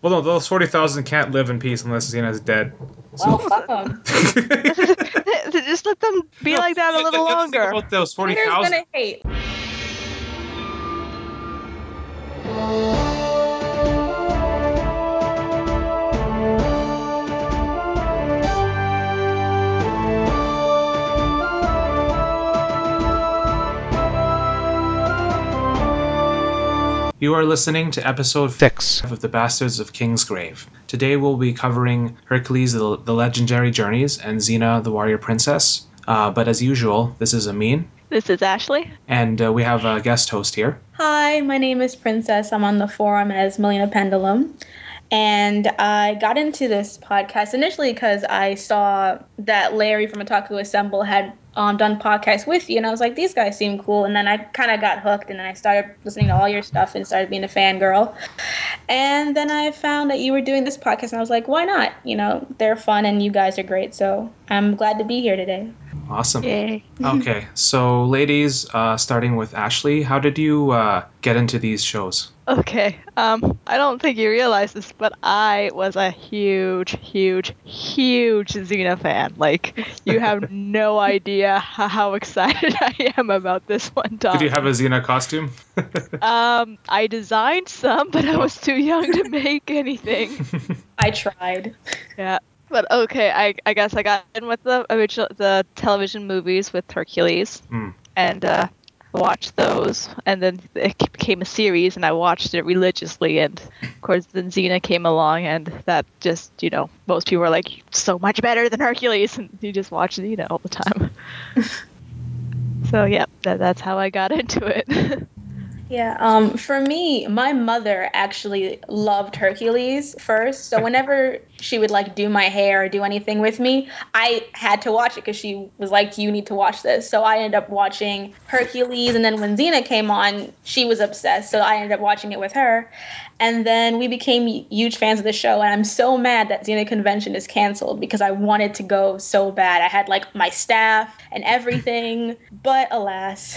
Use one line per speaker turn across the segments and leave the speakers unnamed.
Well, no, those forty thousand can't live in peace unless Xena's dead.
Well, um, fuck 'em.
Just let them be
No,
like that a
let-
little
let's think
longer.
about those forty
Hunter's
thousand.
gonna hate.
You are listening to episode
Six.
of the Bastards of King's Grave. Today we'll be covering Hercules, the, the Legendary Journeys, and Xena, the Warrior Princess. Uh, but as usual, this is Amin,
This is Ashley.
and uh, we have a guest host here.
Hi, my name is Princess. I'm on the forum as Melina Pendulum. And I got into this podcast initially because I saw that Larry from Otaku Assemble had um, done podcasts with you. And I was like, these guys seem cool. And then I kind of got hooked. And then I started listening to all your stuff and started being a fangirl. And then I found that you were doing this podcast. And I was like, why not? You know, they're fun and you guys are great. So I'm glad to be here today.
Awesome.
Yay.
Okay, so ladies, uh, starting with Ashley, how did you uh, get into these shows?
Okay. Um, I don't think you realize this, but I was a huge, huge, huge Xena fan. Like, you have no idea ho- how excited I am about this one, Tom.
Did you have a Xena costume?
um, I designed some, but I was too young to make anything.
I tried.
Yeah. But okay, I, I guess I got in with the original the television movies with Hercules
Hmm.
and uh, watched those, and then it c- became a series, and I watched it religiously. And of course, then Xena came along, and that just you know most people are like so much better than Hercules, and you just watch Xena all the time. so yeah, that, that's how I got into it.
Yeah, um, for me, my mother actually loved Hercules first. So whenever she would like do my hair or do anything with me, I had to watch it because she was like, "You need to watch this." So I ended up watching Hercules, and then when Xena came on, she was obsessed. So I ended up watching it with her, and then we became huge fans of the show. And I'm so mad that Xena Convention is canceled because I wanted to go so bad. I had like my staff and everything, but alas,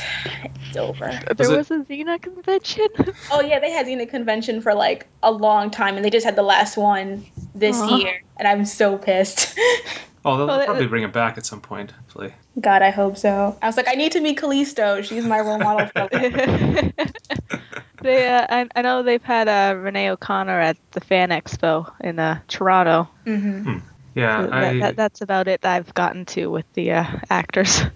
it's over.
Was
there
it-
was a Xena convention.
Oh yeah, they had Xena convention for like a long time, and they just had the last one this
Aw.
year, and I'm so pissed.
Oh, they'll
Well, it-
probably bring it back at some point. Hopefully.
God, I hope so. I was like, I need to meet Callisto. She's my role model. For life.
they, uh, I, I know they've had uh, Renee O'Connor at the Fan Expo in uh, Toronto.
Mhm.
Yeah,
that,
I,
that- that's about it that I've gotten to with the uh, actors.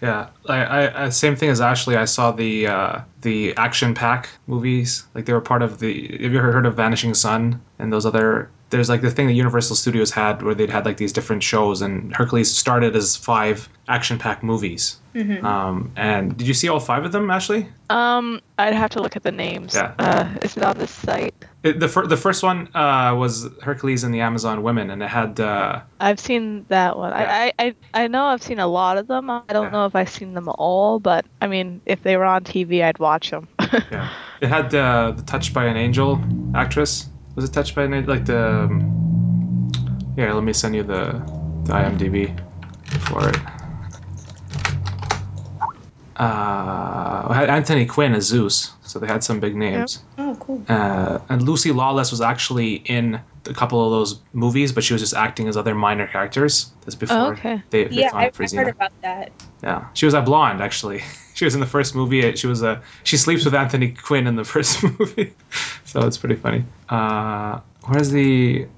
Yeah, I, I, I same thing as Ashley. I saw the uh, the action pack movies. Like they were part of the. Have you ever heard of Vanishing Sun and those other? There's like the thing that Universal Studios had where they'd had like these different shows, and Hercules started as five action pack movies.
Mm-hmm.
Um, and did you see all five of them, Ashley?
Um, I'd have to look at the names.
Yeah.
Uh, it's not this site.
It, the fir- the first one uh, was Hercules and the Amazon Women, and it had uh,
I've seen that one. I, I, I, I know I've seen a lot of them. I don't
Yeah.
know if I've seen them all, but I mean, if they were on TV, I'd watch them.
yeah, it had uh, the Touched by an Angel actress. Was it Touched by an Angel? Like the um, yeah. Let me send you the the IMDb for it. Uh, it had Anthony Quinn as Zeus, so they had some big names.
Oh, cool.
Uh, and Lucy Lawless was actually in a couple of those movies, but she was just acting as other minor characters. This before
Oh, okay.
they, they
Yeah,
found
I, I
Frizina.
heard about that.
Yeah, she was a blonde actually. She was in the first movie. She was a she sleeps with Anthony Quinn in the first movie, so it's pretty funny. Uh, where's the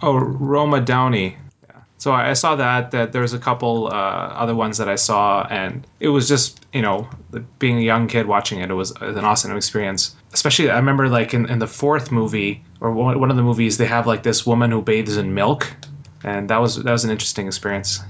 oh Roma Downey? Yeah. So I I saw that that there was a couple uh, other ones that I saw, and it was just you know the- being a young kid watching it, it was an awesome experience. Especially I remember like in, in the fourth movie or one one of the movies, they have like this woman who bathes in milk, and that was that was an interesting experience.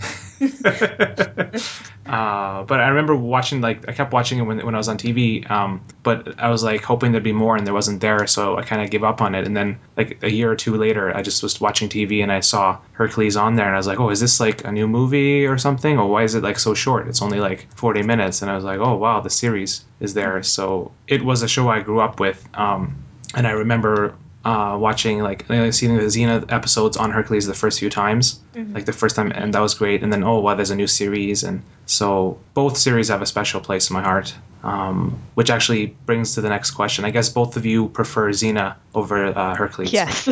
Uh, but I remember watching like I kept watching it when, when I was on TV. Um, but I was like hoping there'd be more, and there wasn't there, so I kind of gave up on it. And then like a year or two later, I just was watching TV and I saw Hercules on there, and I was like, oh, is this like a new movie or something? Or why is it like so short? It's only like 40 minutes. And I was like, oh wow, the series is there. So it was a show I grew up with. Um, and I remember uh, watching like uh, seeing the Xena episodes on Hercules the first few times, like the first time, and that was great. And then oh wow, there's a new series, and so both series have a special place in my heart. Um, which actually brings to the next question. I guess both of you prefer Xena over uh, Hercules.
Yes.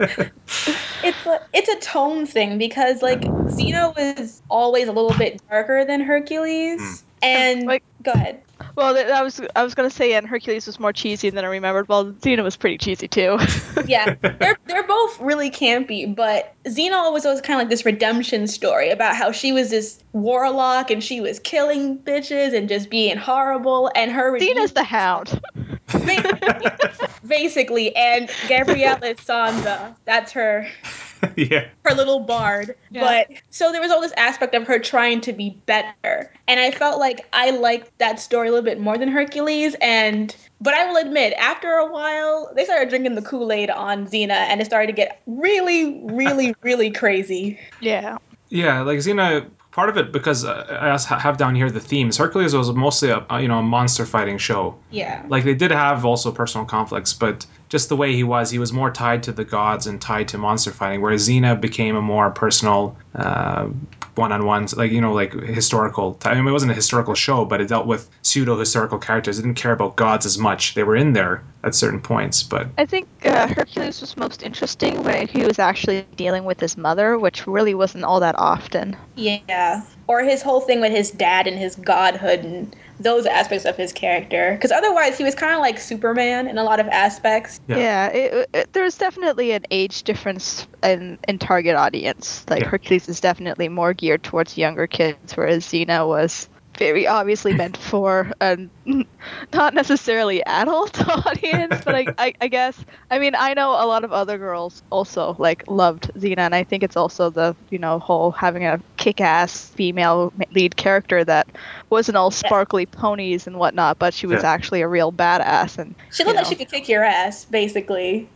It's a, it's a tone thing because like Xeno is always a little bit darker than Hercules.
Mm.
And
Like-
go ahead.
well, th- I was I was gonna say, and Hercules was more cheesy than I remembered. Well, Xena was pretty cheesy too.
Yeah, they're they're both really campy, but Xena was always kind of like this redemption story about how she was this warlock and she was killing bitches and just being horrible, and her
Xena's the Hound.
Ba- basically, and Gabrielle Sanda, that's her
yeah.
her little bard.
Yeah.
But so there was all this aspect of her trying to be better. And I felt like I liked that story a little bit more than Hercules and but I will admit, after a while, they started drinking the Kool-Aid on Xena and it started to get really, really, really crazy.
Yeah.
Yeah, like Xena, part of it because uh, I also have down here the themes. Hercules was mostly a a, you know a monster fighting show.
Yeah.
Like they did have also personal conflicts, but just the way he was, he was more tied to the gods and tied to monster fighting. Whereas Xena became a more personal, uh, one-on-one, like you know, like historical. I mean, it wasn't a historical show, but it dealt with pseudo-historical characters. It didn't care about gods as much. They were in there at certain points, but
I think uh, Hercules was most interesting when he was actually dealing with his mother, which really wasn't all that often.
Yeah. Or his whole thing with his dad and his godhood and those aspects of his character. Because otherwise, he was kind of like Superman in a lot of aspects.
Yeah.
Yeah, it, it, there was definitely an age difference in, in target audience. Like
Yeah.
Hercules is definitely more geared towards younger kids, whereas Xena was very obviously meant for a n- not necessarily adult audience. But I, I, I guess I mean I know a lot of other girls also like loved Xena, and I think it's also the you know whole having a kick-ass female ma- lead character that wasn't all sparkly ponies and whatnot, but she was
Yeah.
actually a real badass and
She looked like
you know.
she could kick your ass, basically.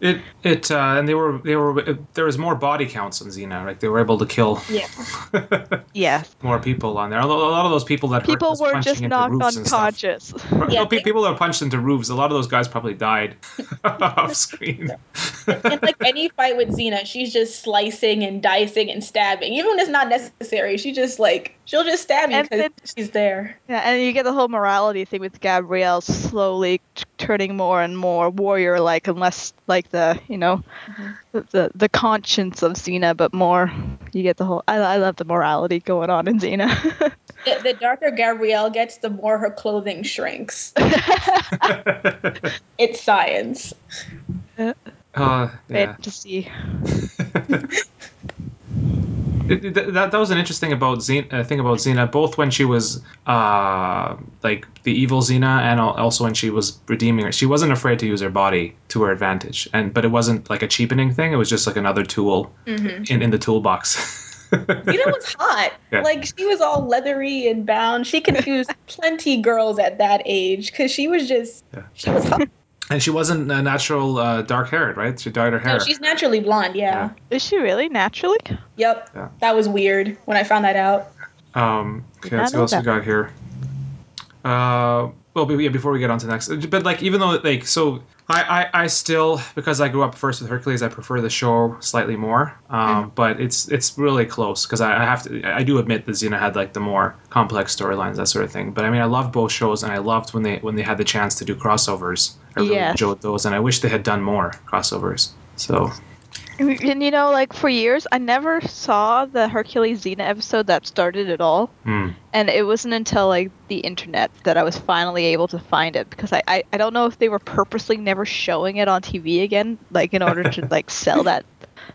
It it uh, and they were they were there was more body counts on Xena. Like they were able to kill
Yeah.
yeah
more people on there. Although a lot of those people that
people
Hercules
were
punching
just
into
knocked
roofs and stuff.
unconscious.
Right,
Yeah,
no, pe-
they-
people that are punched into roofs. A lot of those guys probably died off screen.
And like any fight with Xena, she's just slicing and dicing and stabbing. Even when it's not necessary, she just like she'll just stab you
And
because
then-
she's there.
yeah, and you get the whole morality thing with Gabrielle slowly t- turning more and more warrior-like, unless like the you know
Mhm.
the the, the conscience of Xena, but more. You get the whole. I, I love the morality going on in Xena.
The, the darker Gabrielle gets, the more her clothing shrinks. It's science.
uh, yeah.
to see.
It- it- that, that was an interesting about Xena, uh, thing about Xena, both when she was uh, like the evil Xena, and al- also when she was redeeming her. She wasn't afraid to use her body to her advantage, and but it wasn't like a cheapening thing. It was just like another tool
Mm-hmm.
in, in the toolbox.
Xena was hot.
Yeah.
Like she was all leathery and bound. She confused plenty girls at that age because she was just
Yeah.
she was hot.
and she wasn't uh, natural uh, dark haired, right? She dyed her hair.
No, she's naturally blonde. Yeah.
Is she really naturally?
Yep.
Yeah.
That was weird when I found that out.
Um, okay,
not
let's see
know
what else we
that.
got here. Uh, well, but yeah, before we get on to the next, but like, even though like, so I, I, I still because I grew up first with Hercules, I prefer the show slightly more. Um, but it's it's really close because I, I have to I do admit that Xena had like the more complex storylines that sort of thing. But I mean, I loved both shows and I loved when they when they had the chance to do crossovers. I really
Yes.
enjoyed those, and I wish they had done more crossovers. So
And and, you know, like for years, I never saw the Hercules Xena episode that started at all.
hmm,
and it wasn't until like the internet that i was finally able to find it because i i, I don't know if they were purposely never showing it on tv again like in order to like sell that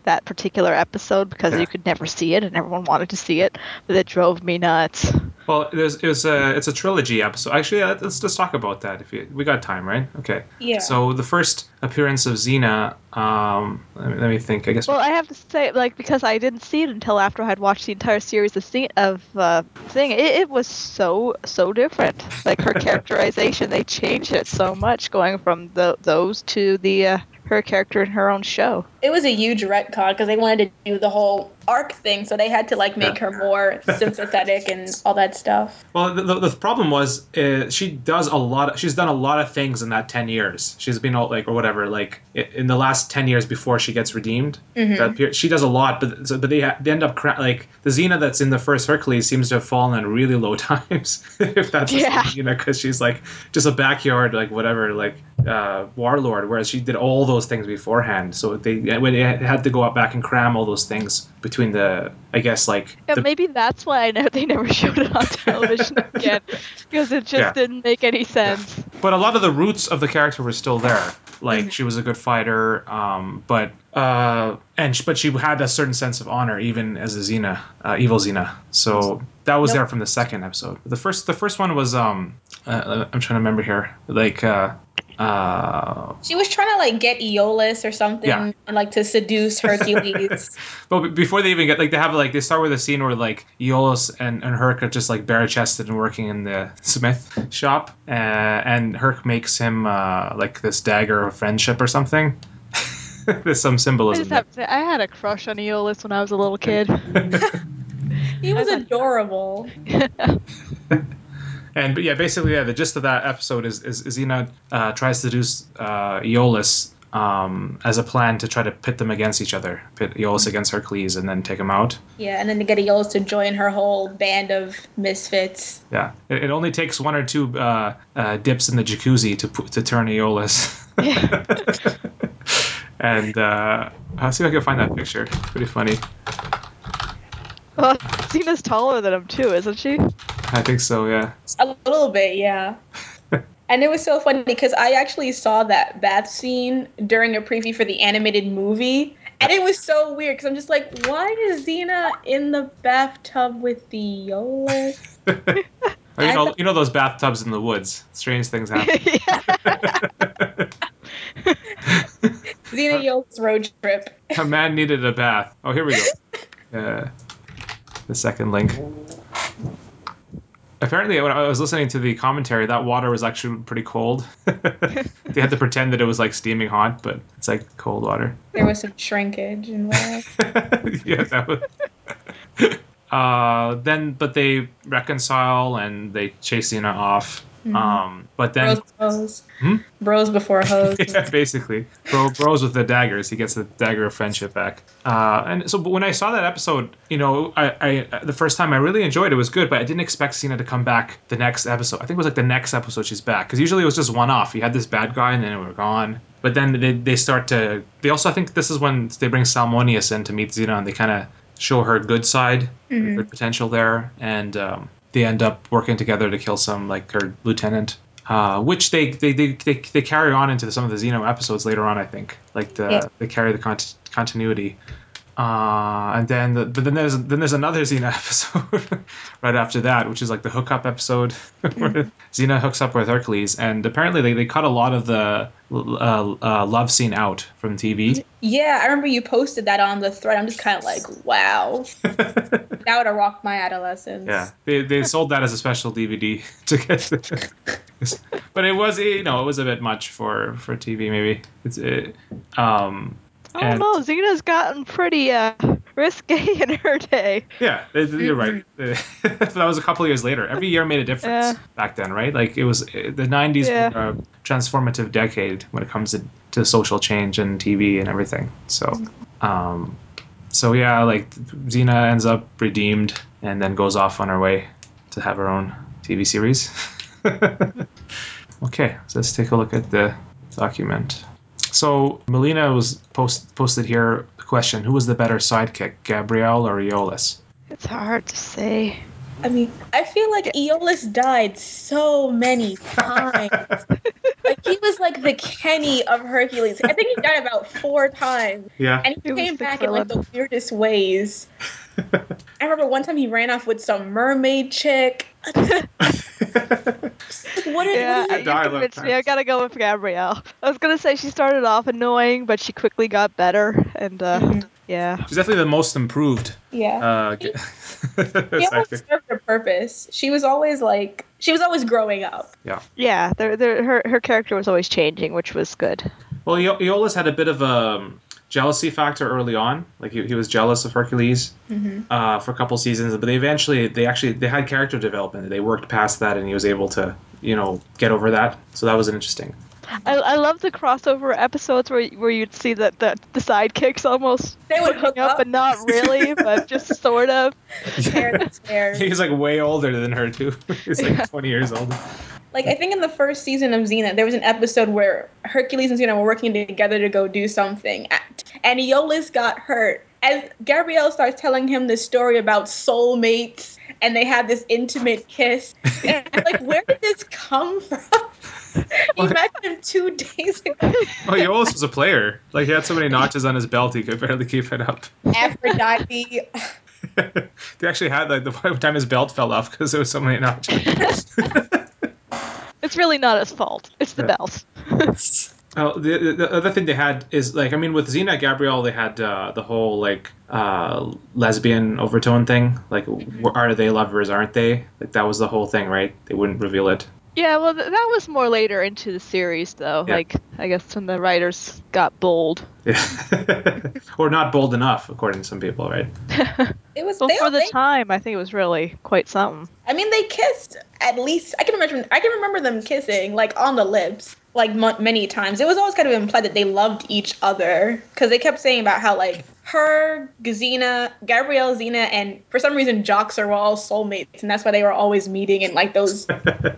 that particular episode because
Yeah.
you could never see it and everyone wanted to see it but it drove me nuts
well, there's it was a it's a trilogy episode. Actually, yeah, let's just talk about that if you, we got time, right? Okay.
Yeah.
So the first appearance of Xena, um, let, me, let me think. I guess
well i have to say like because i didn't see it until after i had watched the entire series of scene of uh, thing it, it was so so different like her characterization they changed it so much going from the, those to the uh, her character in her own show.
It was a huge retcon because they wanted to do the whole arc thing, so they had to like make her more sympathetic and all that stuff.
Well, the, the, the problem was uh, she does a lot. Of, she's done a lot of things in that ten years. She's been all like or whatever, like i- in the last ten years before she gets redeemed. That period, she does a lot, but so, but they ha- they end up cra- like the Xena that's in the first Hercules seems to have fallen on really low times. if that's
Yeah.
you know, because she's like just a backyard like whatever like uh, warlord, whereas she did all those things beforehand. So they when they had to go out back and cram all those things between the I guess like
Yeah,
the-
maybe that's why I know they never showed it on television again because it just
Yeah.
didn't make any sense.
but a lot of the roots of the character were still there. Like she was a good fighter, um, but uh, and sh- but she had a certain sense of honor even as a Xena, uh, evil Xena. So that was
Nope.
there from the second episode. The first the first one was um, uh, I'm trying to remember here. Like uh, uh,
She was trying to like get Aeolus or something,
Yeah.
and, like to seduce Hercules.
But b- before they even get like they have like they start with a scene where like Aeolus and, and Herc are just like bare chested and working in the smith shop, uh, and Herc makes him uh, like this dagger of friendship or something. There's some
I
symbolism.
just have to say, I had a crush on Aeolus when I was a little kid.
he was adorable.
And but yeah, basically, yeah, the gist of that episode is is, is Xena uh, tries to seduce uh, Aeolus um, as a plan to try to pit them against each other, pit Aeolus against Hercules, and then take him out.
Yeah, and then to get Aeolus to join her whole band of misfits.
Yeah, it, it only takes one or two uh, uh, dips in the jacuzzi to pu- to turn Aeolus. and uh, I'll see if I can find that picture. It's pretty funny.
well, Cena's taller than him too, isn't she?
I think so. Yeah.
A little bit, yeah. and it was so funny because I actually saw that bath scene during a preview for the animated movie. And it was so weird because I'm just like, why is Xena in the bathtub with the Aeolus?
Or, you know, you know those bathtubs in the woods. Strange things happen.
yeah.
Xena Aeolus road trip.
a man needed a bath. Oh, here we go. Uh, the second link. Apparently, when I was listening to the commentary, that water was actually pretty cold. they had to pretend that it was like steaming hot, but it's like cold water.
There was some shrinkage involved.
yeah, that was. Uh, then, but they reconcile and they chase Xena off. Um, but then,
Bros, bros.
Hmm?
bros before hoes.
yeah, basically, bro, bros with the daggers. He gets the dagger of friendship back. Uh, and so, but when I saw that episode, you know, I, I the first time I really enjoyed it. It was good, but I didn't expect Cena to come back the next episode. I think it was like the next episode she's back because usually it was just one off. You had this bad guy and then we were gone. But then they, they start to. They also, I think, this is when they bring Salmonius in to meet Xena and they kind of show her good side, her potential there, and um, they end up working together to kill some like her lieutenant. Uh, which they they, they, they they carry on into some of the Xeno episodes later on, I think. Like the
Yeah.
they carry the cont- continuity, uh, and then the, but then there's then there's another Xena episode right after that, which is like the hookup episode where Xena hooks up with Hercules, and apparently they, they cut a lot of the uh, uh, love scene out from TV.
Yeah, I remember you posted that on the thread. I'm just kind of like, wow. that would have rocked my adolescence.
Yeah, they, they sold that as a special DVD to get. The, but it was you know it was a bit much for for TV maybe it's it, um
I don't
And-
know. Xena's gotten pretty uh, risque in her day.
yeah it- you're right that was a couple years later every year made a difference
Yeah.
back then right like it was eh, the 90s
Yeah.
were a transformative decade when it comes to, to social change and TV and everything so
Mm-hmm.
um so yeah like Xena ends up redeemed and then goes off on her way to have her own TV series. okay, so let's take a look at the document. So Melina was post- posted here the question: Who was the better sidekick, Gabrielle or Aeolus?
It's hard to say.
I mean, I feel like Aeolus died so many times. like he was like the Kenny of Hercules. I think he died about four times,
Yeah,
and
It
he
was
came
the
back in like
villain.
the weirdest ways. I remember one time he ran off with some mermaid chick. what are
Yeah,
what are
you
die
you?
a lot of
convinced me.
times.
I gotta go with Gabrielle. I was gonna say she started off annoying, but she quickly got better, and uh,
Mm-hmm.
Mhm.
yeah.
she's definitely the most improved.
Yeah.
Uh, g-
She always
sidekick.
served her purpose. She was always like she was always growing up.
Yeah, there, there, her her character was always changing, which was good.
Well, Eo- Aeolus had a bit of a jealousy factor early on. Like he, he was jealous of Hercules
Mm-hmm.
uh, for a couple seasons, but they eventually they actually they had character development. They worked past that, and he was able to you know get over that. So that was interesting.
I, I love the crossover episodes where where you'd see that the, the sidekicks almost
They would hook
hooking up,
up.
but not really, but just sort of.
Fair, that's fair.
He's like way older than her too. He's like twenty years old.
Like I think in the first season of Xena, there was an episode where Hercules and Xena were working together to go do something, and Aeolus got hurt. As Gabrielle starts telling him this story about soulmates, and they have this intimate kiss, and I'm like, where did this come from? you
What?
met him two days ago.
Oh, Aeolus was a player. Like he had so many notches on his belt, he could barely keep it up.
Aphrodite.
they actually had like the one time his belt fell off because there was so many notches.
It's really not his fault. It's the
Yeah.
bells.
Oh, the, the- the other thing they had is like I mean with Xena Gabrielle they had uh, the whole like uh, lesbian overtone thing like w are they lovers aren't they like that was the whole thing right they wouldn't reveal it
Yeah, well, th- that was more later into the series, though.
Yeah.
Like, I guess when the writers got bold.
Yeah. or not bold enough according to some people right
It was
Well,
they
for
all-
the
they-
time, I think it was really quite something.
I mean, they kissed at least. I can remember. I can remember them kissing like on the lips, like m- many times. It was always kind of implied that they loved each other because they kept saying about how like her, Xena, Gabrielle, Xena, and for some reason Jocks are all soulmates, and that's why they were always meeting in like those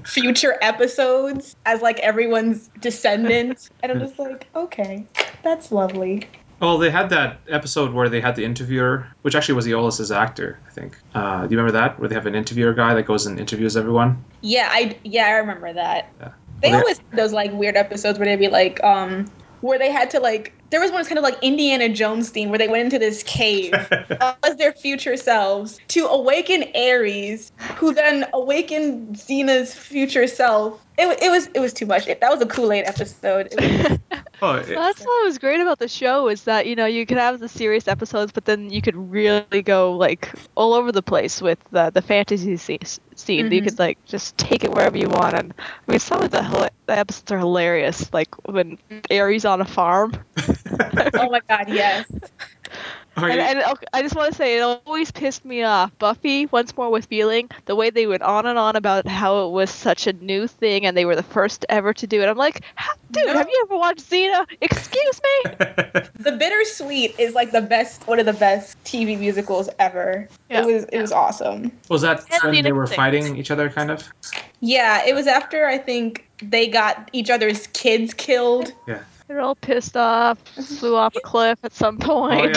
future episodes as like everyone's descendant. And I'm just like, okay, that's lovely.
well they had that episode where they had the interviewer which actually was Aeolus's actor I think uh, do you remember that where they have an interviewer guy that goes and interviews everyone
Yeah, I yeah, I remember that.
Yeah.
They
Well, they-
always had those like weird episodes where they'd be like, um, where they had to like there was one that's kind of like Indiana Jones theme where they went into this cave uh, as their future selves to awaken Ares, who then awakened Xena's future self. It, wa- it was it was too much. It, that was a Kool Aid episode. It was-
oh it-
Well, that's what was great about the show is that you know you could have the serious episodes, but then you could really go like all over the place with the the fantasy scene. scene. You
Mhm.
could like just take it wherever you want. And I mean, some of the, hila- the episodes are hilarious, like when Aries on a farm.
oh my God, yes.
oh,
And,
yeah.
and okay, I just want to say it always pissed me off. Buffy, once more with feeling, the way they went on and on about how it was such a new thing and they were the first ever to do it. I'm like, "Ha- dude,
No.
have you ever watched Xena? Excuse me.
The Bittersweet is like the best one of the best TV musicals ever.
Yeah.
It was it was awesome.
was that
I've
when
seen
they
it
were
too.
fighting each other kind of
Yeah, it was after I think they got each other's kids killed.
They're all pissed off. Flew off a cliff at some point.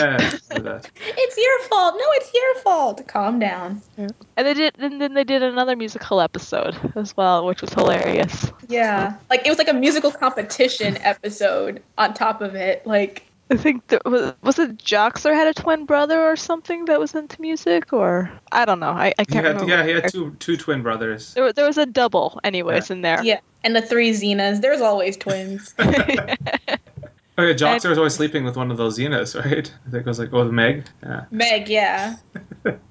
oh yeah, yeah, yeah. That.
It's your fault. No, it's your fault. Calm down.
And they did. And then they did another musical episode as well, which was hilarious.
Yeah. Like it was like a musical competition episode on top of it. Like
I think there was, was it Joxer had a twin brother or something that was into music, or I don't know. I, I
He
can't
had,
remember.
yeah, he had two two twin brothers.
There, were- there was a double, anyways, in there.
yeah. And the three Xenas. There's always twins.
Oh yeah, Joxer was always sleeping with one of those Xenas, right? I think it was like, oh, the Meg. Yeah,
Meg, yeah.
that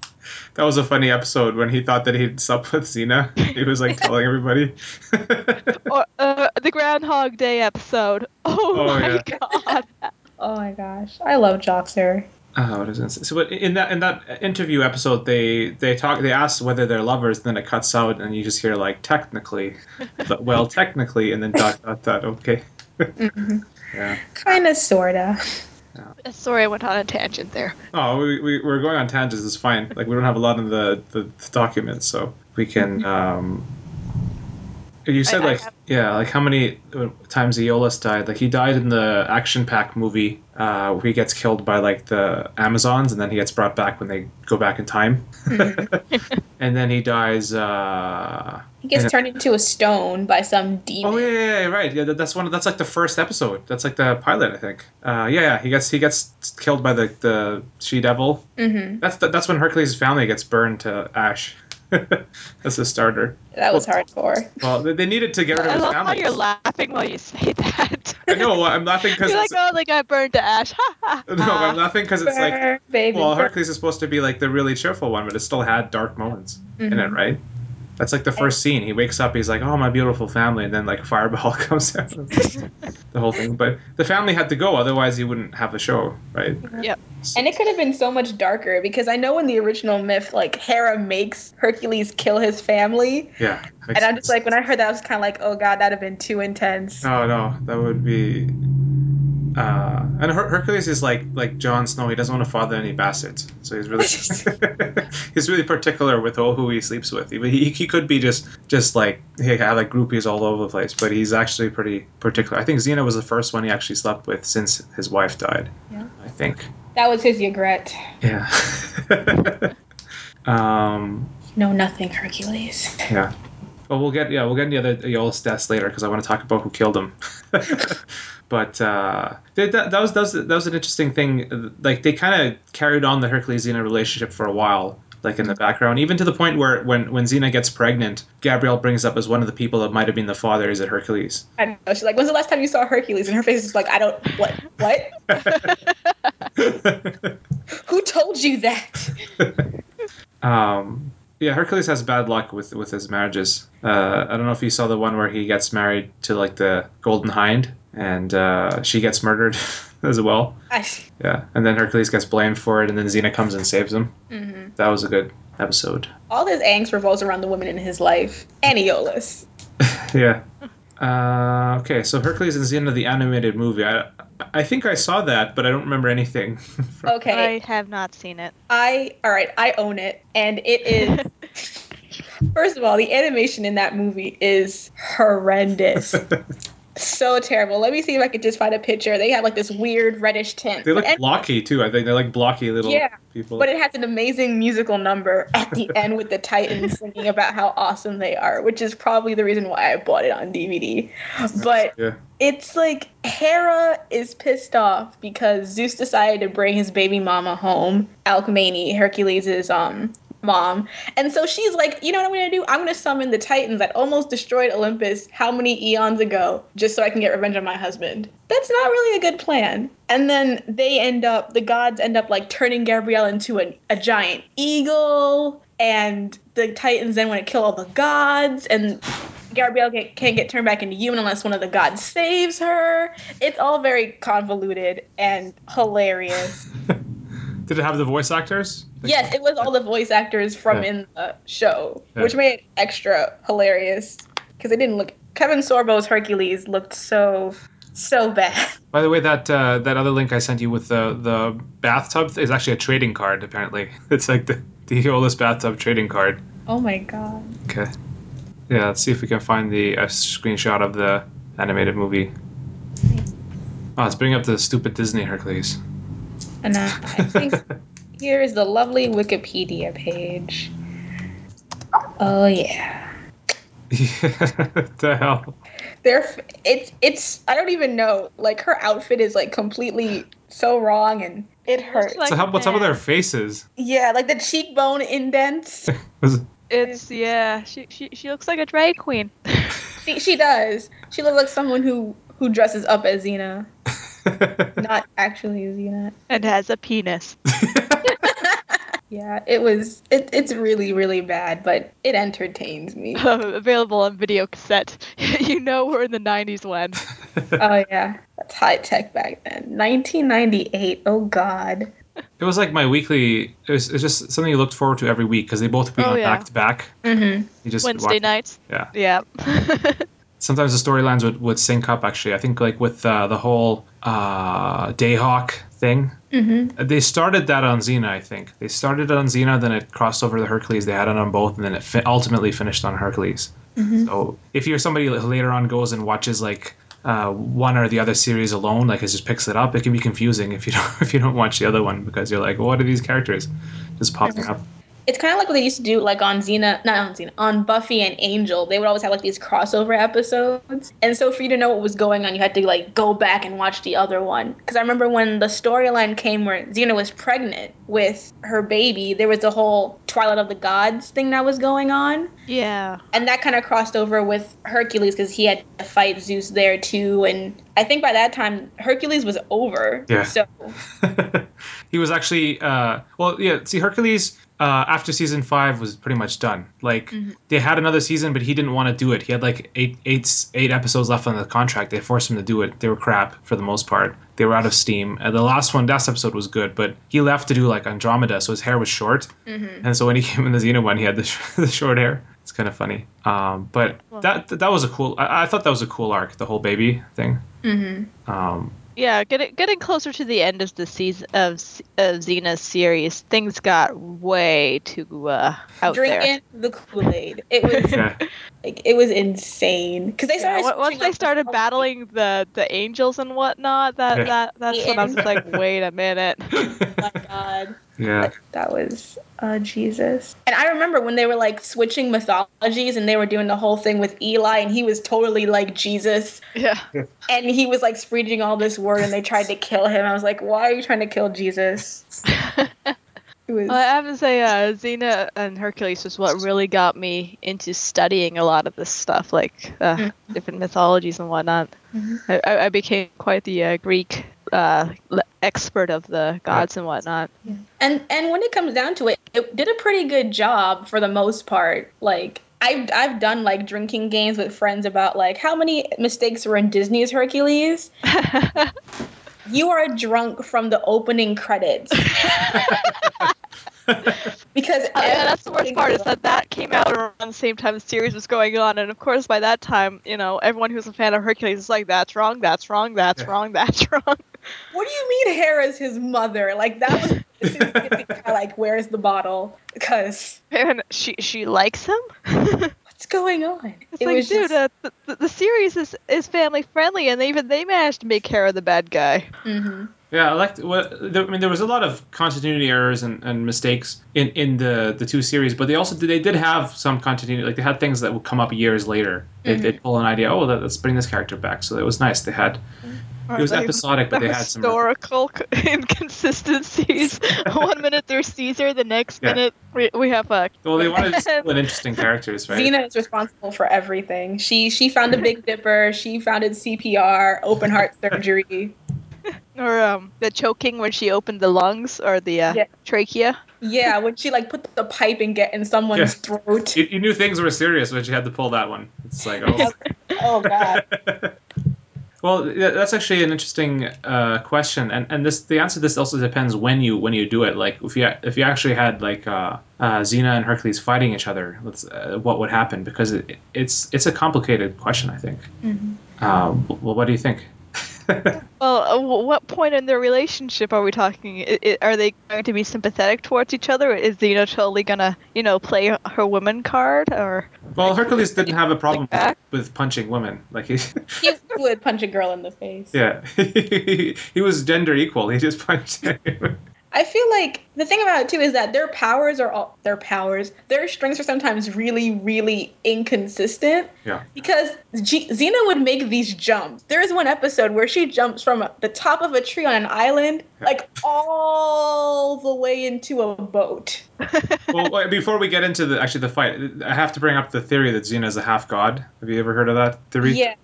was a funny episode when he thought that he'd slept with Xena. He was like telling everybody.
or uh, the Groundhog Day episode. Oh,
Oh,
my god!
Oh my gosh. I love Joxer.
oh, what is this? So but in that in that interview episode, they they talk, they ask whether they're lovers, and then it cuts out, and you just hear like technically, but, well, technically, and then dot dot dot. Okay.
Mm-hmm.
Yeah.
Kinda sorta.
Sorry, I went on a tangent there.
Oh, we, we, we're going on tangents. It's fine. Like we don't have a lot in the, the, the documents, so we can. Um, you said
Mm-hmm. I
like
have-
yeah, like how many uh, times Aeolus died? Like he died in the Action Pack movie, uh, where he gets killed by like the Amazons, and then he gets brought back when they go back in time.
Mm-hmm.
and then he dies. Uh...
He gets
Yeah.
turned into a stone by some demon.
Oh yeah, yeah, yeah, right. Yeah, that, that's one. Of, that's like the first episode. That's like the pilot, I think. Uh, yeah, yeah, he gets he gets killed by the the she devil.
Mm-hmm.
That's the, that's when Hercules' family gets burned to ash. That's the starter.
That was hardcore.
Well, they, they needed to get rid of
I
his
love how
family.
you're laughing while you say that.
I know. I'm laughing because
you're "Ah, like, oh, they got burned to ash. Ha, ha,
no, I'm
ha.
laughing because it's like
Burr, baby.
well,
burr.
Mm-hmm.
Hercules is supposed to be like the really cheerful one, but it still had dark moments in it,
Mhm.
right? That's like the first scene. He wakes up, he's like, "Oh, my beautiful family," and then like Fireball comes out. the whole thing. But the family had to go, otherwise he wouldn't have the show, right?
Yep.
And it could have been so much darker because I know in the original myth, like Hera makes Hercules kill his family,
Yeah.
and I'm just like, when I heard that, I was kind of like, oh god, that'd have been too intense.
No, no, that would be. Uh, and Her- Hercules is like like Jon Snow. He doesn't want to father any bastards, so he's really he's really particular with all who he sleeps with. He, he, he could be just just like he had like groupies all over the place, but he's actually pretty particular. I think Xena was the first one he actually slept with since his wife died.
Yeah.
I think.
That was his regret.
Yeah. um,
No, nothing, Hercules.
yeah. Well, we'll get yeah we'll get into the other Aeolus deaths later because I want to talk about who killed him. but uh, they, that, that was that was that was an interesting thing. Like they kind of carried on the Hercules Xena relationship for a while, like in the background, even to the point where when when Xena gets pregnant, Gabrielle brings up as one of the people that might have been the father is it Hercules?
I don't know. She's like, when's the last time you saw Hercules? And her face is like, I don't. What? What? Who told you that?
Um, yeah, Hercules has bad luck with with his marriages. Uh, I don't know if you saw the one where he gets married to like the Golden Hind, and uh, she gets murdered as well.
I,
Yeah, and then Hercules gets blamed for it, and then Xena comes and saves him.
Mhm.
That was a good episode.
All his angst revolves around the women in his life and Aeolus.
Yeah. Uh, okay, so Hercules and Xena, the animated movie. I, I think I saw that, but I don't remember anything. from-
Okay,
I have not seen it.
I all right, I own it, and it is. First of all, the animation in that movie is horrendous. so terrible. Let me see if I could just find a picture. They have like this weird reddish tint.
they look
And-
blocky too. I think they like blocky little
Yeah,
people.
but it has an amazing musical number at the end with the Titans singing about how awesome they are, which is probably the reason why I bought it on DVD. But
yeah.
it's like Hera is pissed off because Zeus decided to bring his baby mama home, Alcmene, Hercules' um mom. And so she's like, you know what I'm gonna do? I'm gonna summon the Titans that almost destroyed Olympus how many eons ago, just so I can get revenge on my husband. That's not really a good plan. And then they end up the gods end up like turning Gabrielle into an, a giant eagle and the Titans then want to kill all the gods and Gabrielle get, can't get turned back into human unless one of the gods saves her. It's all very convoluted and hilarious.
Did it have the voice actors?
yes, it was all the voice actors from
Yeah.
in the show,
Yeah.
which made it extra hilarious because it didn't look. Kevin Sorbo's Hercules looked so, so bad.
By the way, that uh, that other link I sent you with the the bathtub is actually a trading card. Apparently, it's like the the Aeolus bathtub trading card.
Oh my god.
Okay. Yeah, let's see if we can find the uh, screenshot of the animated movie. Oh, let's bring up the stupid Disney Hercules.
And uh, I think here is the lovely Wikipedia page. Oh yeah.
what the hell?
They're f- it's it's I don't even know. Like her outfit is like completely so wrong and it hurts.
like-
So how, what's up with their faces?
yeah, like the cheekbone indents.
Was-
It's yeah. She she, she looks like a drag queen.
she she does. She looks like someone who who dresses up as Xena, not actually Xena.
and has a penis.
Yeah, it was it, it's really really bad, but it entertains me.
Um, available on video cassette. you know we're in the 90s when.
oh yeah, that's high tech back then. 1998. Oh god.
it was like my weekly. It was, it was just something you looked forward to every week because they both be
Oh,
on
yeah.
back to back.
Mhm.
You just
Wednesday
watch-
nights.
Yeah.
Yeah.
sometimes the storylines would, would sync up actually i think like with uh, the whole uh, dayhawk thing
Mhm.
they started that on xena i think they started it on xena then it crossed over to hercules they had it on both and then it fi- ultimately finished on hercules so if you're somebody who later on goes and watches like uh, one or the other series alone like it just picks it up it can be confusing if you don't if you don't watch the other one because you're like what are these characters just popping up
It's kind of like what they used to do, like on Xena, not on Xena, on Buffy and Angel. They would always have like these crossover episodes, and so for you to know what was going on, you had to like go back and watch the other one. Because I remember when the storyline came where Xena was pregnant with her baby, there was the whole Twilight of the Gods thing that was going on,
yeah.
and that kind of crossed over with Hercules because he had to fight Zeus there too. And I think by that time Hercules was over,
Yeah.
so
he was actually uh, well, yeah. See, Hercules uh, after season five was pretty much done. Like they had another season, but he didn't want to do it. He had like eight, eight, eight episodes left on the contract. They forced him to do it. They were crap for the most part. They were out of steam. And the last one, last episode was good, but he left to do like Andromeda, so his hair was short.
Mm-hmm.
And so when he came in the Xena one, he had the, sh- the short hair. It's kind of funny. Um, but that that was a cool. I, I thought that was a cool arc, the whole baby thing. Mm-hmm. Um,
Yeah, getting getting closer to the end of the season of S- of Xena's series, things got way too uh, out there.
Drinking the Kool Aid. It was
yeah.
like it was insane because they
Yeah,
started
on- once
switching
they
up the
started
whole-
battling the the angels and whatnot, that
Yeah.
that that's when I was like, wait a minute.
Oh my god.
yeah.
That was uh, Jesus. And I remember when they were like switching mythologies and they were doing the whole thing with Eli and he was totally like Jesus
Yeah.
and he was like spreading all this word and they tried to kill him. I was like, why are you trying to kill Jesus? It was,
Well, I have to say, uh, Xena and Hercules was what really got me into studying a lot of this stuff, like uh, different mythologies and whatnot.
Mm-hmm.
I I, I became quite the uh, Greek uh, le- expert of the gods and whatnot.
and and when it comes down to it, it did a pretty good job for the most part. Like. I've, I've done like drinking games with friends about like how many mistakes were in Disney's Hercules. you are drunk from the opening credits. because
Uh, yeah, that's the worst
everything
part
was
is that that came out around the same time the series was going on, and of course by that time, you know, everyone who's a fan of Hercules is like, that's wrong, that's wrong, that's
Yeah.
wrong, that's wrong.
What do you mean Hera's his mother? Like that was this is getting kinda like where's the bottle? Because
And she she likes him.
what's going on?
It's like, dude, uh, the, the, the series is, is family friendly, and even they managed to make Hera the bad guy.
Yeah, I liked. What, there, I mean, there was a lot of continuity errors and, and mistakes in, in the, the two series, but they also did, they did have some continuity. Like they had things that would come up years later. They, They'd pull an idea. Oh, let, us bring this character back. So it was nice. They had it was
Like,
episodic, but
the
they had some.
historical c- inconsistencies. One minute there's Caesar, the next
Yeah.
minute we, we have uh, a
Well, they wanted to split interesting characters, right?
Xena is responsible for everything. She she founded Big Dipper. She founded CPR, open heart surgery.
or um the choking when she opened the lungs or the uh,
Yeah.
trachea.
Yeah, when she like put the pipe and get in someone's
Yeah.
throat.
You, you knew things were serious when you had to pull that one. It's like oh.
Oh god.
Well, th- that's actually an interesting uh, question, and and this the answer to this also depends when you when you do it. Like if you if you actually had like uh, uh, Xena and Hercules fighting each other, let's, uh, what would happen? Because it, it's it's a complicated question, I think. Uh, well, what do you think?
Well, uh, wh- what point in their relationship are we talking? I- I- are they going to be sympathetic towards each other? Is Xena totally gonna, you know, play her woman card? Or
Well, Hercules didn't have a problem
that?
with punching women. Like he,
He would punch a girl in the face.
yeah, he was gender equal. He just punched.
I feel like the thing about it too is that their powers are all their powers. Their strengths are sometimes really, really inconsistent.
yeah.
Because G- Xena would make these jumps. There is one episode where she jumps from the top of a tree on an island, like all the way into a boat.
well, wait, before we get into the actually the fight, I have to bring up the theory that Xena is a half god. Have you ever heard of that theory?
Yeah,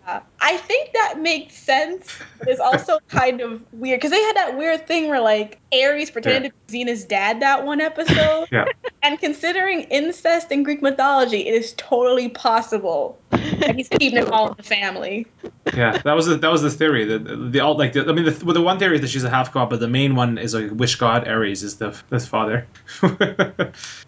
I think that makes sense, but it's also kind of weird because they had that weird thing where like Ares pretended to be Xena's dad that one episode.
Yeah.
And considering incest in Greek mythology, it is totally possible that he's keeping it all in the family.
yeah, that was the, that was the theory. The the all like the, I mean the, well, the one theory is that she's a half god, but the main one is a wish god Ares is the the father,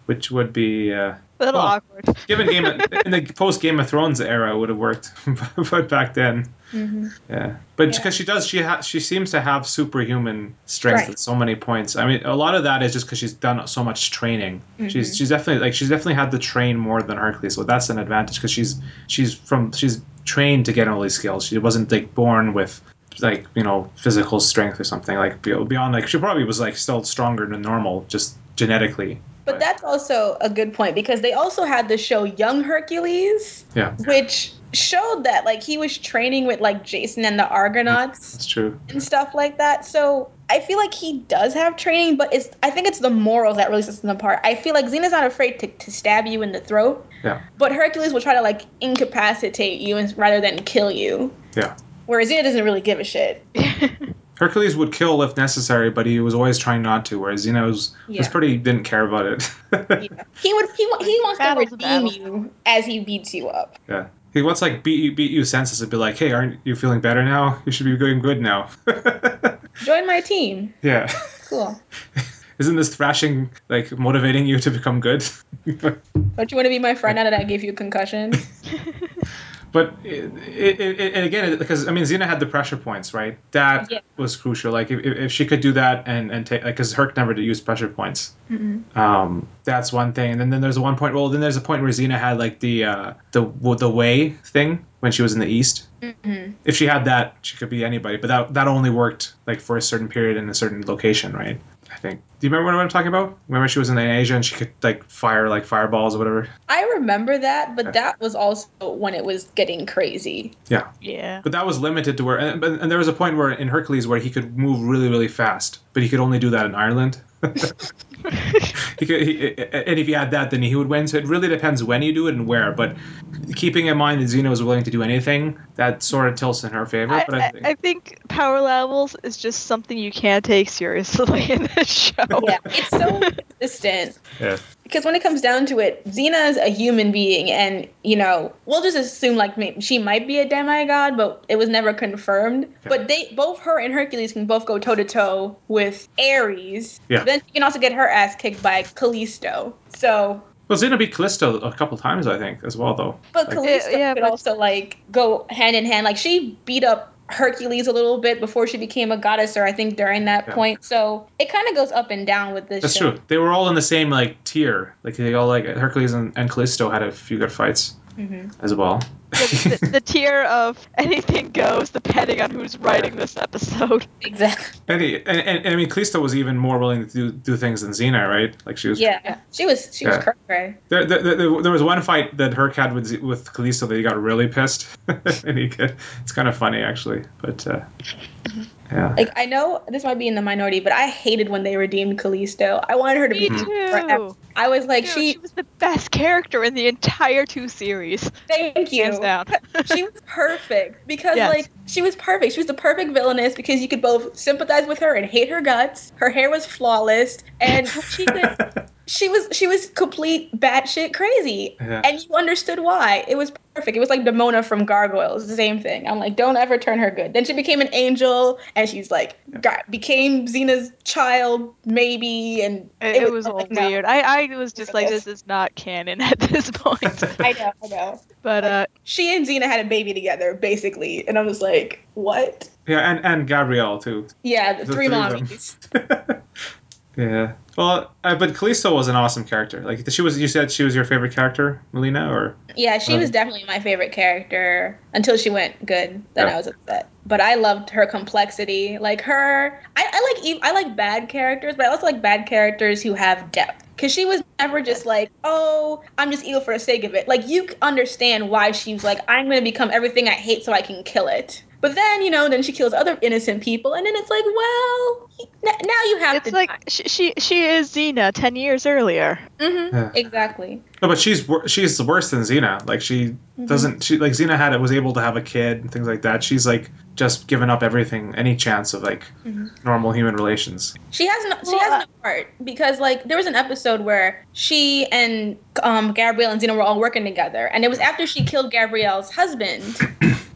which would be uh,
a little
Well,
awkward.
given game of, in the post Game of Thrones era it would have worked, but back then, yeah. But
Yeah.
because she does, she ha- she seems to have superhuman strength
Right.
at so many points. I mean, a lot of that is just because she's done so much training.
Mm-hmm.
She's she's definitely like she's definitely had to train more than Hercules, so that's an advantage because she's she's from she's trained to get all these skills. She wasn't like born with like you know physical strength or something like be- beyond like she probably was like still stronger than normal just genetically.
But that's also a good point because they also had the show Young Hercules,
yeah,
which showed that like he was training with like Jason and the Argonauts.
that's true.
and stuff like that. So I feel like he does have training, but it's I think it's the morals that really sets him apart. I feel like Xena's not afraid to, to stab you in the throat,
Yeah,
but Hercules will try to like incapacitate you and, rather than kill you.
yeah.
Whereas Xena doesn't really give a shit.
Hercules would kill if necessary, but he was always trying not to. Whereas Zeno was, was
Yeah.
pretty didn't care about it.
He would. He, wa- he wants
Battle's
to redeem
a battle.
you as he beats you up.
yeah, he wants like beat you beat you senseless and be like, hey, aren't you feeling better now? You should be doing good now.
Join my team.
yeah,
Cool.
isn't this thrashing like motivating you to become good?
Don't you want to be my friend now that I gave you a concussion?
But it, it, it, and again, it- because I mean, Xena had the pressure points, right? That
Yeah.
was crucial. Like if, if if she could do that and and take, like, because Herc never did use pressure points. Um, that's one thing. And then, then there's one point. Well, then there's a point where Xena had like the uh, the w- the way thing when she was in the East.
Mhm.
If she had that, she could be anybody. But that that only worked like for a certain period in a certain location, right? I think. Do you remember what I'm talking about? Remember she was in Asia and she could like fire like fireballs or whatever.
I remember that,
Yeah.
but that was also when it was getting crazy.
Yeah.
Yeah.
But that was limited to where, and, and there was a point where in Hercules where he could move really, really fast, but he could only do that in Ireland. he could, he, and if you had that, then he would win. So it really depends when you do it and where. But keeping in mind that Xena was willing to do anything, that sort of tilts in her favor.
I,
but I
I,
think,
I think power levels is just something you can't take seriously in this show.
Yeah, it's so consistent.
Yeah.
Because when it comes down to it, Xena is a human being, and you know, we'll just assume like may- she might be a demigod, but it was never confirmed. But they both her and Hercules can both go toe to toe with Ares.
Yeah.
Then she can also get her ass kicked by Callisto. So,
well, Xena beat Callisto a couple times, I think, as well, though.
but
Like-
Callisto
Yeah, yeah,
could
but-
also like go hand in hand. Like she beat up. Hercules a little bit before she became a goddess, or I think during that
Yeah.
point. So it kind of goes up and down with this.
That's
show.
true. They were all in the same like tier. Like they all like Hercules and, and Callisto had a few good fights
Mhm.
as well.
The, the, the tier of anything goes depending on who's writing this episode.
Exactly.
And, he, and, and, and I mean, Callisto was even more willing to do, do things than Xena, right? Like she was
Yeah, she was she was
Yeah.
cray cray.
There, there, there, there was one fight that Herc had with Z- with Kalisto that he got really pissed, and he could, it's kind of funny actually. But uh,
Mm-hmm.
yeah,
Like I know this might be in the minority, but I hated when they redeemed Callisto. I wanted her to
Me
be.
Mhm.
too.
I was like,
uh, Dude,
she.
she was the best character in the entire two series.
Thank you.
Hands down.
she was perfect because
Yes.
like she was perfect. She was the perfect villainess because you could both sympathize with her and hate her guts. Her hair was flawless, and she could, she was she was complete batshit crazy.
yeah.
And you understood why. It was perfect. It was like Demona from Gargoyles, the same thing. I'm like, don't ever turn her good. Then she became an angel, and she's like, got, became Xena's child, maybe. And
It, it was
I'm
all
like, no.
weird. I, I was just like, this is not canon at this point.
I know, I know.
But uh,
She and Xena had a baby together, basically, and I was like, what?
yeah, and and Gabrielle too.
Yeah, the,
The
three
three of them.
mommies.
Yeah. Well, uh, but Kalisto was an awesome character. Like she was. You said she was your favorite character, Melina, or
Yeah, she was
Mhm.
definitely my favorite character until she went good. Then
Yeah.
I was upset. But I loved her complexity. Like her, I, I like ev- I like bad characters, but I also like bad characters who have depth. Cause she was never just like, oh, I'm just evil for the sake of it. Like you c- understand why she was like, I'm gonna become everything I hate so I can kill it. But then you know, then she kills other innocent people, and then it's like, well, n- now you have
it's
to.
like she, she she is Xena ten years earlier.
Mhm,
Yeah.
exactly.
no? But she's wor- she's worse than Xena. Like she
Mm-hmm.
doesn't. She like Xena had was able to have a kid and things like that. She's like just given up everything, any chance of like
Mhm.
normal human relations.
She has no, she
Well,
has
uh,
no heart because like there was an episode where she and um, Gabrielle and Xena were all working together, and it was after she killed Gabrielle's husband.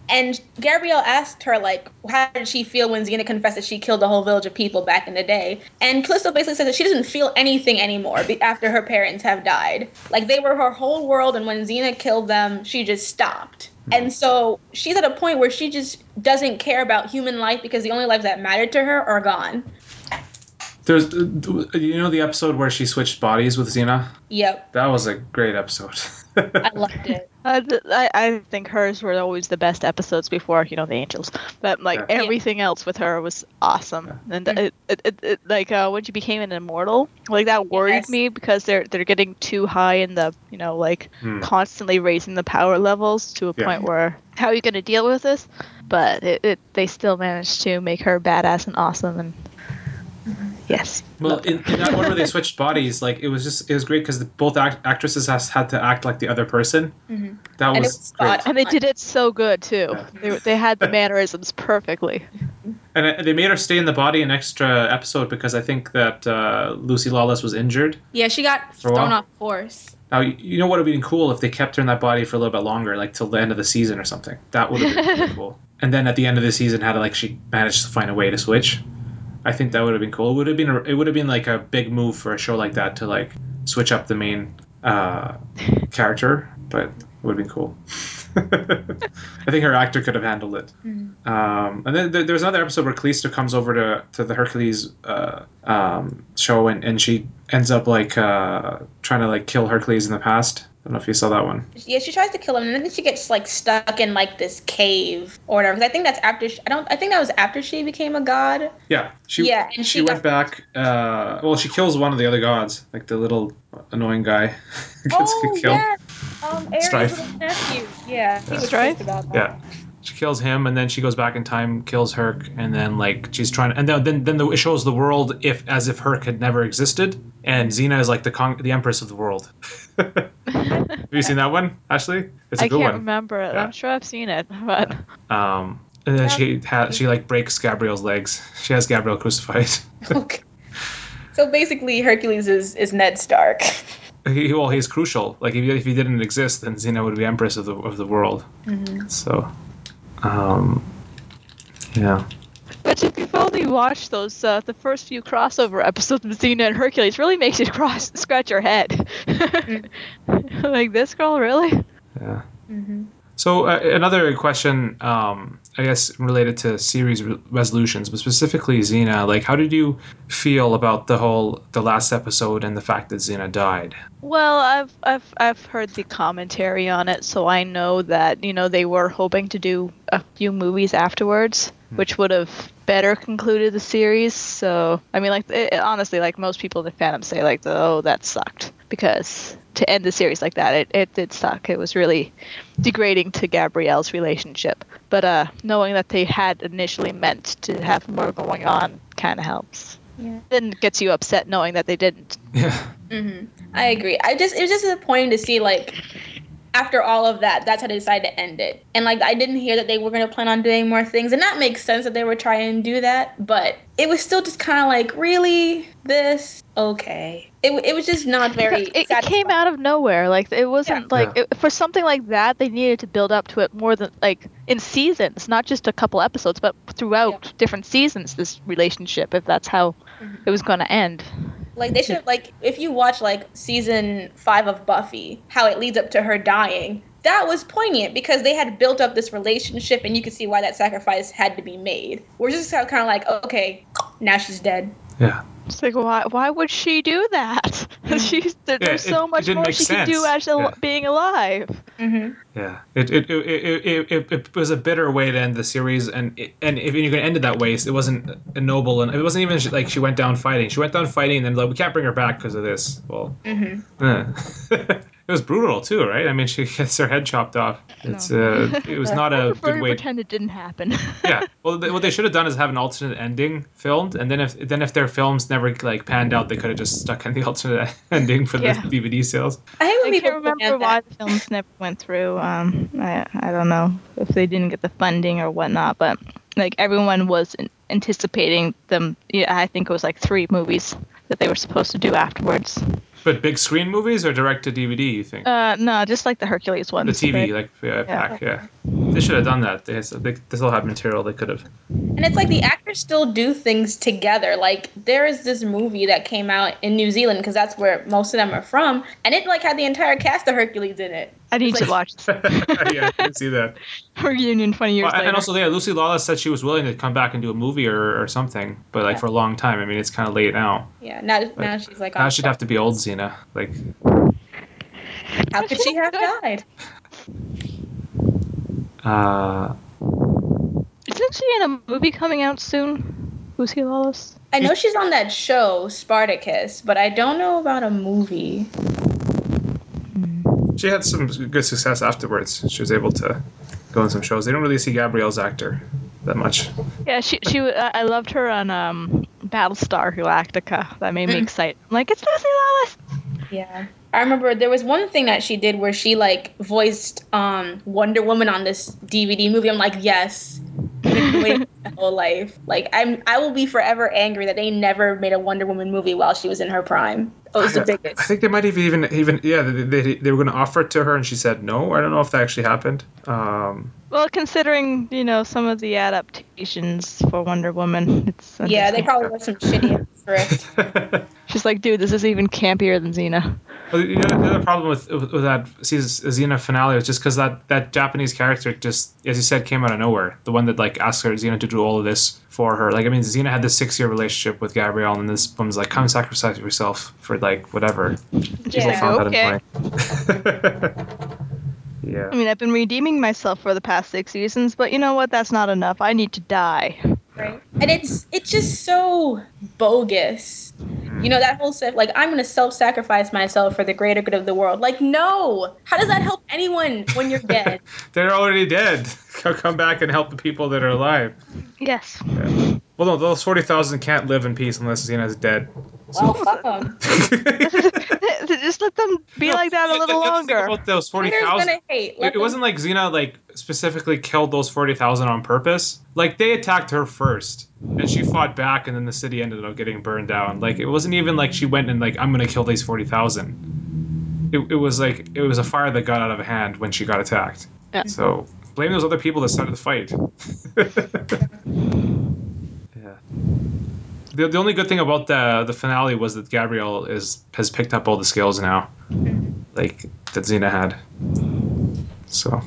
And Gabrielle asked her, like, how did she feel when Xena confessed that she killed a whole village of people back in the day? And Callisto basically said that she doesn't feel anything anymore be- after her parents have died. Like, they were her whole world, and when Xena killed them, she just stopped.
Hmm.
And so she's at a point where she just doesn't care about human life because the only lives that mattered to her are gone.
There's, uh, you know, the episode where she switched bodies with Xena.
Yep.
That was a great episode.
I loved it.
Uh, th- I, I think hers were always the best episodes before, you know, the angels. But like
Yeah.
everything else with her was awesome. And it, it, it, it- like uh, when she became an immortal, like that worried
Yes.
me because they're they're getting too high in the, you know, like
Hmm.
constantly raising the power levels to a
Yeah.
point where how are you going to deal with this? But it, it they still managed to make her badass and awesome and yes.
well, in, in that one where they switched bodies, like it was just it was great because both act- actresses has, had to act like the other person.
Mhm.
That
And it
was
was
great.
spot
And they did it so good too. They, they had the mannerisms perfectly.
And uh, they made her stay in the body an extra episode because I think that uh, Lucy Lawless was injured.
Yeah, she got
For a
thrown
while.
off course.
Now you- you know what would have been cool if they kept her in that body for a little bit longer, like till the end of the season or something. That would have been really cool. And then at the end of the season, how to like she managed to find a way to switch. I think that would have been cool. It would have been a, it would have been like a big move for a show like that to like switch up the main uh, character, but it would have been cool. I think her actor could have handled it. Um, and then there, there was another episode where Callisto comes over to, to the Hercules uh, um, show and, and she ends up like uh, trying to like kill Hercules in the past. I don't know if you saw that one.
Yeah, she tries to kill him, and then she gets like stuck in like this cave or whatever. 'Cause I think that's after she, I don't. I think that was after she became a god.
Yeah, she
Yeah, and
she
she
went back. Uh, well, she kills one of the other gods, like the little annoying guy gets
Oh
killed.
yeah, um, Ares'
Strife.
little nephew. Yeah, he was
Strife?
pissed about that.
Yeah. She kills him, and then she goes back in time, kills Herc, and then like she's trying, and then then, then the, it shows the world if as if Herc had never existed, and Xena is like the con- the empress of the world. Have you seen that one, Ashley? It's a
I
good one.
can't remember it.
Yeah.
I'm sure I've seen it, but
Um, and then
Yeah.
she ha- she like breaks Gabriel's legs. She has Gabriel crucified.
Okay. So basically, Hercules is, is Ned Stark.
He, well, he's crucial. Like if he, if he didn't exist, then Xena would be empress of the of the world. So, um, yeah.
But if you've only watched those, uh, the first few crossover episodes of Xena and Hercules really makes you cross scratch your head.
Mm.
like this girl, really?
Yeah. So uh, another question, um, I guess, related to series re- resolutions, but specifically Xena. Like, how did you feel about the whole the last episode and the fact that Xena died?
Well, I've I've I've heard the commentary on it, so I know that you know they were hoping to do a few movies afterwards, which would have better concluded the series. So I mean, like it, it- honestly, like most people in the fandom say, like oh that sucked because to end the series like that, it it did suck. It was really degrading to Gabrielle's relationship. But uh, knowing that they had initially meant to have more going on kind of helps.
Yeah.
Then it gets you upset knowing that they didn't.
Yeah.
hmm I
Mm-hmm.
agree. I just it was just disappointing to see like after all of that, that's how they decided to end it. And like I didn't hear that they were gonna plan on doing more things, and that makes sense that they were trying to do that. But it was still just kind of like really this okay. It w- it was just not very.
Because it, it came out of nowhere like it wasn't like
Yeah.
it, for something like that they needed to build up to it more than like in seasons not just a couple episodes but throughout different seasons this relationship if that's how it was going to end
Like they should like if you watch like season five of Buffy, how it leads up to her dying. That was poignant because they had built up this relationship, and you could see why that sacrifice had to be made. We're just kind of like, okay, now she's dead.
Yeah.
it's like why why would she do that she's there,
Yeah,
there's
it-
so
it
much
didn't
more
make
she could do
sense.
as al-
Yeah.
being alive
Mm-hmm.
Yeah, it it, it, it, it, it it was a bitter way to end the series, and it, and if you can end it that way, it wasn't a noble, and it wasn't even like she went down fighting. She went down fighting, and then like we can't bring her back because of this. Well,
Mhm.
Mm-hmm.
eh. it was brutal too, right? I mean, she gets her head chopped off. It's uh, it was not
I
a
prefer
good
to
way.
pretend it didn't happen
yeah. Well, they, what they should have done is have an alternate ending filmed, and then if then if their films never like panned out, they could have just stuck in the alternate ending for the
Yeah.
DVD sales.
I hate when
I
people
can't
forget
remember
that.
why the films never went through. Um, I, I don't know if they didn't get the funding or whatnot, but like everyone was an- anticipating them. Yeah, I think it was like three movies that they were supposed to do afterwards.
But big screen movies or direct to DVD, you think?
Uh, no, just like the Hercules
the
ones.
TV,
right?
like yeah, pack, yeah. They should have done that. They, they, they still have material they could have.
And it's like the actors still do things together. Like there is this movie that came out in New Zealand because that's where most of them are from, and it like had the entire cast of Hercules in it.
I need
It's
to
like-
watch this
yeah, I did see that.
reunion 20 years
Well,
later.
and also, yeah, Lucy Lawless said she was willing to come back and do a movie or, or something, but like for a long time. I mean, it's kind of late now.
Yeah, now now she's like,
Now
oh,
she'd have to be old Xena. Like,
how could she have died?
uh,
Isn't she in a movie coming out soon? Lucy Lawless.
I know she's on that show Spartacus, but I don't know about a movie. Hmm.
she had some good success afterwards. She was able to go in some shows. They don't really see Gabrielle's actor that much.
Yeah, she she. w- I I loved her on um, Battlestar Galactica. That made me excited. I'm like, it's Lucy Lawless.
Yeah. I remember there was one thing that she did where she like voiced um Wonder Woman on this DVD movie. I'm like, yes. waited my whole life. Like I'm, I will be forever angry that they never made a Wonder Woman movie while she was in her prime. It was the
I
biggest.
think they might have even even yeah they, they, they were going to offer it to her and she said no. I don't know if that actually happened. Um,
Well, considering you know some of the adaptations for Wonder Woman, it's
Yeah, they
interesting.
probably wrote some shitty script.
She's like, dude, this is even campier than Xena.
Well, you know, the other problem with with that season Xena finale was just because that that Japanese character just, as you said, came out of nowhere. The one that like asked her Xena to do all of this for her. Like, I mean, Xena had this six year relationship with Gabrielle, and this woman's like, come sacrifice yourself for like whatever. People
Yeah.
found
Okay.
that annoying. yeah.
I mean, I've been redeeming myself for the past six seasons, but you know what? That's not enough. I need to die.
right? And it's it's just so bogus. You know that whole stuff. Like I'm gonna self-sacrifice myself for the greater good of the world. Like no, how does that help anyone when you're dead?
They're already dead. Go- Come back and help the people that are alive.
Yes.
Well, no, those 40,000 can't live in peace unless Xena's dead.
well, fuck 'em.
Just let them be like that a
No,
little
that's the thing
longer.
About those
Haters
40,000.
gonna hate.
It,
Let
it
them-
wasn't like Xena like specifically killed those forty thousand on purpose. Like they attacked her first, and she fought back, and then the city ended up getting burned down. Like it wasn't even like she went and like I'm gonna kill these forty thousand. It, it was like it was a fire that got out of hand when she got attacked.
Yeah.
So blame those other people that started the fight. yeah. The, the only good thing about the the finale was that Gabrielle is has picked up all the skills now, like that Xena had. So,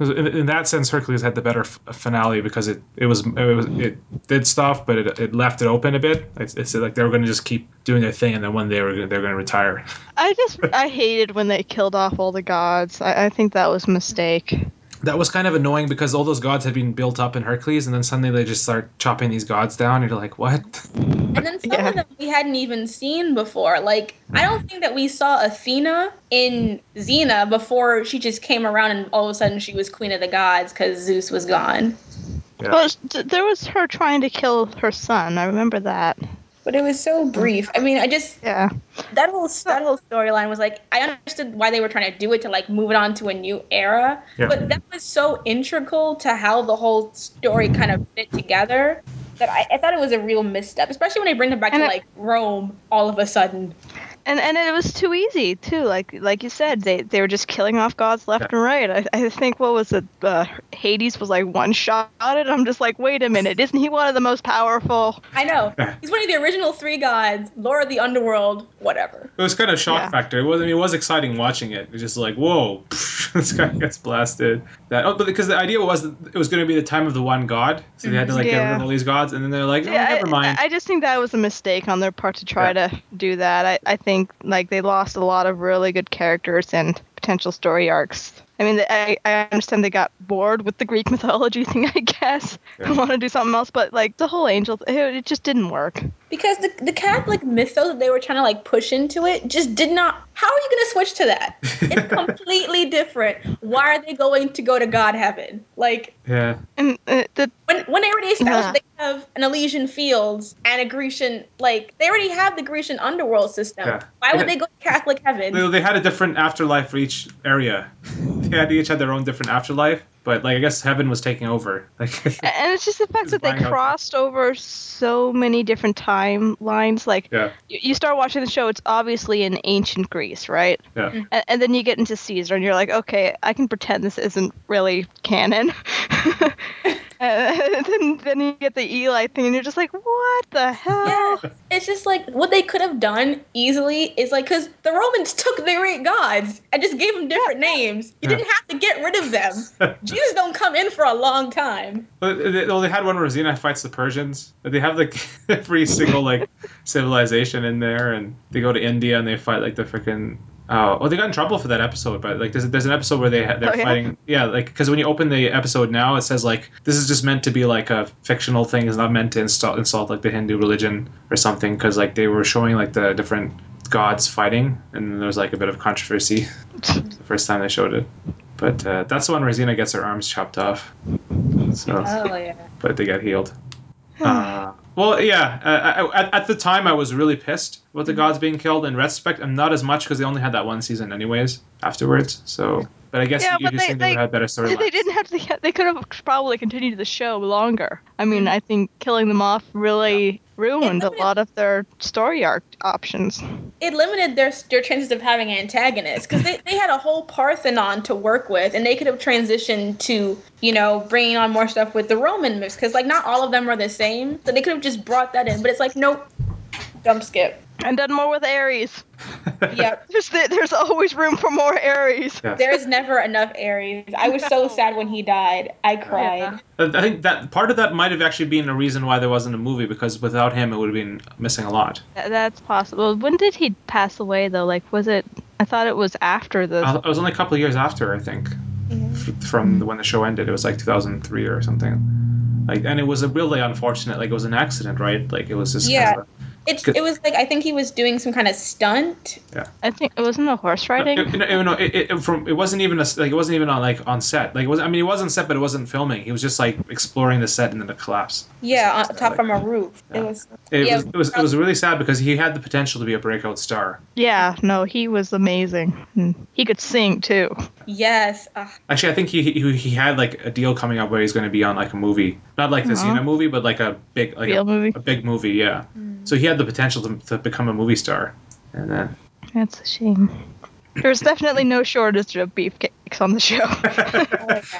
in, in that sense, Hercules had the better f- finale because it, it was it was it did stuff, but it, it left it open a bit. It's, it's like they were going to just keep doing their thing, and then one day they were gonna- they were going to retire.
I just I hated when they killed off all the gods. I, I think that was a mistake.
That was kind of annoying because all those gods had been built up in Hercules, and then suddenly they just start chopping these gods down. And you're like, what?
And then some
Yeah.
of them we hadn't even seen before. Like, I don't think that we saw Athena in Xena before she just came around and all of a sudden she was queen of the gods because Zeus was gone.
Yeah.
Well, th- there was her trying to kill her son. I remember that.
But it was so brief. I mean, I just
Yeah.
that whole that whole storyline was like I understood why they were trying to do it to like move it on to a new era,
Yeah.
but that was so integral to how the whole story kind of fit together that I, I thought it was a real misstep, especially when they bring them back
And
to
I-
like Rome all of a sudden.
And and it was too easy too. Like like you said, they they were just killing off gods left and right. I, I think what was it? Uh, Hades was like one shot at it. I'm just like, wait a minute, isn't he one of the most powerful?
I know
Yeah.
he's one of the original three gods, Lord of the Underworld, whatever.
It was kind of shock
Yeah.
factor. It was I mean, it was exciting watching it. It was just like, whoa, this guy gets blasted. That oh, but because the idea was that it was going to be the time of the one god, so they had to like get rid
Yeah.
of all these gods, and then they're like, oh,
I-
never mind.
I, I just think that was a mistake on their part to try to do that. I I think like they lost a lot of really good characters and potential story arcs. I mean, I, I understand they got bored with the Greek mythology thing, I guess,
Yeah.
and want to do something else. But like the whole angel, it, it just didn't work.
Because the, the Catholic mythos that they were trying to like push into it just did not. How are you going to switch to that? It's completely different. Why are they going to go to God heaven? Like
yeah,
And uh, the
when when they already
Yeah.
established they have an Elysian Fields and a Grecian like they already have the Grecian underworld system.
Yeah.
Why would
Yeah.
they go to Catholic heaven?
they, they had a different afterlife for each area. they had each had their own different afterlife, but like I guess heaven was taking over. Like,
and it's just the fact
Just
that they
buying out-
crossed over so many different timelines. Like
yeah,
you, you start watching the show, it's obviously in ancient Greece, right?
yeah.
And, and then you get into Caesar, and you're like, okay, I can pretend this isn't really canon. and then, then you get the Eli thing, and you're just like, what the hell?
Yeah, it's just like what they could have done easily is like because the Romans took their eight gods and just gave them different names. You
Yeah.
didn't have to get rid of them. Jews don't come in for a long time.
Well, they, well, they had one where Xena fights the Persians. They have like every single like civilization in there, and they go to India and they fight like the freaking. Oh, well, they got in trouble for that episode, but like, there's, there's an episode where they ha- they're
Oh, yeah?
fighting, yeah, like because when you open the episode now, it says like this is just meant to be like a fictional thing. It's not meant to install, insult like the Hindu religion or something, because like they were showing like the different gods fighting, and there was like a bit of controversy the first time they showed it. But uh, that's the one where Xena gets her arms chopped off. So
Oh,
yeah.
but they got healed.
Hmm.
Uh, well, yeah. Uh, I, at, at the time, I was really pissed
Hmm.
with the gods being killed. In retrospect, I'm not as much because they only had that one season, anyways. Afterwards, so But I guess
Yeah,
you
but
just
they-
think they, would
they-
have better storylines.
They didn't have to. They could have probably continued the show longer. I mean, I think killing them off really ruined a
would've-
lot of their story arc options.
it limited their their chances of having antagonists because they, they had a whole Parthenon to work with, and they could have transitioned to you know bringing on more stuff with the Roman myths because like not all of them are the same, so they could have just brought that in. But it's like nope, jump skip.
And done more with Ares.
Yep,
There's there's always room for more Ares.
Yeah.
there is never enough Ares. I was so sad when he died. I cried.
Yeah.
I I think that part of that might have actually been a reason why there wasn't a movie because without him, it would have been missing a lot.
Th- That's possible. When did he pass away though? Like, was it? I thought it was after the.
I- It was only a couple of years after, I think,
Mm-hmm.
f- from the- when the show ended. It was like 2003 or something. Like, and it was a really unfortunate. Like, it was an accident, right? Like, it was just
Yeah.
Kind of
It,
Good.
it was like I think he was doing some kind of stunt.
I think it wasn't a horse riding.
No, no, no, no, it, it, it- from, it wasn't even a, s- like it wasn't even on like on set. Like it was, I mean, he was on set, but it wasn't filming. He was just like exploring the set, and then it collapsed.
Yeah, on
Something
top
like
from a
that.
roof.
Yeah.
It was
It,
Yeah.
was, it was it was really sad because he had the potential to be a breakout star.
yeah, no, he was amazing. And He could sing too.
yes. Ah, Ugh.
Actually, I think he he, he had like a deal coming up where he's going to be on like a movie, not like the
Aw.
Xena movie, but like a big like
Real Hmm.
a,
movie.
a big movie. Yeah. So he had the potential to, to become a movie star, and then
That's a shame. There was definitely no shortage of beefcakes on the show.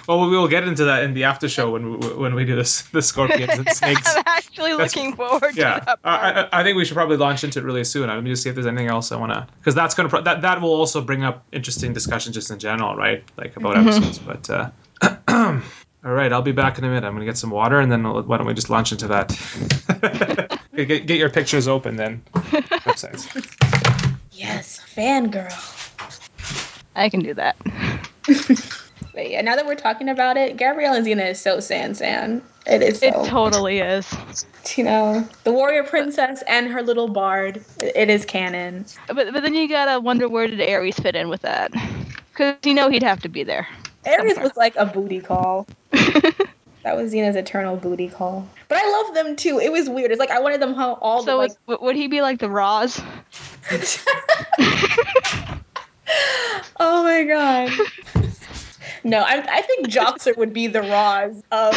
well, we will get into that in the after show when we, when we do this the scorpions and snakes.
I'm actually
That's-
looking forward
yeah
to that part.
I, I, I think we should probably launch into it really soon let me just see if there's anything else i want to because that's going to pro- that, that will also bring up interesting discussion just in general right like about episodes but uh, all right i'll be back in a minute i'm going to get some water and then we'll- why don't we just launch into that Okay, get, get your pictures open then websites
Yes, fangirl.
I can do that.
But yeah, now that we're talking about it, Gabrielle and Xena is so San San. It is so.
It totally is.
you know, the warrior princess and her little bard. It- it is canon.
But, but then you gotta wonder where did Ares fit in with that? Because you know he'd have to be there.
Ares
Somewhere.
was like a booty call. That was Xena's eternal booty call. But I love them too. It was weird. It's like I wanted them ho- all
so
to
it's- w would he be like the Roz?
like. oh my god. No, I, I think Joxer would be the Roz of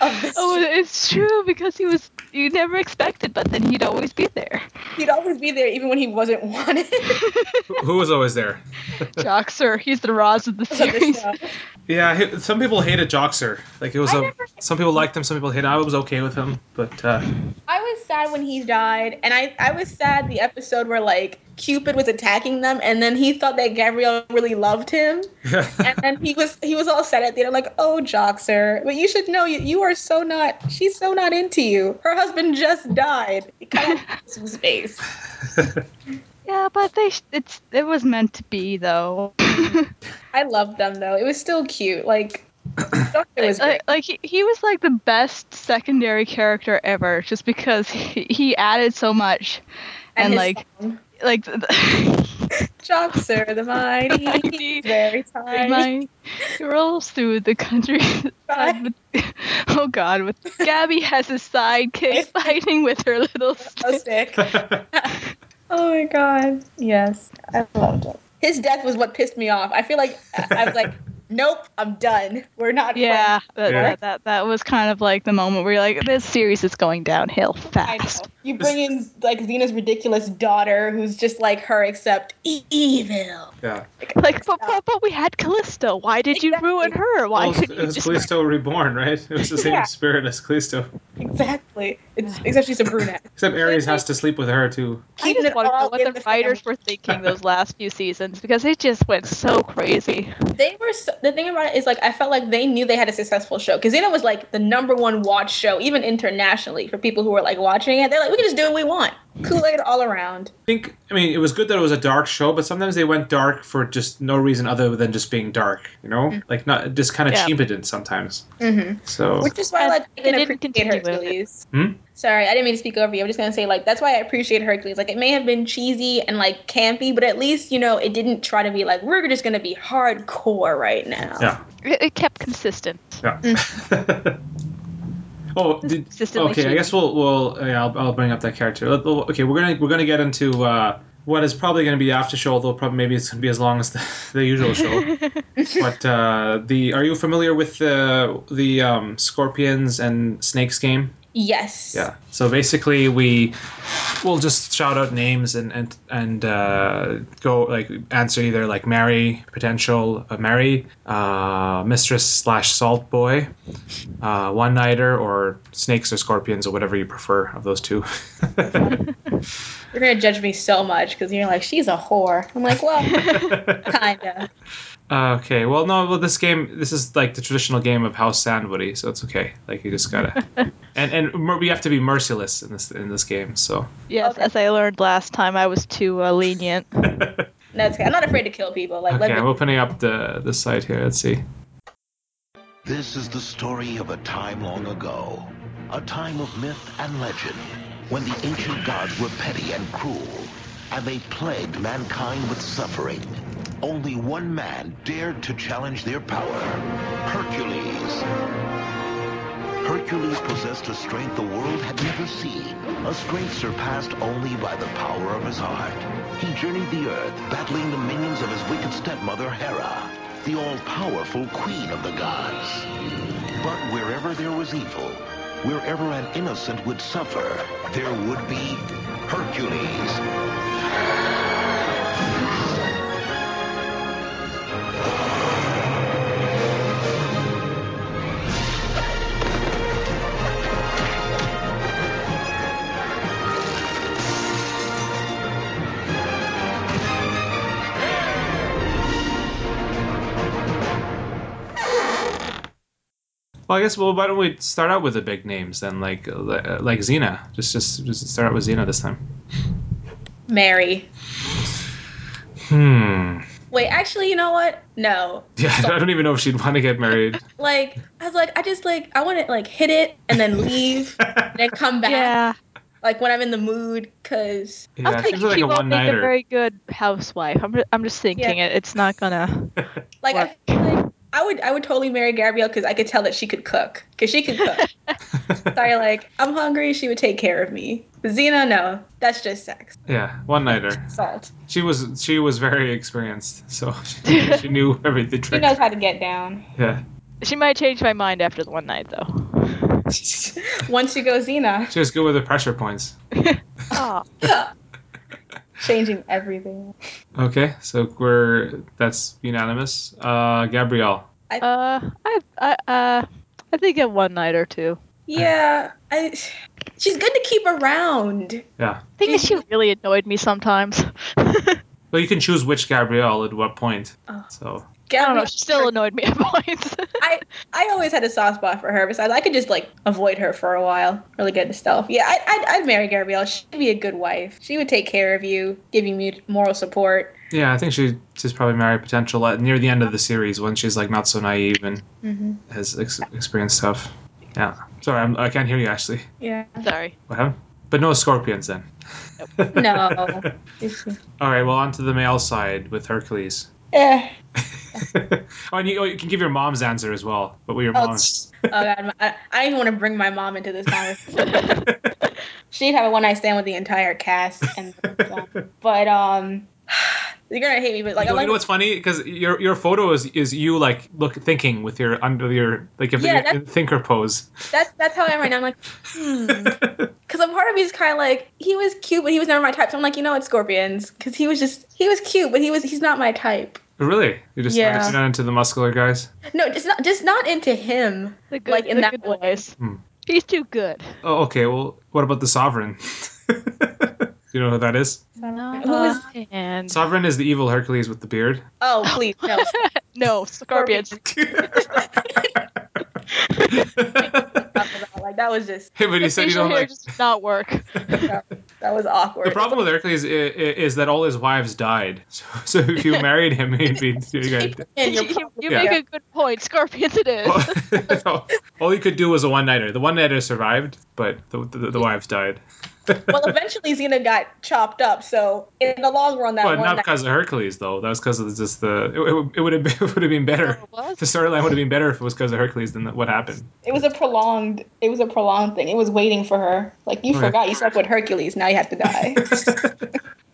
of this.
Oh, it's true because he was. You never expected, but then he'd always be there.
He'd always be there even when he wasn't wanted.
Who- who was always there
Joxer, he's the Roz of the
on the
series.
show.
yeah he- some people hated joxer like it was
I
a
never-
some people liked him some people hated him i was okay with him but uh
I was sad when he died, and I, I was sad the episode where like Cupid was attacking them, and then he thought that Gabrielle really loved him, and then he was he was all sad at the end, like, oh Joxer, but you should know you, you are so not she's so not into you. Her husband just died. It kind of some space.
yeah, but they. sh- It's. It was meant to be though.
I loved them though. It was still cute. Like Joxer was great.
like, like he, he was like the best secondary character ever just because he, he added so much and,
his
like
song,
like the,
Joxer, the mighty,
Mighty,
very
the,
tired.
my rolls through the country with, oh god with gabby has his sidekick fighting with her little
so
stick.
sick. Oh my god. Yes. I loved it. His death was what pissed me off. I feel like I I was like, nope, I'm done. We're not
yeah that,
Yeah.
That, that that was kind of like the moment where you're like this series is going downhill
friends. I
fast
know. You bring in like Xena's ridiculous daughter who's just like her except e- evil.
yeah
like but, but, but we had callisto why did you
Exactly.
ruin her why
Well, uh,
couldn't
it
you
was
just
Callisto Reborn, right? It was the same
Yeah.
spirit as Callisto.
Exactly. It's except she's a brunette.
Except Ares has to sleep with her too.
I
Keeping
just
it
want to know
all in
what
the
the writers were thinking those last few seasons because it just went so crazy.
They were so, the thing about it is like I felt like they knew they had a successful show because Xena was like the number one watch show even internationally for people who were like watching it. They're like, we can just do what we want. Kool Aid all around.
I think I mean it was good that it was a dark show, but sometimes they went dark for just no reason other than just being dark, you know? Like not just kind of
Yeah.
cheapened sometimes.
Mm-hmm.
So
Which is why like, I
They
can
didn't
appreciate
continue with it.
Hercules.
Hmm?
Sorry, I didn't mean to speak over you. I'm just gonna say like that's why I appreciate Hercules. Like it may have been cheesy and like campy, but at least you know it didn't try to be like we're just gonna be hardcore right now.
yeah,
It, it kept consistent.
yeah. oh, did,
Consistently
okay. I
cheesy.
guess we'll we'll yeah, I'll, I'll bring up that character. Let- Okay, we're gonna we're gonna get into uh, what is probably going to be after show, although probably maybe it's going to be as long as the, the usual show. but uh, the are you familiar with the the um, scorpions and snakes game?
Yes.
Yeah. So basically, we will just shout out names and and and uh, go like answer either like Mary potential uh, Mary uh, mistress slash salt boy, uh, one nighter or snakes or scorpions or whatever you prefer of those two.
You're gonna judge me so much because you're like, she's a whore. I'm like, well, kinda.
Uh, okay. Well, no. Well, this game this is like the traditional game of House Sandwoody, so it's okay. Like you just gotta and and mer- we have to be merciless in this in this game. So
Yes,
Okay.
as I learned last time, I was too uh, lenient.
No, it's okay. I'm not afraid to kill people. Like,
okay,
let
I'm
me.
opening up the the site here. Let's see.
This is the story of a time long ago, a time of myth and legend, when the ancient gods were petty and cruel, and they plagued mankind with suffering. Only one man dared to challenge their power Hercules. Hercules possessed a strength the world had never seen, a strength surpassed only by the power of his heart. He journeyed the earth, battling the minions of his wicked stepmother Hera, the all-powerful queen of the gods. But wherever there was evil, wherever an innocent would suffer, there would be Hercules.
Well, I guess. Well, why don't we start out with the big names then, like uh, like Xena. Just just just start out with Xena this time.
Mary.
Hmm.
Wait, actually, you know what? No.
Yeah, I don't even know if she'd want to get married.
Like, I was like, I just like, I want to like hit it and then leave and then come back.
yeah,
Like when I'm in the mood, cause
Yeah,
I
it
think
seems like
she
a
won't make a
one-nighter.
very good housewife. I'm, ju- I'm just thinking it. It's not gonna.
like I,
Work.
feel like I would I would totally marry Gabrielle because I could tell that she could cook because she could cook. so I like I'm hungry. She would take care of me. Xena, no, that's just sex.
Yeah, one nighter.
Salt.
She was she was very experienced, so she, she knew everything.
She knows how to get down.
Yeah,
She might change my mind after the one night though.
Once you go Xena,
she was good with the pressure points.
Oh,
changing everything.
Okay, so we're that's unanimous. Uh, Gabrielle.
uh, I, I, uh, I think a one night or two.
Yeah, I. She's good to keep around.
Yeah.
I think that she really annoyed me sometimes. I
Well, you can choose which Gabrielle at what point.
Oh.
So
don't know.
Gabrielle,
She still annoyed me at points.
I I always had a soft spot for her. Besides, I could just like avoid her for a while. Really good to stealth. Yeah, I, I'd, I'd marry Gabrielle. She'd be a good wife. She would take care of you, give you mu- moral support.
yeah, I think she she's probably married potential at, near the end of the series when she's like not so naive and
Mm-hmm.
has ex- experienced stuff. Yeah. Sorry, I'm, I can't hear you, Ashley.
Yeah.
Sorry.
What happened? But no scorpions then.
No.
All right. Well, on to the male side with Hercules.
Eh.
oh, and you, oh, you can give your mom's answer as well, but with your
Oh,
mom's.
it's- oh God, my- I, I don't even want to bring my mom into this conversation. She'd have a one night stand with the entire cast, and but um, you're gonna hate me, but like
you know,
I
you
like
know what's funny? Because your your photo is is you like look thinking with your under your like if
Yeah,
you're
that-
in thinker pose.
that's that's how I am right now. I'm like, hmm. Because a part of me is kind of like he was cute, but he was never my type. So I'm like, you know what, Scorpions? Because he was just he was cute, but he was he's not my type.
really? You're just
Yeah.
not into the muscular guys.
No, just not just not into him.
The good,
Like, in
the
that
good
way.
boys.
Hmm.
She's too good.
Oh, okay. Well, what about the sovereign? you know who that is?
Who is?
and
Sovereign is the evil Hercules with the beard.
Oh, please no.
no scorpions.
like that was just
Hey, but you
The
said you
facial
don't
hair
like.
does not work.
that was awkward.
The problem with Hercules is, is that all his wives died. So, so if you married him, he'd be you guys.
And
you
your problem-
you
Yeah.
make a good point. Scorpions, it is.
all, all he could do was a one nighter. The one nighter survived, but the, the, the wives died.
well, eventually Xena got chopped up. So in the long run, that
But
one
not
night,
because of Hercules, though. That was because of just the. It, it, would have been, it would have been better.
Oh, what?
The storyline would have been better if it was because of Hercules than what happened.
it was a prolonged it was a prolonged thing. It was waiting for her. Like you
Okay.
forgot you slept with Hercules. Now you have to die.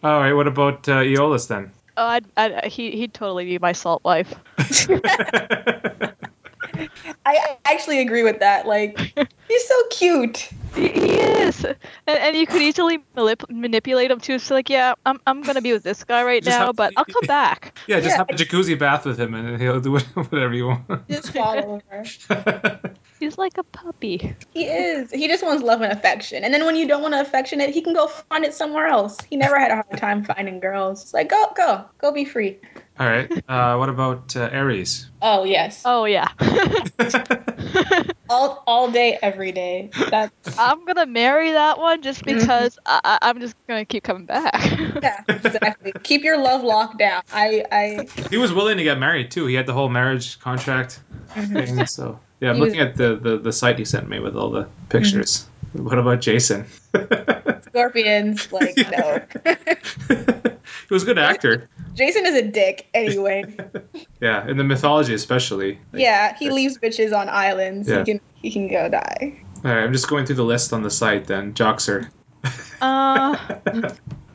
All All right, what about uh, Aeolus then?
Oh, I'd, I'd, he he'd totally be my salt wife.
I actually agree with that. Like, he's so cute.
He is, and, and you could easily manip- manipulate him too. So like, yeah, I'm I'm gonna be with this guy right
Just
now,
have-
but I'll come back.
yeah, just
Yeah.
have a jacuzzi bath with him and he'll do whatever you want.
Just follow her.
He's like a puppy.
He is. He just wants love and affection. And then when you don't want to affection it, he can go find it somewhere else. He never had a hard time finding girls. It's like, go, go, go be free.
All right, uh, what about uh, Aries?
Oh, yes.
Oh yeah.
All, all day, every day. That's,
I'm gonna marry that one just because I, I, I'm just gonna keep coming back.
yeah, exactly. Keep your love locked down. I, I,
he was willing to get married too. He had the whole marriage contract thing. So yeah, I'm
Mm-hmm. He was-
looking at the, the the site you sent me with all the pictures. What about Jason?
scorpions, like, no.
he was a good actor.
Jason is a dick anyway.
Yeah, in the mythology especially. Like,
Yeah, he leaves bitches on islands.
Yeah.
He can, he can go die.
All right, I'm just going through the list on the site then. Joxer.
uh,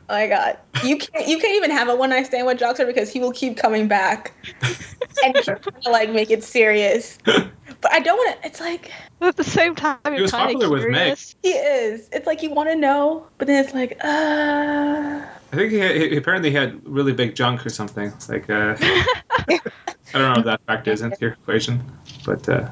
Oh my god. You can't you can't even have a one night stand with Joxer because he will keep coming back and keep trying to like make it serious. But I don't wanna it's like
at the same time, I'm
was
kinda
popular with Meg.
curious.
he is. It's like you wanna know, but then it's like, uh
I think he, had, he apparently had really big junk or something. It's like uh, I don't know if that factors into your equation, but uh,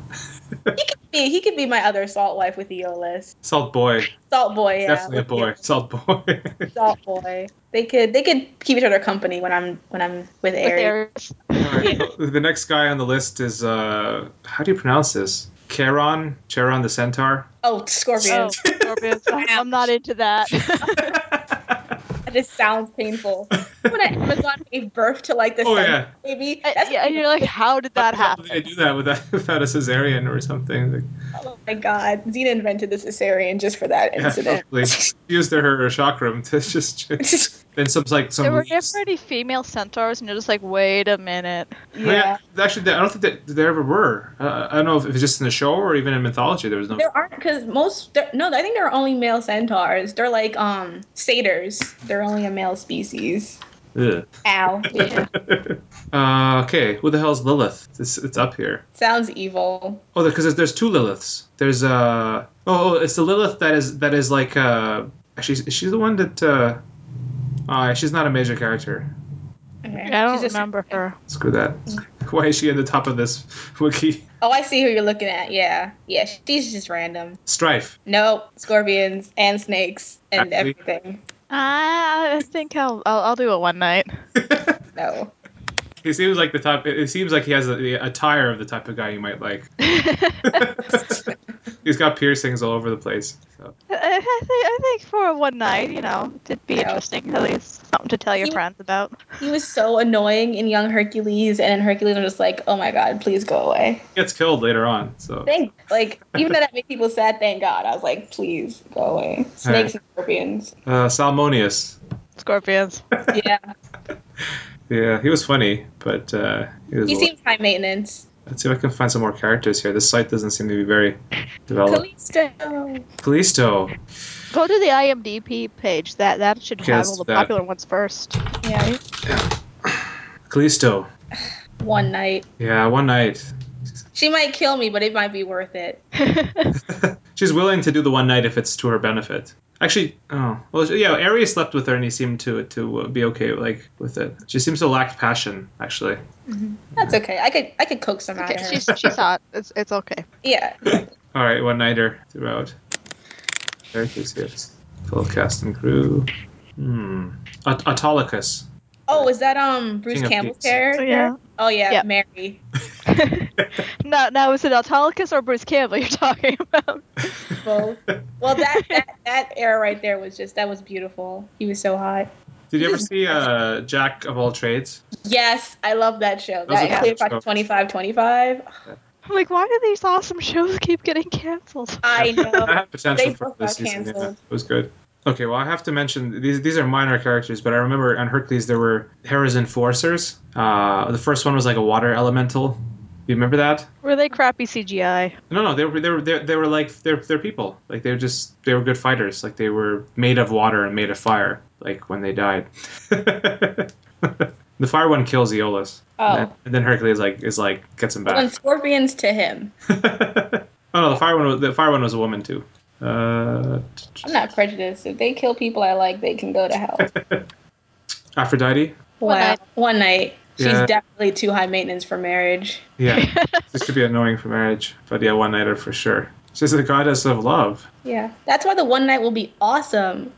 he, he could be my other salt wife with E Eolus.
Salt Boy
Salt boy, yeah.
definitely a
with
boy.
Aeolus.
Salt Boy.
Salt boy. They could they could keep each other company when I'm when I'm with
With
Aries.
Ares.
All right, The next guy on the list is uh, how do you pronounce this? Charon, Charon the centaur.
Oh
Oh,
Scorpions.
Scorpions. I'm, I'm not into that.
That just sounds painful. when I Amazon gave birth to like the
Oh,
sun
yeah.
baby. That's
Uh, yeah, and you're like, how did that
How did
happen?
they do that without, without a cesarean or something? Like,
Oh my god, Xena invented the cesarean just for that
yeah,
incident.
probably used her, her chakram to just. Then some like some.
There were
leaves.
never any female centaurs, and you're just like, wait a minute.
Oh, yeah. Actually, I don't think that there ever were. Uh, I don't know if it was just in the show or even in mythology. There was no.
There aren't because most there, no, I think there are only male centaurs. They're like um satyrs. They're only a male species.
Ugh.
Ow.
Yeah.
Uh, okay, who the hell's Lilith? It's, it's up here.
Sounds evil.
Oh, because there's, there's two Liliths. There's uh oh, oh, it's the Lilith that is that is like uh she's she's the one that uh, uh she's not a major character.
Okay.
I don't
She's just-
remember her.
Screw that. Why is she at the top of this wiki?
Oh, I see who you're looking at. Yeah. Yeah. She's just random.
Strife.
Nope. Scorpions and snakes and
Actually-
everything.
I I think I'll, I'll I'll do it one night.
No.
He seems like the type. It seems like he has a, the attire of the type of guy you might like. He's got piercings all over the place. So.
I, I, thi- I think for one night, you know, it'd be
Yeah.
interesting. At least something to tell your
You-
friends about.
He was so annoying in Young Hercules, and in Hercules, I'm just like, oh my god, please go away.
Gets killed later on. So
Thank like even though that made people sad, thank God. I was like, please go away. Snakes and scorpions.
uh, Salmonius.
Scorpions.
Yeah.
Yeah, he was funny, but uh, he was.
He
a little-
seems high maintenance.
Let's see if I can find some more characters here. This site doesn't seem to be very
Oh.
developed.
Callisto.
Callisto.
Go to the IMDb page. That that should
Okay,
have
let's
all the
do that.
popular ones first.
Yeah.
Callisto.
One night.
Yeah, one night.
She might kill me, but it might be worth it.
She's willing to do the one night if it's to her benefit. Actually, oh well, yeah. Aries slept with her, and he seemed to to uh, be okay, like with it. She seems to lack passion, actually.
That's okay. I could I could coax some out
okay,
of her.
she's she's hot. It's it's okay.
yeah.
All right, one nighter throughout. Very good tips. Full cast and crew. Hmm. At- Autolycus.
Oh, is that um Bruce
King of
Campbell's
Thieves.
character?
Yeah.
Oh yeah,
Yeah.
Mary.
Now now is it Autolycus or Bruce Campbell you're talking about?
Both. Well, that, that that era right there was just that was beautiful. He was so hot.
Did you ever see uh, Jack of all trades?
Yes, I love that show.
was a
That
good
Cleopatra
show.
twenty five twenty five.
I'm like, why do these awesome shows keep getting canceled?
I know.
I had potential
They
for
both
this
got
season. Yeah,
canceled.
it was good. Okay, well, I have to mention these. These are minor characters, but I remember on Hercules there were Hera's enforcers. Uh, the first one was like a water elemental. you remember that?
Were they crappy CGI?
No, no, they were they were they, they were like they're they're people. Like they were just they were good fighters. Like they were made of water and made of fire. Like when they died, the fire one kills Aeolus,
Oh.
and, then, and then Hercules like is like gets him
When
back.
scorpions to him.
oh no, the fire one was the fire one was a woman too. Uh,
I'm not prejudiced. If they kill people I like, they can go to hell.
Aphrodite.
One
Wow.
night. One night. She's
Yeah.
definitely too high maintenance for marriage.
Yeah, this should be annoying for marriage, but yeah, one nighter for sure. She's the goddess of love.
Yeah. That's why the one night will be awesome.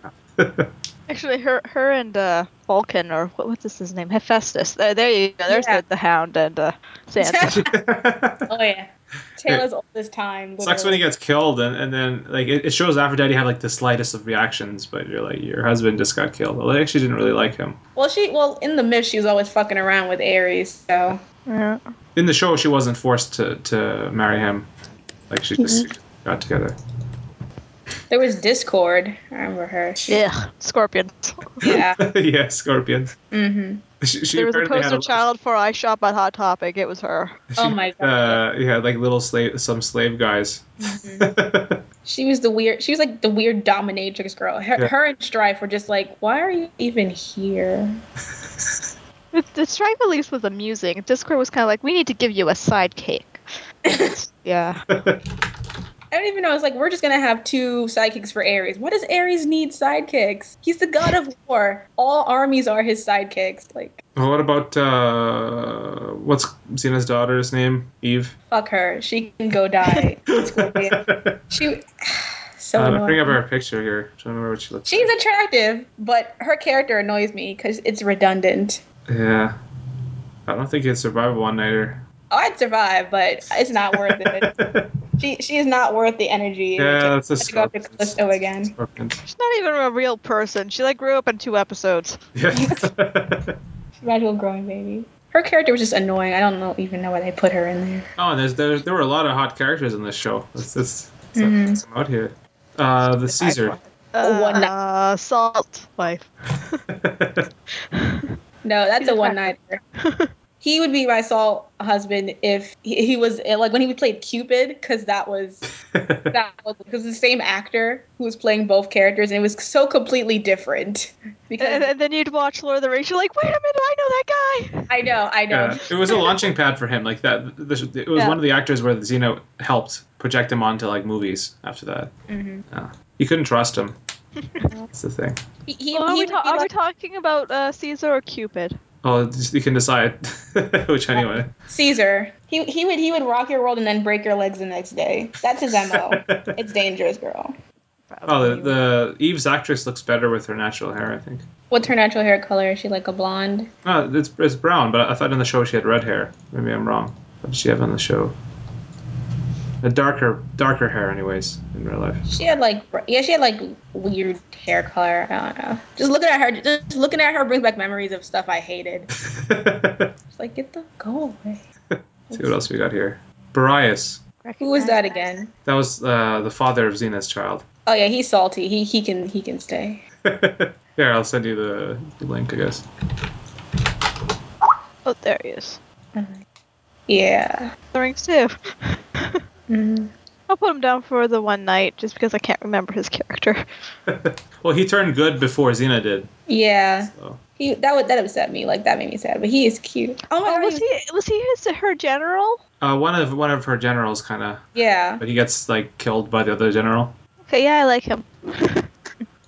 Actually, her her and uh, Vulcan or what, what is his name? Hephaestus. There, there you go. There's
Yeah.
the, the Hound and uh, Sansa.
Oh yeah. Taylor's all this time.
Sucks when he gets killed, and, and then like it, it shows Aphrodite have like the slightest of reactions, but you're like your husband just got killed. Well, I actually didn't really like him.
Well, she well in the myth she was always fucking around with Ares, so
yeah.
In the show, she wasn't forced to, to marry him. Like she just
Mm-hmm.
got together.
there was discord. I remember her.
yeah, Scorpion.
Yeah.
yeah, scorpions.
mm-hmm.
She, she
There was a
apparently had
poster child for I shop at Hot Topic. It was her.
Oh my god.
Uh, yeah, like little slave, some slave guys.
Mm-hmm. She was the weird. She was like the weird dominatrix girl. Her,
Yeah.
her and Strife were just like, why are you even here?
The, the Strife at least was amusing. Discord was kind of like, we need to give you a sidekick. yeah.
I don't even know. It's like we're just gonna have two sidekicks for Ares. What does Ares need sidekicks? He's the god of war. All armies are his sidekicks. Like
Well, what about uh, what's Xena's daughter's name? Eve.
fuck her. She can go die. Scorpion. she so
Uh,
annoying.
bring up her picture here. I don't remember what she looks.
She's attractive, but her character annoys me because it's redundant.
Yeah. I don't think he'd survive a one nighter.
Oh, I'd survive, but it's not worth it.
yeah,
She she is not worth the energy.
that's a
Had to go up to Callisto again.
Scorpions.
She's not even a real person. She like grew up in two episodes.
Yeah.
Gradual growing baby. Her character was just annoying. I don't know even know why they put her in there.
oh, and there's, there, there were a lot of hot characters in this show. Let's just
Mhm.
some out here. Uh, the Caesar.
Uh,
One night.
Salt wife.
No, that's
He's
a one
attractive.
nighter. he would be my Saul husband if he, he was eh, like when he played Cupid, because that was that was because the same actor who was playing both characters, and it was so completely different.
And,
Because
and then you'd watch Lord of the Rings. You're like, wait a minute, I know that guy.
I know, I know.
yeah, Uh, it was a launching pad for him. Like that, this, it was
Yeah.
one of the actors where Zeno helped project him onto like movies. After that, Uh,
hmm
you couldn't trust him. That's the thing.
He, he,
Well, are,
he
we
would
ta-
be
are we
like-
talking about uh, Caesar or Cupid?
Oh, you can decide which one you want.
Caesar. He he would he would rock your world and then break your legs the next day. That's his mo. it's dangerous, girl.
Oh, the, the Eve's actress looks better with her natural hair, I think.
What's her natural hair color? Is she like a blonde?
No, it's, it's brown, but I thought in the show she had red hair. Maybe I'm wrong. What did she have on the show? A darker, darker hair, anyways, in real life.
She had like br- yeah, she had like weird hair color. I don't know. Just looking at her, just looking at her brings back memories of stuff I hated.
Let's
It's like get the go away.
see what else we got here. Barias.
Who was that again?
That was uh, the father of Xena's child.
Oh yeah, he's salty. He he can he can stay.
here, I'll send you the, the link, I guess.
Oh, there he is.
Yeah.
The Rings too.
Mhm.
I'll put him down for the one night just because I can't remember his character.
Well, he turned good before Xena did.
Yeah.
So.
He that would that upset me. Like that made me sad. But he is cute. Oh my
Oh,
god.
was
he
he was he his her general?
Uh, one of one of her generals, kind of,
was- yeah.
but he gets like killed by the other general.
Okay, yeah, I like him.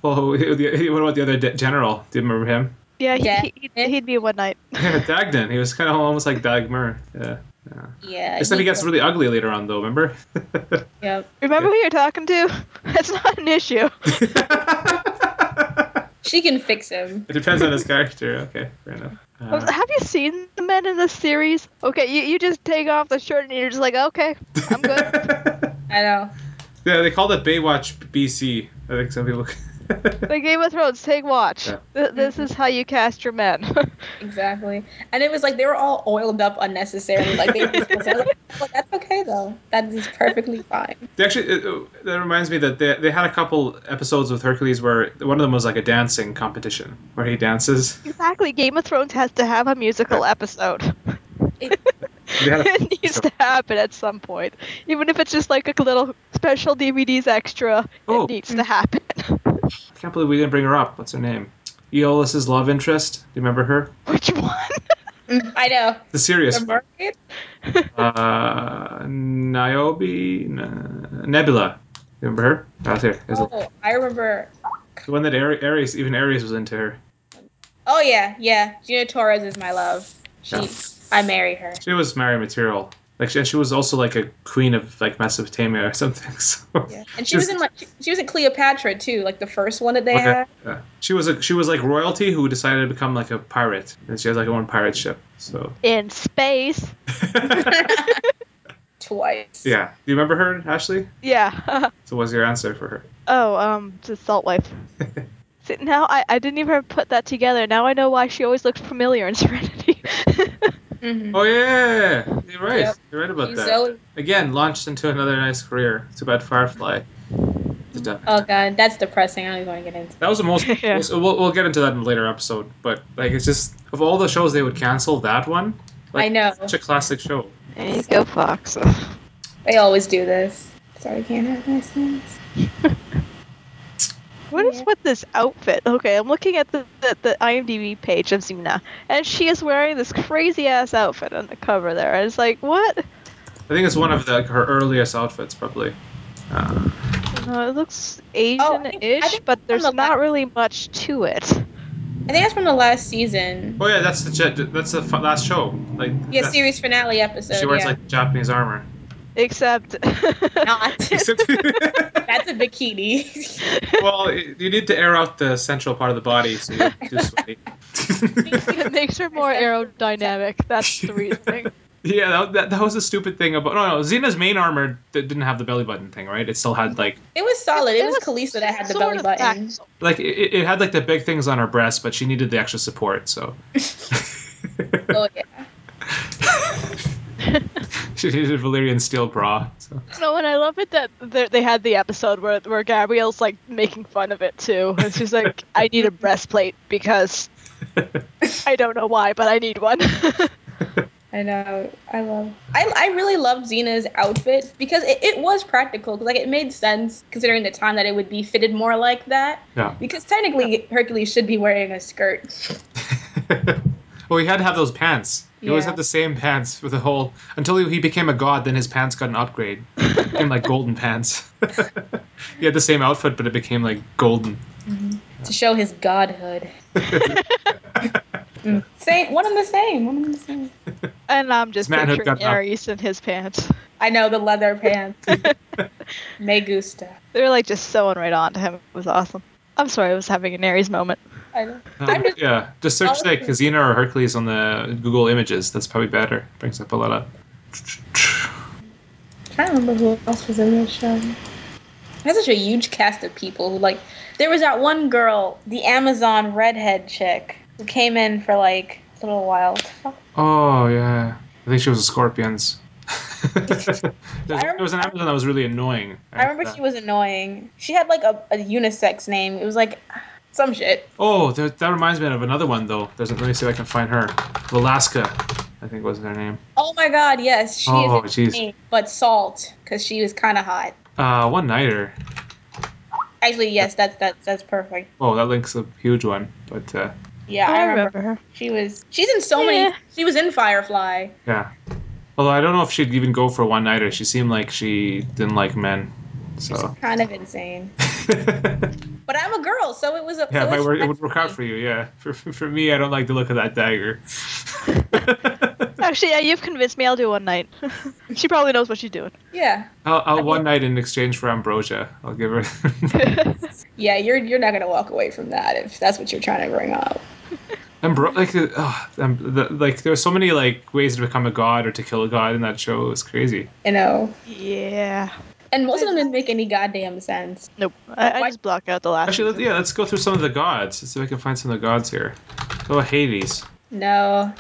Oh, who- the- what about the other de- general? Do you remember him?
Yeah, he,
Yeah.
he, he'd, he'd be one night.
Yeah, Dagnan. He was kind of almost like Dagmer. Yeah.
Yeah.
Except he gets
really.
really ugly later on, though. Remember?
Yep.
Remember who you're talking to? That's not an issue.
it
She can fix him.
depends on his character. Okay, fair enough.
I was-
Uh,
Have you seen the men in this series? Okay, you, you just take off the shirt and you're just like, okay, I'm good.
I know.
yeah, they called it Baywatch BC. I think some people.
the Game of Thrones, take watch.
Yeah.
Th- this
Mm-hmm.
is how you cast your men.
Exactly. And it was like they were all oiled up unnecessarily. Like they were just I was like, well, that's okay though. That is perfectly fine.
They actually, it, it- that reminds me that they, they had a couple episodes with Hercules where one of them was like a dancing competition where he dances.
exactly, Game of Thrones has to have a musical episode.
We had a-
it needs to happen at some point. Even if it's just like a little special DVDs extra,
Oh.
it needs to happen.
I can't believe we didn't bring her up. What's her name? Aeolus's love interest. Do you remember her?
Which one?
Mm, I know.
The serious
The market?
uh, Niobe, N- Nebula. You remember her? That's her. There's a-
Oh, I remember.
The one that Ari- Aries, even Aries was into her.
Oh yeah, yeah. Gina Torres is my love. She,
Yeah.
I marry her.
She was married material. Like she, and she was also like a queen of like Mesopotamia or something. So
Yeah. And she was in like she- she was in Cleopatra too, like the first one that they
Okay.
had.
Yeah. She was a, she was like royalty who decided to become like a pirate, and she has like her own pirate ship. So
In space.
Twice.
yeah, do you remember her, Ashley?
Yeah.
So what's your answer for her?
oh, um, it's a salt wife. See, now I, I didn't even put that together. Now I know why she always looked familiar in Serenity.
Mhm.
Oh yeah, you're right.
Yep.
You're right about
She's
that.
Zoe.
Again, launched into another nice career. Too bad Firefly.
Oh god, that's depressing. I don't even want to get into.
That was the most.
Yeah.
we'll, we'll, we'll get into that in a later episode, but like it's just of all the shows they would cancel, that one. Like,
I know.
Such a classic show.
there you go, Fox.
They always do this. Sorry, can't have nice things.
What is
Yeah.
with this outfit? Okay, I'm looking at the, the, the IMDb page of Xena, and she is wearing this crazy ass outfit on the cover there. And it's like, what?
I think it's one of the, her earliest outfits, probably. Uh,
Uh, it looks
Oh, I
Asian
think- I
ish,
think
but
from
there's
the
not
left-
really much to it.
I think that's from the last season.
oh yeah, that's the jet- that's the fu- last show. Like
Yeah,
that-
series finale episode.
she wears
yeah.
like Japanese armor.
Except.
not. that's a bikini.
well, it- you need to air out the central part of the body, so you're too sweaty.
it makes her more aerodynamic. That's the reasoning.
yeah, that, that, that was a stupid thing about. oh, No, no, Xena's main armor that didn't have the belly button thing, right? It still had like
It was solid. It, was, Kalisa that had the
sort
belly
of
button.
back-
like it, it had like the big things on her breast, but she needed the extra support, so
Oh yeah.
she needed a Valyrian steel bra. So.
No, and I love it that th- they had the episode where where Gabrielle's like making fun of it too, and she's like, "I need a breastplate because I don't know why, but I need one."
I know. I love. I, I really loved Xena's outfit because it, it was practical. 'cause, Like it made sense considering the time that it would be fitted more like that.
Yeah.
Because technically Hercules should be wearing a skirt.
well, he had to have those pants. He always
Yeah.
had the same pants for the whole until he became a god. Then his pants got an upgrade, It became like golden pants. he had the same outfit, but it became like golden.
to show his godhood. Mm. Same. One and the same. One and the same.
and I'm just
This man had
picturing
gotten up.
Ares in his pants.
I know the leather pants. Me gusta.
They were like just sewing right on to him. It was awesome. I'm sorry, I was having an Ares moment.
I know.
Um,
I'm just-
yeah, just search
I'll-
like Xena or Hercules on the Google Images. That's probably better. Brings up a lot of.
I don't remember who else was in that show. That's such a huge cast of people who like there was that one girl, the Amazon redhead chick, who came in for like a little while.
Oh yeah, I think she was a Scorpions. There's- there
remember-
was an Amazon that was really annoying.
I remember she was annoying. She had like a, a unisex name. It was like some shit.
Oh, there, that reminds me of another one though. There's, let me see if I can find her. Velasca, I think was her name.
Oh my god, yes, she
Oh,
is
jeez.
insane, but salt because she was kind of hot.
Uh, one nighter.
Actually, yes, that's that's that's perfect.
Oh, that link's a huge one. But uh,
Yeah, I, remember.
her.
She was she's in so
Yeah.
many. She was in Firefly.
yeah. Although I don't know if she'd even go for one nighter. She seemed like she didn't like men. So
Kind of insane.
yeah,
But I'm a girl, so it was a
it,
so
might
it's
work, it
fine
would work out
me.
for you. Yeah. For, for for me, I don't like the look of that dagger.
Actually, yeah, you've convinced me. I'll do one night. she probably knows what she's doing.
Yeah.
I'll, I'll
mean-
one night in exchange for ambrosia. I'll give her.
Yeah, you're you're not gonna walk away from that if that's what you're trying to bring up.
And bro, like, uh, ugh, and the, like, there's so many like ways to become a god or to kill a god in that show. It's crazy.
You know.
yeah.
And most of them didn't make any goddamn sense.
Nope. I, I
Why-
just block out the last.
Actually, let, yeah, let's go through some of the gods. Let's see if I can find some of the gods here. Oh, Hades.
No.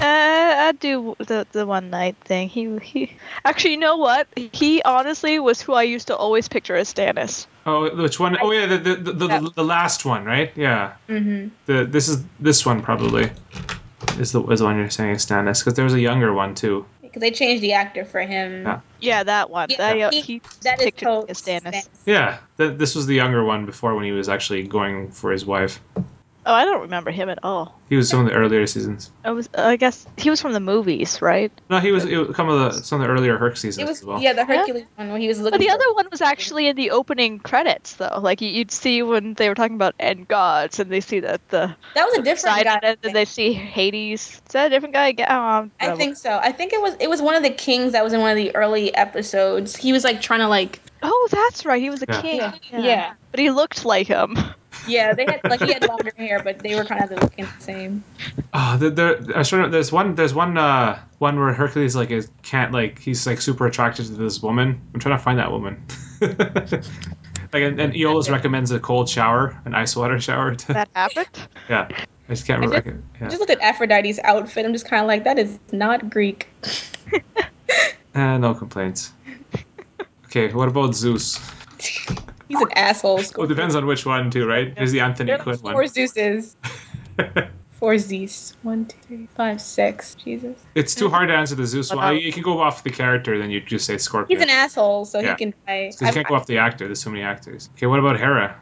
Uh, I'd do the the one night thing. He he. Actually, you know what? He honestly was who I used to always picture as Stannis.
Oh, which one? Oh, yeah, the the, the, the,
That-
the last one, right? Yeah.
Mm-hmm.
The this is this one probably is the is the one you're saying is Stannis because there was a younger one too.
because they changed the actor for him.
Yeah.
Yeah, that one.
Yeah,
that, yeah,
he-
he,
That is
pictured me
totally
as Stannis.
Yeah, th- this was the younger one before when he was actually going for his wife.
Oh, I don't remember him at all.
He was some of the earlier seasons.
I was, I guess he was from the movies, right?
No, he was, it was some of the some of the earlier Herc seasons
It was
as well.
yeah, the Hercules one where he was looking.
But the
for-
other one was actually in the opening credits, though. Like you- you'd see when they were talking about end gods, and they see that the
that was a different
side,
guy.
and then they see Hades. Is that a different guy? again? Oh, I'm-
I think so. I think it was it was one of the kings that was in one of the early episodes. He was like trying to like
Oh, that's right. He was a
Yeah.
king.
yeah yeah,
but he looked like him.
Yeah, They had like he had longer hair, but they were kind of looking the same.
Oh, there, there, I sort of, there's one, there's one, uh, one where Hercules like is can't like he's like super attracted to this woman. I'm trying to find that woman. like, and, and Aeolus recommends a cold shower, an ice water shower. To,
That happened.
yeah, I just can't
I
remember. yeah.
Just look at Aphrodite's outfit. I'm just kind of like that is not Greek.
Uh, no complaints. Okay, what about Zeus?
He's an asshole.
Well, it depends on which one too, right? There's the Anthony
There are
Quinn
four
one.
Zeuses. Four Zeus. One, two, three, five, six. Jesus.
It's too hard to answer the Zeus one.
Wow.
You can go off the character, then you just say Scorpion.
He's an asshole, so
Yeah.
he can die.
'Cause you can't go off the actor. There's so many actors. Okay, what about Hera?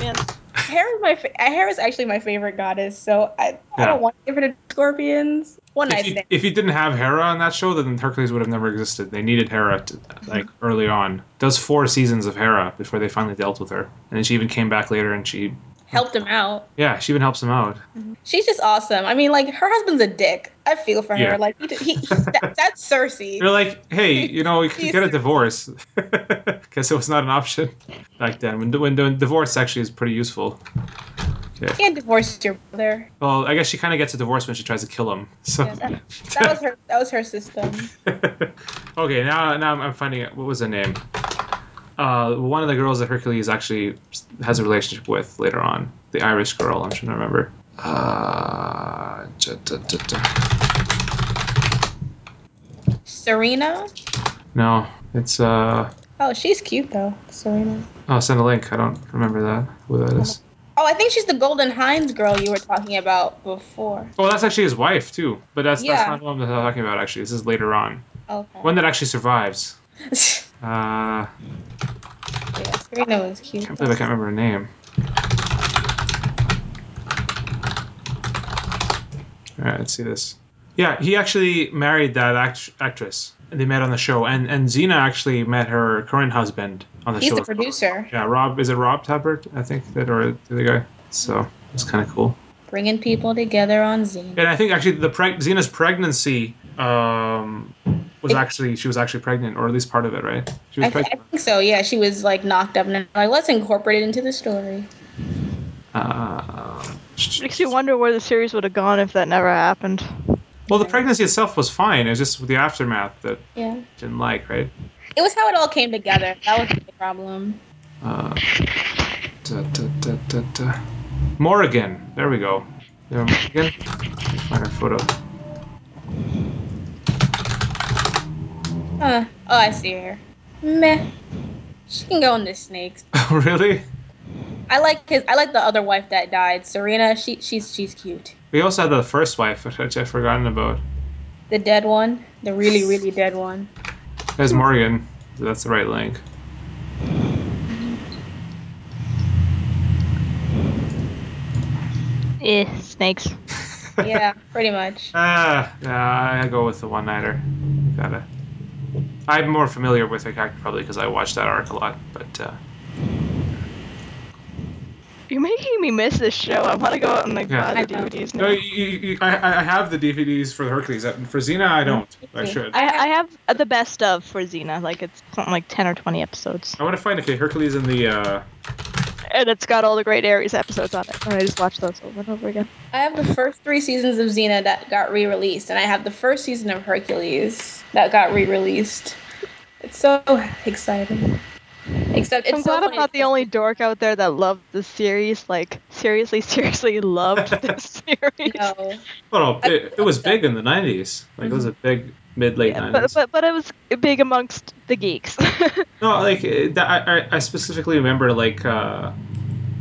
Man,
Hera, is my fa- Hera is actually my favorite goddess, so I, I
Yeah.
don't want to give her to scorpions. One night
If you,
stand.
if you didn't have Hera on that show, then Hercules would have never existed. They needed Hera to, like early on. Does four seasons of Hera before they finally dealt with her, and then she even came back later, and she
Helped him out.
yeah, she even helps them out.
She's just awesome. I mean, like her husband's a dick. I feel for her.
Yeah.
Like he, he, he that, that's Cersei.
They're like, hey, you know, we could
She's
get a
so-
divorce because it was not an option back then. When when when divorce actually is pretty useful.
You can't divorce your brother.
Well, I guess she kind of gets a divorce when she tries to kill him. So.
Yeah, that, that was her. That was her system.
okay, now now I'm- I'm finding out what was her name. Uh, one of the girls that Hercules actually has a relationship with later on, the Irish girl. I'm trying to remember. Uh, da, da, da, da.
Serena.
No, it's uh.
Oh, she's cute though. Serena.
Oh, send a link. I don't remember that. Who that is?
Oh, I think she's the Golden Hinds girl you were talking about before.
Oh, that's actually his wife too. But that's that's
Yeah.
not the one that I'm talking about. Actually, this is later on.
Okay.
One that actually survives.
yeah,
Uh,
Serena was cute.
can't believe I can't remember her name. All right, let's see this. Yeah, he actually married that act- actress, and they met on the show. And and Xena actually met her current husband on the
He's
show.
the
as well.
producer,
Yeah, Rob is it Rob Tappert? I think that or the other guy. So it's kind of cool.
bringing people together on Xena.
And I think actually the preg- Xena's pregnancy um, was
It-
actually she was actually pregnant, or at least part of it, right? She was
I, th- I
pregnant.
think so. Yeah, she was like knocked up, and I'm like let's incorporate it into the story.
Uh,
makes you wonder where the series would have gone if that never happened.
well, the pregnancy itself was fine. It was just the aftermath that
Yeah,
didn't like, right?
it was how it all came together. That was the problem.
Uh, da, da, da, da, da. Morrigan. There we go. There, Morrigan. Find her photo.
Huh. Oh, I see her. Meh. She can go in the snakes.
Oh, really?
I like his. I like the other wife that died, Serena. She she's she's cute.
We also had the first wife, which I've forgotten about.
The dead one, the really really dead one.
There's Morgan. That's the right link.
Eh, snakes.
Yeah, pretty much.
Ah, yeah, I go with the one-nighter. Gotta. I'm more familiar with her character probably because I watched that arc a lot. But uh,
You're making me miss this show. I want to go out and like
Yeah.
buy the
I know.
DVDs
no,
now.
you, you, you- I, I have the DVDs for Hercules. For Xena, I don't. I should.
I, I have the best of for Xena. Like it's something like ten or twenty episodes,
I want to find okay Hercules in the. Uh,
and it's got all the great Ares episodes on it. And I just watch those over and over again.
I have the first three seasons of Xena that got re-released, and I have the first season of Hercules that got re-released. It's so exciting. Except it's
I'm
so
glad I'm
funny
not the only dork out there that loved this series. Like seriously, seriously loved this series.
No,
well, no, it, it was big in the '90s. Like it was a big mid late
Mm-hmm. Yeah, but,
'90s.
but but it was big amongst the geeks.
no, like it, that, I, I- I specifically remember like uh,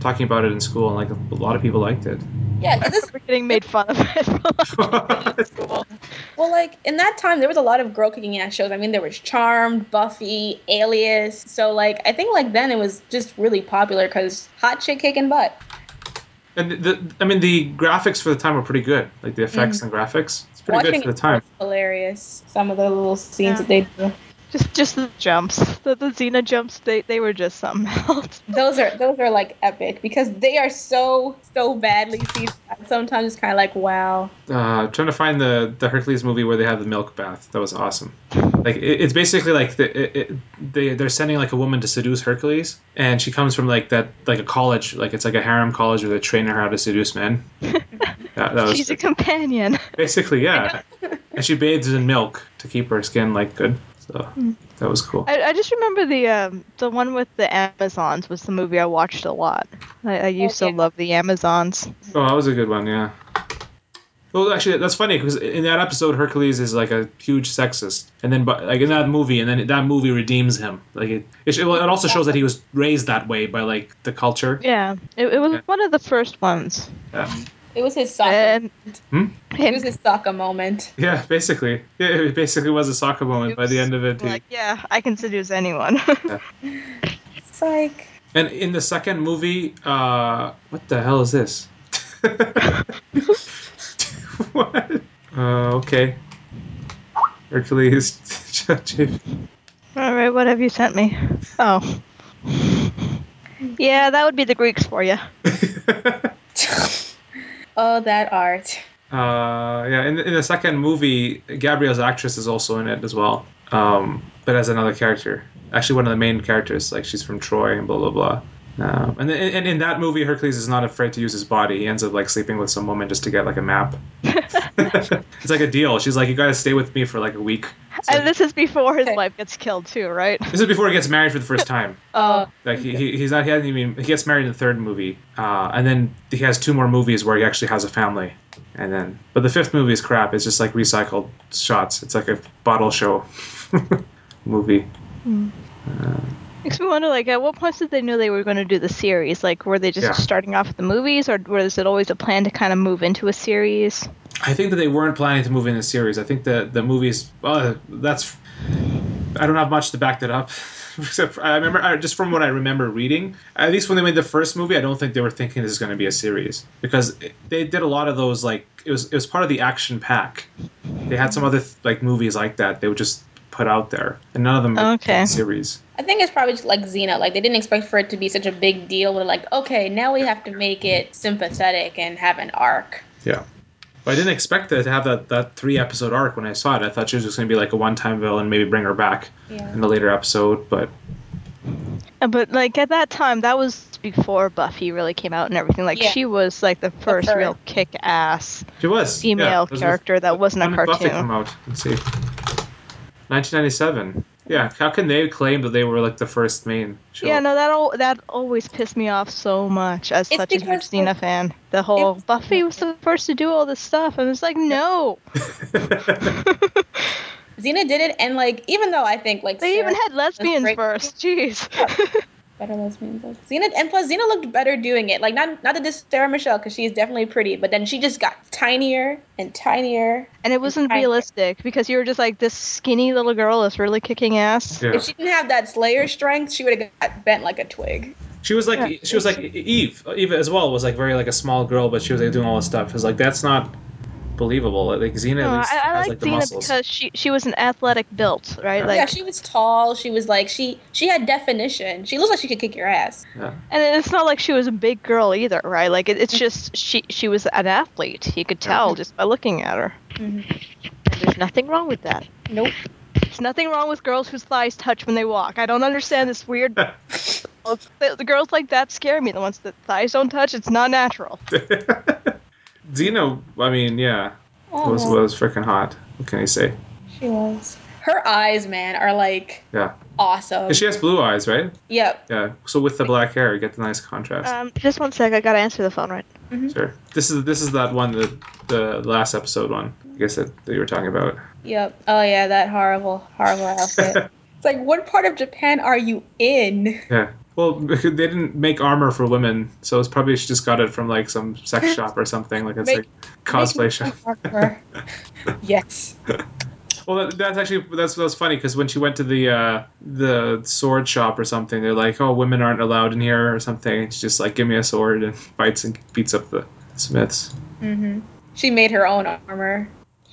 talking about it in school, and like a lot of people liked it.
Yeah, 'cause this
We're getting made fun of it.
well, like in that time, there was a lot of girl kicking ass shows. I mean, there was Charmed, Buffy, Alias. So like, I think like then it was just really popular because hot chick kicking butt.
and the, the, I mean, the graphics for the time were pretty good. Like the effects
Mm-hmm.
and graphics, it's pretty good
Watching
for the
it
time.
was hilarious. Some of the little scenes
Yeah.
that they do.
just just the jumps. The, the Xena jumps, they, they were just something else.
Those are those are like epic because they are so so badly CGI. Sometimes it's kind of like wow.
uh, trying to find the the Hercules movie where they have the milk bath. That was awesome. Like it, it's basically like the, it, it, they they're sending like a woman to seduce Hercules, and she comes from like that like a college, like it's like a harem college where they're training her how to seduce men. that, that was
She's a companion.
basically yeah, and she bathes in milk to keep her skin like good. So
Hmm.
that was cool.
I, I just remember the um, the one with the Amazons was the movie I watched a lot. I, I used
Okay.
to love the Amazons.
Oh, that was a good one, yeah. Well, actually, that's funny because in that episode, Hercules is like a huge sexist, and then but like in that movie, and then that movie redeems him. Like it, it, sh- well, it also shows that he was raised that way by like the culture.
Yeah, it, it was
Yeah.
one of the first ones.
Yeah,
It was his soccer.
Uh, And,
Hmm?
it was
and
his soccer moment.
yeah basically, yeah, it basically was a soccer moment by the end of it. he-
like, yeah, I can seduce anyone.
It's like
And in the second movie, uh, what the hell is this? what? Uh, okay. Hercules.
All right, what have you sent me? Oh. Yeah, that would be the Greeks for you.
oh that art.
Uh, yeah, in, in the second movie, Gabrielle's actress is also in it as well, um, but as another character. Actually, one of the main characters, like she's from Troy and blah blah blah. Um, and, th- and in that movie, Hercules is not afraid to use his body. He ends up like sleeping with some woman just to get like a map. it's like a deal. She's like, you gotta stay with me for like a week. So-
And this is before his
Okay.
wife gets killed too, right?
this is before he gets married for the first time.
Oh,
Like he, he, he's not he hasn't even he gets married in the third movie, uh, and then he has two more movies where he actually has a family, and then but the fifth movie is crap. It's just like recycled shots. It's like a bottle show movie.
Makes me wonder, like, at what point did they know they were going to do the series? Like, were they just
Yeah.
starting off with the movies, or was it always a plan to kind of move into a series?
I think that they weren't planning to move in the series. I think the the movies. Well, that's. I don't have much to back that up, except for, I remember I, just from what I remember reading. At least when they made the first movie, I don't think they were thinking this is going to be a series because it, they did a lot of those. Like it was it was part of the action pack. They had some other like movies like that. They would just put out there, and none of them were
Okay.
series.
I think it's probably just like Xena. Like they didn't expect for it to be such a big deal. We're like, okay, now we have to make it sympathetic and have an arc.
Yeah. But I didn't expect that to have that, that three episode arc when I saw it. I thought she was just going to be like a one time villain, maybe bring her back
Yeah.
in a later episode. But
Uh, But like at that time, that was before Buffy really came out and everything. Like
Yeah.
she was like the first
first.
real kick-ass
She was yeah,
female
that was
character that wasn't
When
a
did Buffy
cartoon.
come out? Let's see. 1997. Yeah, how can they claim that they were like the first main show?
Yeah, no, that all that always pissed me off so much as
It's
such a huge
because the-
Xena fan. The whole
It's-
Buffy was the first to do all this stuff, and it's like no,
Xena did it, and like even though I think like
they
Sarah
even had lesbians
great.
first. Jeez.
better lesbian, but Xena and plus Xena looked better doing it. Like not not that this is Sarah Michelle because she is definitely pretty, but then she just got tinier and tinier.
and it wasn't
Right.
realistic because you were just like this skinny little girl is really kicking ass.
Yeah.
If she didn't have that Slayer strength, she would have got bent like a twig.
She was like
Yeah.
she was like E- Eve. Eve as well was like very like a small girl, but she was like doing all this stuff. It's like that's not believable. Like Xena
No,
at
I,
least
I
has
like
like the
Xena
muscles.
because she she was an athletic built, right? Like
yeah, she was tall. She was like she she had definition. She looked like she could kick your ass.
Yeah.
And it's not like she was a big girl either, right? Like it,
Mm-hmm.
it's just she she was an athlete. You could
Mm-hmm.
tell just by looking at her.
Mm-hmm.
And There's nothing wrong with that.
Nope.
There's nothing wrong with girls whose thighs touch when they walk. I don't understand this weird. the, the girls like that scare me. The ones that thighs don't touch, it's not natural.
Xena, I mean, yeah, was
Oh.
Aw.
was freaking hot. What can you say?
Oh, She was. Her eyes, man, are like
Yeah,
awesome.
'Cause she has blue eyes, right?
yep.
Yeah. So with the black hair, you get the nice contrast.
Um, just one sec. I gotta answer the phone, right?
Sure. This is this is that one the the last episode one. I guess that, that you were talking about.
Yep. Oh yeah, that horrible, horrible outfit. it's like, what part of Japan are you in?
Yeah. Well, because they didn't make armor for women, so it's probably she just got it from like some sex shop or something. Like it's
Make-
like cosplay shop.
Armor. yes.
Well, that, that's actually that's that's funny because when she went to the uh, the sword shop or something, they're like, "Oh, women aren't allowed in here" or something. And she's just like, "Give me a sword," and fights and beats up the smiths.
hmm She made her own armor.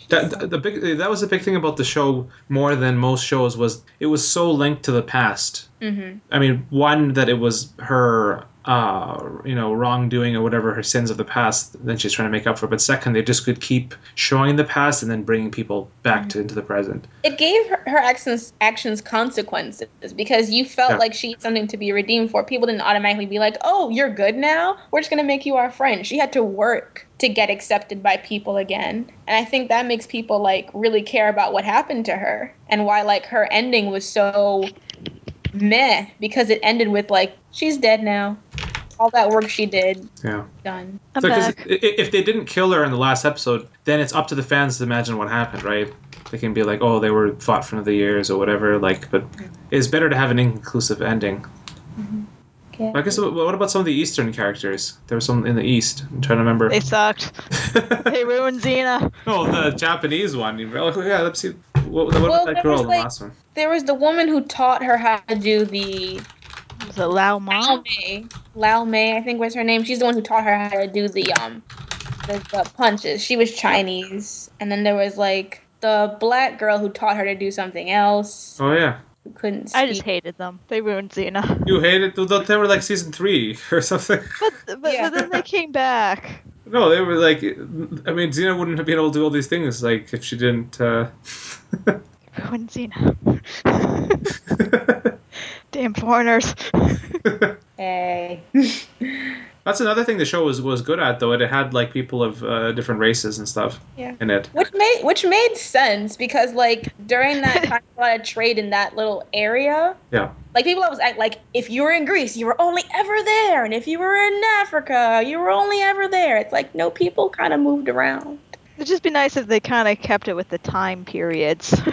That the- the big that was the big thing about the show more than most shows was it was so linked to the past.
hmm
I mean, one that it was her, uh, you know, wrongdoing or whatever her sins of the past that she's trying to make up for. But second, they just could keep showing the past and then bringing people back to into the present.
It gave her, her actions actions consequences because you felt
Yeah.
like she had something to be redeemed for. People didn't automatically be like, "Oh, you're good now. We're just gonna make you our friend." She had to work to get accepted by people again, and I think that makes people like really care about what happened to her and why like her ending was so meh because it ended with like she's dead now. All that work she did
Yeah.
done.
I'm
So, 'cause
back.
i- i- if they didn't kill her in the last episode, then it's up to the fans to imagine what happened, right? They can be like, oh, they were fought for the years or whatever. Like, but it's better to have an inconclusive ending.
Okay.
I guess. wh- What about some of the Eastern characters? There was some in the East. I'm trying to remember.
They sucked. They ruined Xena.
no, the Japanese one. You were like, oh, yeah, let's see. What, what
Well,
about
there
that girl
was,
in the
like-
last one?
There was the woman who taught her how to do the
Was it Lao Ma?
Lao Mei. Lao Mei, I think was her name. She's the one who taught her how to do the um the, the punches. She was Chinese. And then there was like the black girl who taught her to do something else
Oh yeah,
who couldn't speak.
I just hated them. They ruined Xena.
you hated. They were like season three or something.
But but,
Yeah.
but then they came back.
No, they were like. I mean, Xena wouldn't have been able to do all these things like if she didn't. Uh...
Ruined Xena. Damn foreigners.
Hey.
That's another thing the show was was good at though. It had like people of uh, different races and stuff
Yeah.
in it.
Which made which made sense because like during that time a lot of trade in that little area.
Yeah.
Like people always act like if you were in Greece, you were only ever there, and if you were in Africa, you were only ever there. It's like no people kind of moved around.
It'd just be nice if they kind of kept it with the time periods.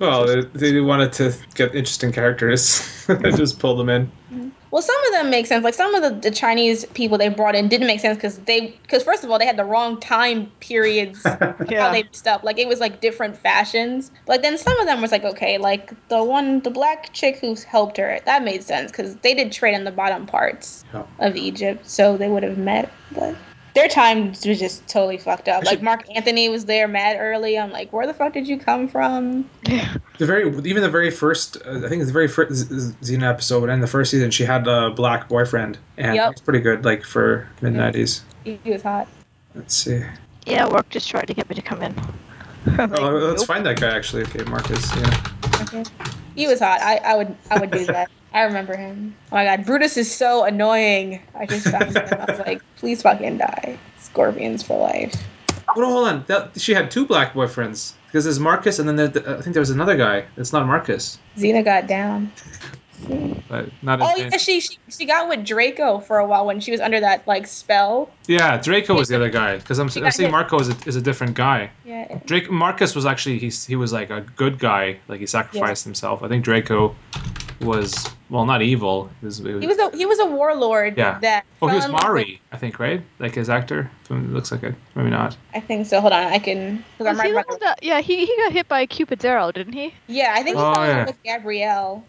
Well, they, they wanted to get interesting characters. Just pull them in.
Well, some of them make sense. Like some of the, the Chinese people they brought in didn't make sense because they because first of all they had the wrong time periods. How they mixed up. Like it was like different fashions. Like then some of them was like okay, like the one the black chick who helped her that made sense because they did trade in the bottom parts
Yeah.
of Egypt, so they would have met. But their time was just totally fucked up. Like Mark Anthony was there mad early. I'm like, where the fuck did you come from?
The very even the very first, uh, I think the very first Z- Z- Xena episode and the first season, she had a black boyfriend, and
Yep.
it's pretty good, like for mid
Yeah.
nineties.
He was hot.
Let's see.
yeah, work just tried to get me to come in. I'm like,
oh, let's
nope.
find that guy actually. Okay, Marcus. Yeah.
He was hot. I, I would I would do that. I remember him. Oh my god, Brutus is so annoying. I just found him. I was like, please fucking die. Scorpions for life.
Well, hold on. That, she had two black boyfriends because there's Marcus, and then there, I think there was another guy. It's not Marcus,
Xena got down.
but not.
Oh yeah, she, she she got with Draco for a while when she was under that like spell.
Yeah, Draco was the other guy because I'm,
She
I'm
got
saying
hit.
Marco is a, is a different guy.
Yeah.
Drake Marcus was actually he's, he was like a good guy, like he sacrificed himself. I think Draco was well, not evil. He was, he was-
He was a he was a warlord
Yeah.
that
oh, he
fell
was
in love with-
Mari, I think, right? Like his actor. It looks like it. Maybe not.
I think so. Hold on, I can because I'm
Was he
right about
the one
the-
that- yeah, he, he got hit by Cupid's arrow, didn't he?
Yeah, I think he
Oh,
fell in
yeah.
love with Gabrielle.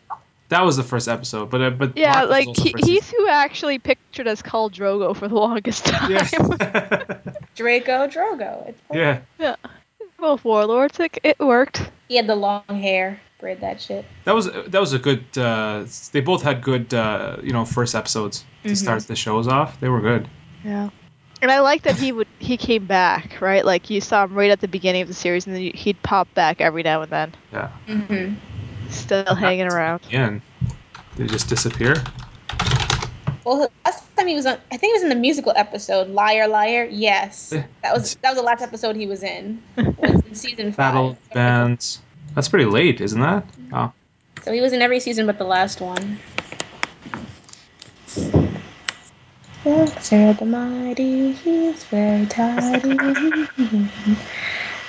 That was the first episode, but uh, but
Yeah,
Marcus was
like
also
he,
first season.
he's who actually pictured as Khal Drogo for the longest time.
yeah.
Draco Drogo. It's
yeah.
Both warlords, it, it worked.
He had the long hair. Braid that shit.
That was that was a good. Uh, they both had good, uh, you know, first episodes to
Mm-hmm.
Mhm.
start the shows off. They were good.
Yeah. And I like that he would he came back, right? Like you saw him right at the beginning of the series, and then you- he'd pop back every now and then,
Yeah.
Mm-hmm.
Uh-huh.
still hanging around.
Again, they just disappear.
Well, last time he was on, I think he was in the musical episode, "Liar, Liar." Yes,
Yeah.
that was that was the last episode he was in, was in season five.
Battle bands. That's pretty late, isn't that? Oh.
So he was in every season but the last one. Dexter the Mighty, he's very tidy.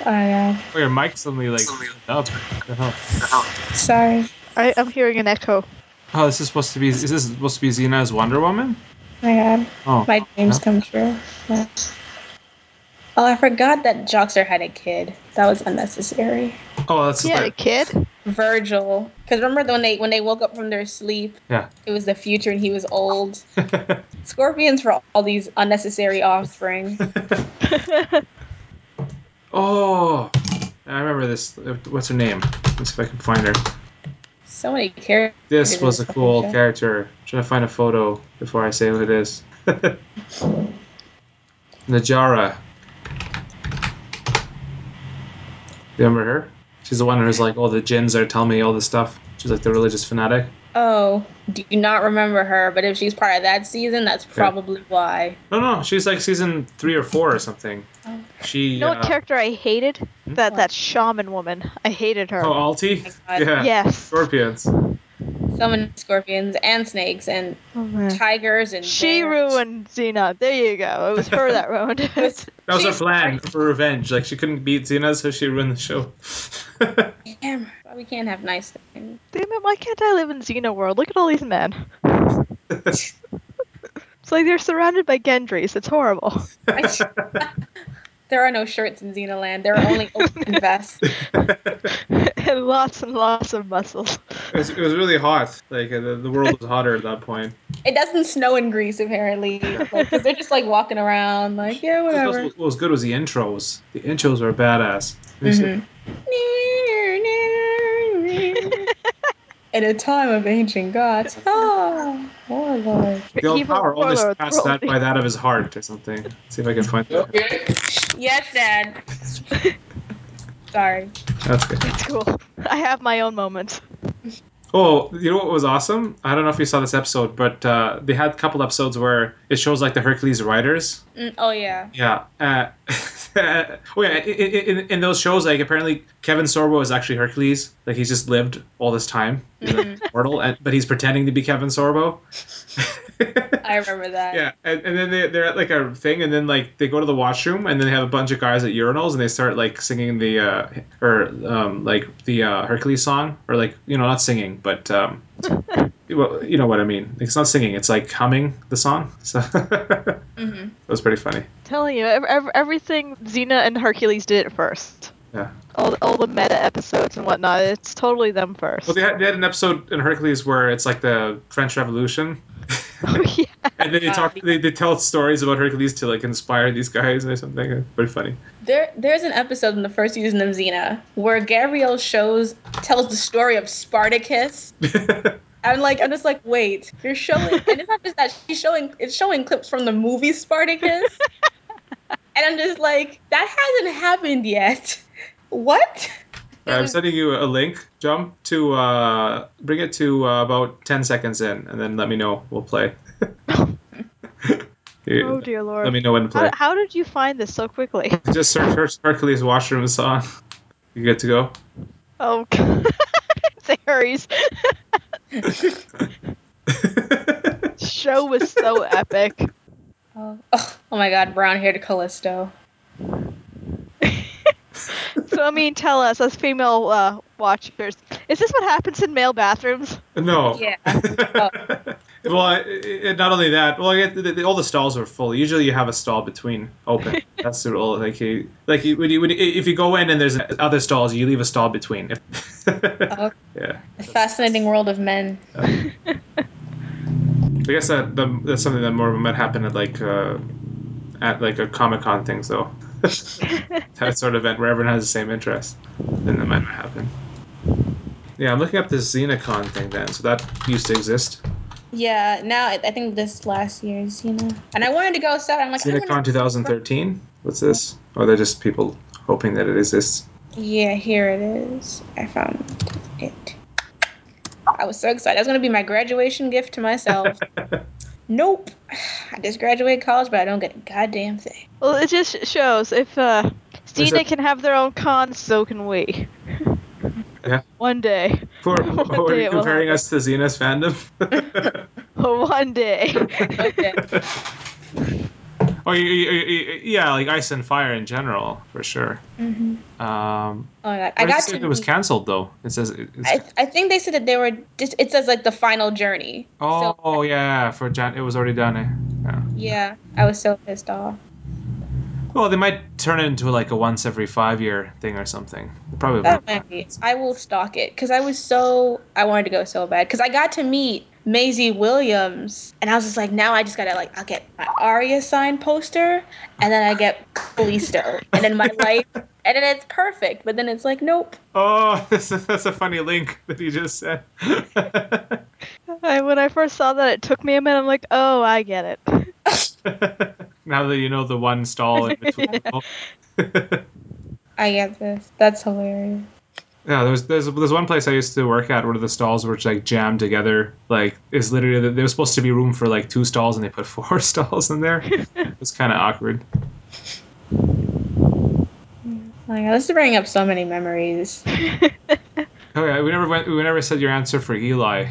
Oh yeah,
Oh, your mic suddenly like up. What the hell?
sorry.
I, I'm hearing an echo.
Oh, this is supposed to be. Is this supposed to be Xena as Wonder Woman?
my god.
Oh,
uh, My dreams
Yeah.
come true. Yeah. Oh, I forgot that Joxer had a kid. That was unnecessary.
oh, that's
Yeah, the
right.
kid.
Virgil. Because remember when they when they woke up from their sleep,
Yeah.
it was the future and he was old. Scorpions for all these unnecessary offspring.
oh, I remember this. What's her name? Let's see if I can find her.
So many characters.
This was a
in this
cool
fucking show.
character. Trying to find a photo before I say who it is. Najara. Remember her? She's the one who's like, "Oh, the jinns are telling me all this stuff." She's like the religious fanatic.
Oh, do not remember her, but if she's part of that season, that's probably why.
No, no, she's like season three or four or something. She.
You know Hmm?
uh,
what character I hated? That
What?
that shaman woman. I hated her.
Oh, Alti.
my God.
Yeah.
yes.
Scorpions.
So many scorpions and snakes and
Oh, man.
tigers and
She
bears.
ruined Xena. There you go. It was her that ruined it.
That was her
She's
plan for revenge. Like she couldn't beat Xena, so she ruined the show.
Damn, why we can't have nice things.
Damn it, why can't I live in Xena world? Look at all these men. It's like they're surrounded by Gendries. It's horrible.
There are no shirts in Xenoland. There are only open vests.
and lots and lots of muscles.
It was, it was really hot. Like uh, the, the world was hotter at that point.
It doesn't snow in Greece apparently, because they're just like walking around, like yeah,
What
whatever.
was, what was good was the intros. The intros were badass. Let me see.
In a time of ancient gods, ah, warlord.
The old
Mm-hmm. Evil
power only
warlord
surpassed that
throne.
by that of his heart or something. see if I can find that.
Yes, Dad. Sorry.
That's good.
It's cool. I have my own moments.
Oh, you know what was awesome? I don't know if you saw this episode, but uh, they had a couple episodes where it shows like the Hercules riders.
Mm, oh yeah.
Yeah. Uh, oh yeah. In, in, in those shows, like apparently Kevin Sorbo is actually Hercules. Like he's just lived all this time, he's like, mortal, and, but he's pretending to be Kevin Sorbo.
I remember that.
Yeah, and, and then they, they're at like a thing, and then like they go to the washroom, and then they have a bunch of guys at urinals, and they start like singing the uh, or um, like the uh, Hercules song, or like you know not singing, but um, well, you know what I mean. It's not singing; it's like humming the song. So that
hmm
was pretty funny.
telling you, ev- ev- everything Xena and Hercules did it first.
Yeah.
All, all the meta episodes and whatnot, it's totally them first.
Well, they had, they had an episode in Hercules where it's like the French Revolution,
Oh, yeah.
and then they talk, they, they tell stories about Hercules to like inspire these guys or something. It's Pretty funny.
There, there's an episode in the first season of Xena where Gabriel shows tells the story of Spartacus. I'm like, I'm just like, wait, you're showing, and it's not just that she's showing, it's showing clips from the movie Spartacus, and I'm just like, that hasn't happened yet. What?
All right, I'm sending you a link. Jump to uh, bring it to uh, about ten seconds in, and then let me know. We'll play. You-
Oh, dear lord.
let me know when to play.
how, how did you find this so quickly?
Just search Her- Hercules washroom song. You good to go?
Oh, God. It's Ares. Show was so epic.
Oh, oh, oh my God, brown-haired Callisto.
So, I mean, tell us, as female uh, watchers, is this what happens in male bathrooms?
no.
Yeah.
well, I- it, not only that. Well, I get the, the, all the stalls are full. Usually, you have a stall between open. That's the rule. Like, you, like you, when you, when you, if you go in and there's other stalls, you leave a stall between.
Oh,
yeah.
the fascinating world of men.
I guess that, that that's something that more might happen at like uh, at like a Comic Con thing, though. that sort of event where everyone has the same interest, then that might not happen. Yeah, I'm looking up this Xenocon thing then. So that used to exist.
Yeah, now I, I think this last year is Xena, and I wanted to go so I'm like, I wanna-
Xenocon 2013. What's this? Oh, they're just people hoping that it exists.
Yeah, here it is. I found it. I was so excited. That was going to be my graduation gift to
Oh.
myself. nope. I just graduated college, but I don't get a goddamn thing.
Well, it just shows if uh,
There's
Xena
a-
can have their own cons, so can we.
Yeah.
One day.
Poor,
One
are
day
you
it will
comparing us to Xena's fandom?
One day.
Okay.
Oh, you, you, you- yeah, like ice and fire in general, for sure.
hmm
Um,
Oh my god,
I
I got
said
to.
it was canceled though. It says it- it's,
I, I think they said that they were. Just, it says like the final journey.
oh
So,
yeah, for Jan, it was already done. eh? Yeah.
yeah, I was so pissed off.
Well, they might turn it into like a once every five year thing or something. Probably.
That
won't.
might be. I will stalk it because I was so I wanted to go so bad because I got to meet Maisie Williams and I was just like, now I just gotta like I'll get my Aria sign poster and then I get Callisto and then my life and then it's perfect. But then it's like, nope.
Oh, that's a, that's a funny link that you just said.
I, when I first saw that, it took me a minute. I'm like, oh, I get it.
now that you know the one stall in between.
I get this. That's hilarious.
Yeah, there's there's there's one place I used to work at where the stalls were like jammed together. Like it's literally there was supposed to be room for like two stalls and they put four stalls in there. It was kind of awkward.
Oh my god, this is bringing up so many memories.
Oh yeah, we never went. We never said your answer for Eli.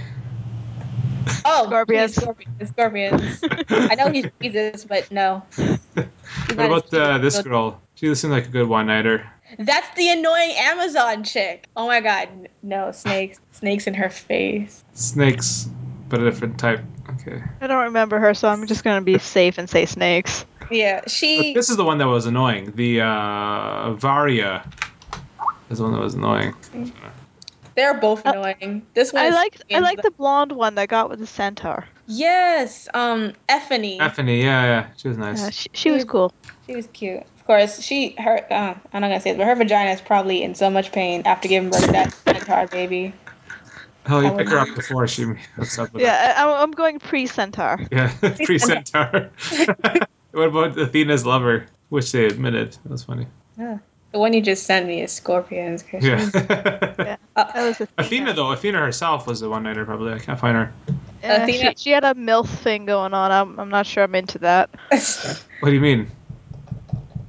Oh,
Scorpius.
please, Scorpius. Scorpius. I know he's Jesus, but no. He's
What
not
about
as
uh,
Jesus.
this girl? She seemed like a good one-nighter.
That's the annoying Amazon chick. Oh my god, n- no snakes! Snakes in her face.
Snakes, but a different type. Okay.
I don't remember her, so I'm just gonna be safe and say snakes.
Yeah,
But
she.
this is the one that was annoying. The uh, Varia is the one that was annoying.
They're both
Uh,
annoying. This one.
I
is
liked I
strange,
like
but-
the blonde one that got with the centaur.
Yes, um, Effany.
Stephanie, yeah, yeah, she was nice.
Yeah, she, she was cool.
She was cute. Of course, she her. Uh, I'm not gonna say it, but her vagina is probably in so much pain after giving birth to that centaur baby.
Hell, you
I
pick her up before she hooks up with her.
Yeah, I, I'm- I'm going pre centaur.
Yeah, pre centaur. what about Athena's lover, which they admitted? That was funny.
The one you just sent me is Scorpions. 'cause
Yeah.
she's- uh,
That was Athena.
Athena, though, Athena herself was the one nighter, probably. I can't find her.
Yeah,
Athena-
She, she had a milf thing going on. I'm, I'm not sure I'm into that.
What do you mean?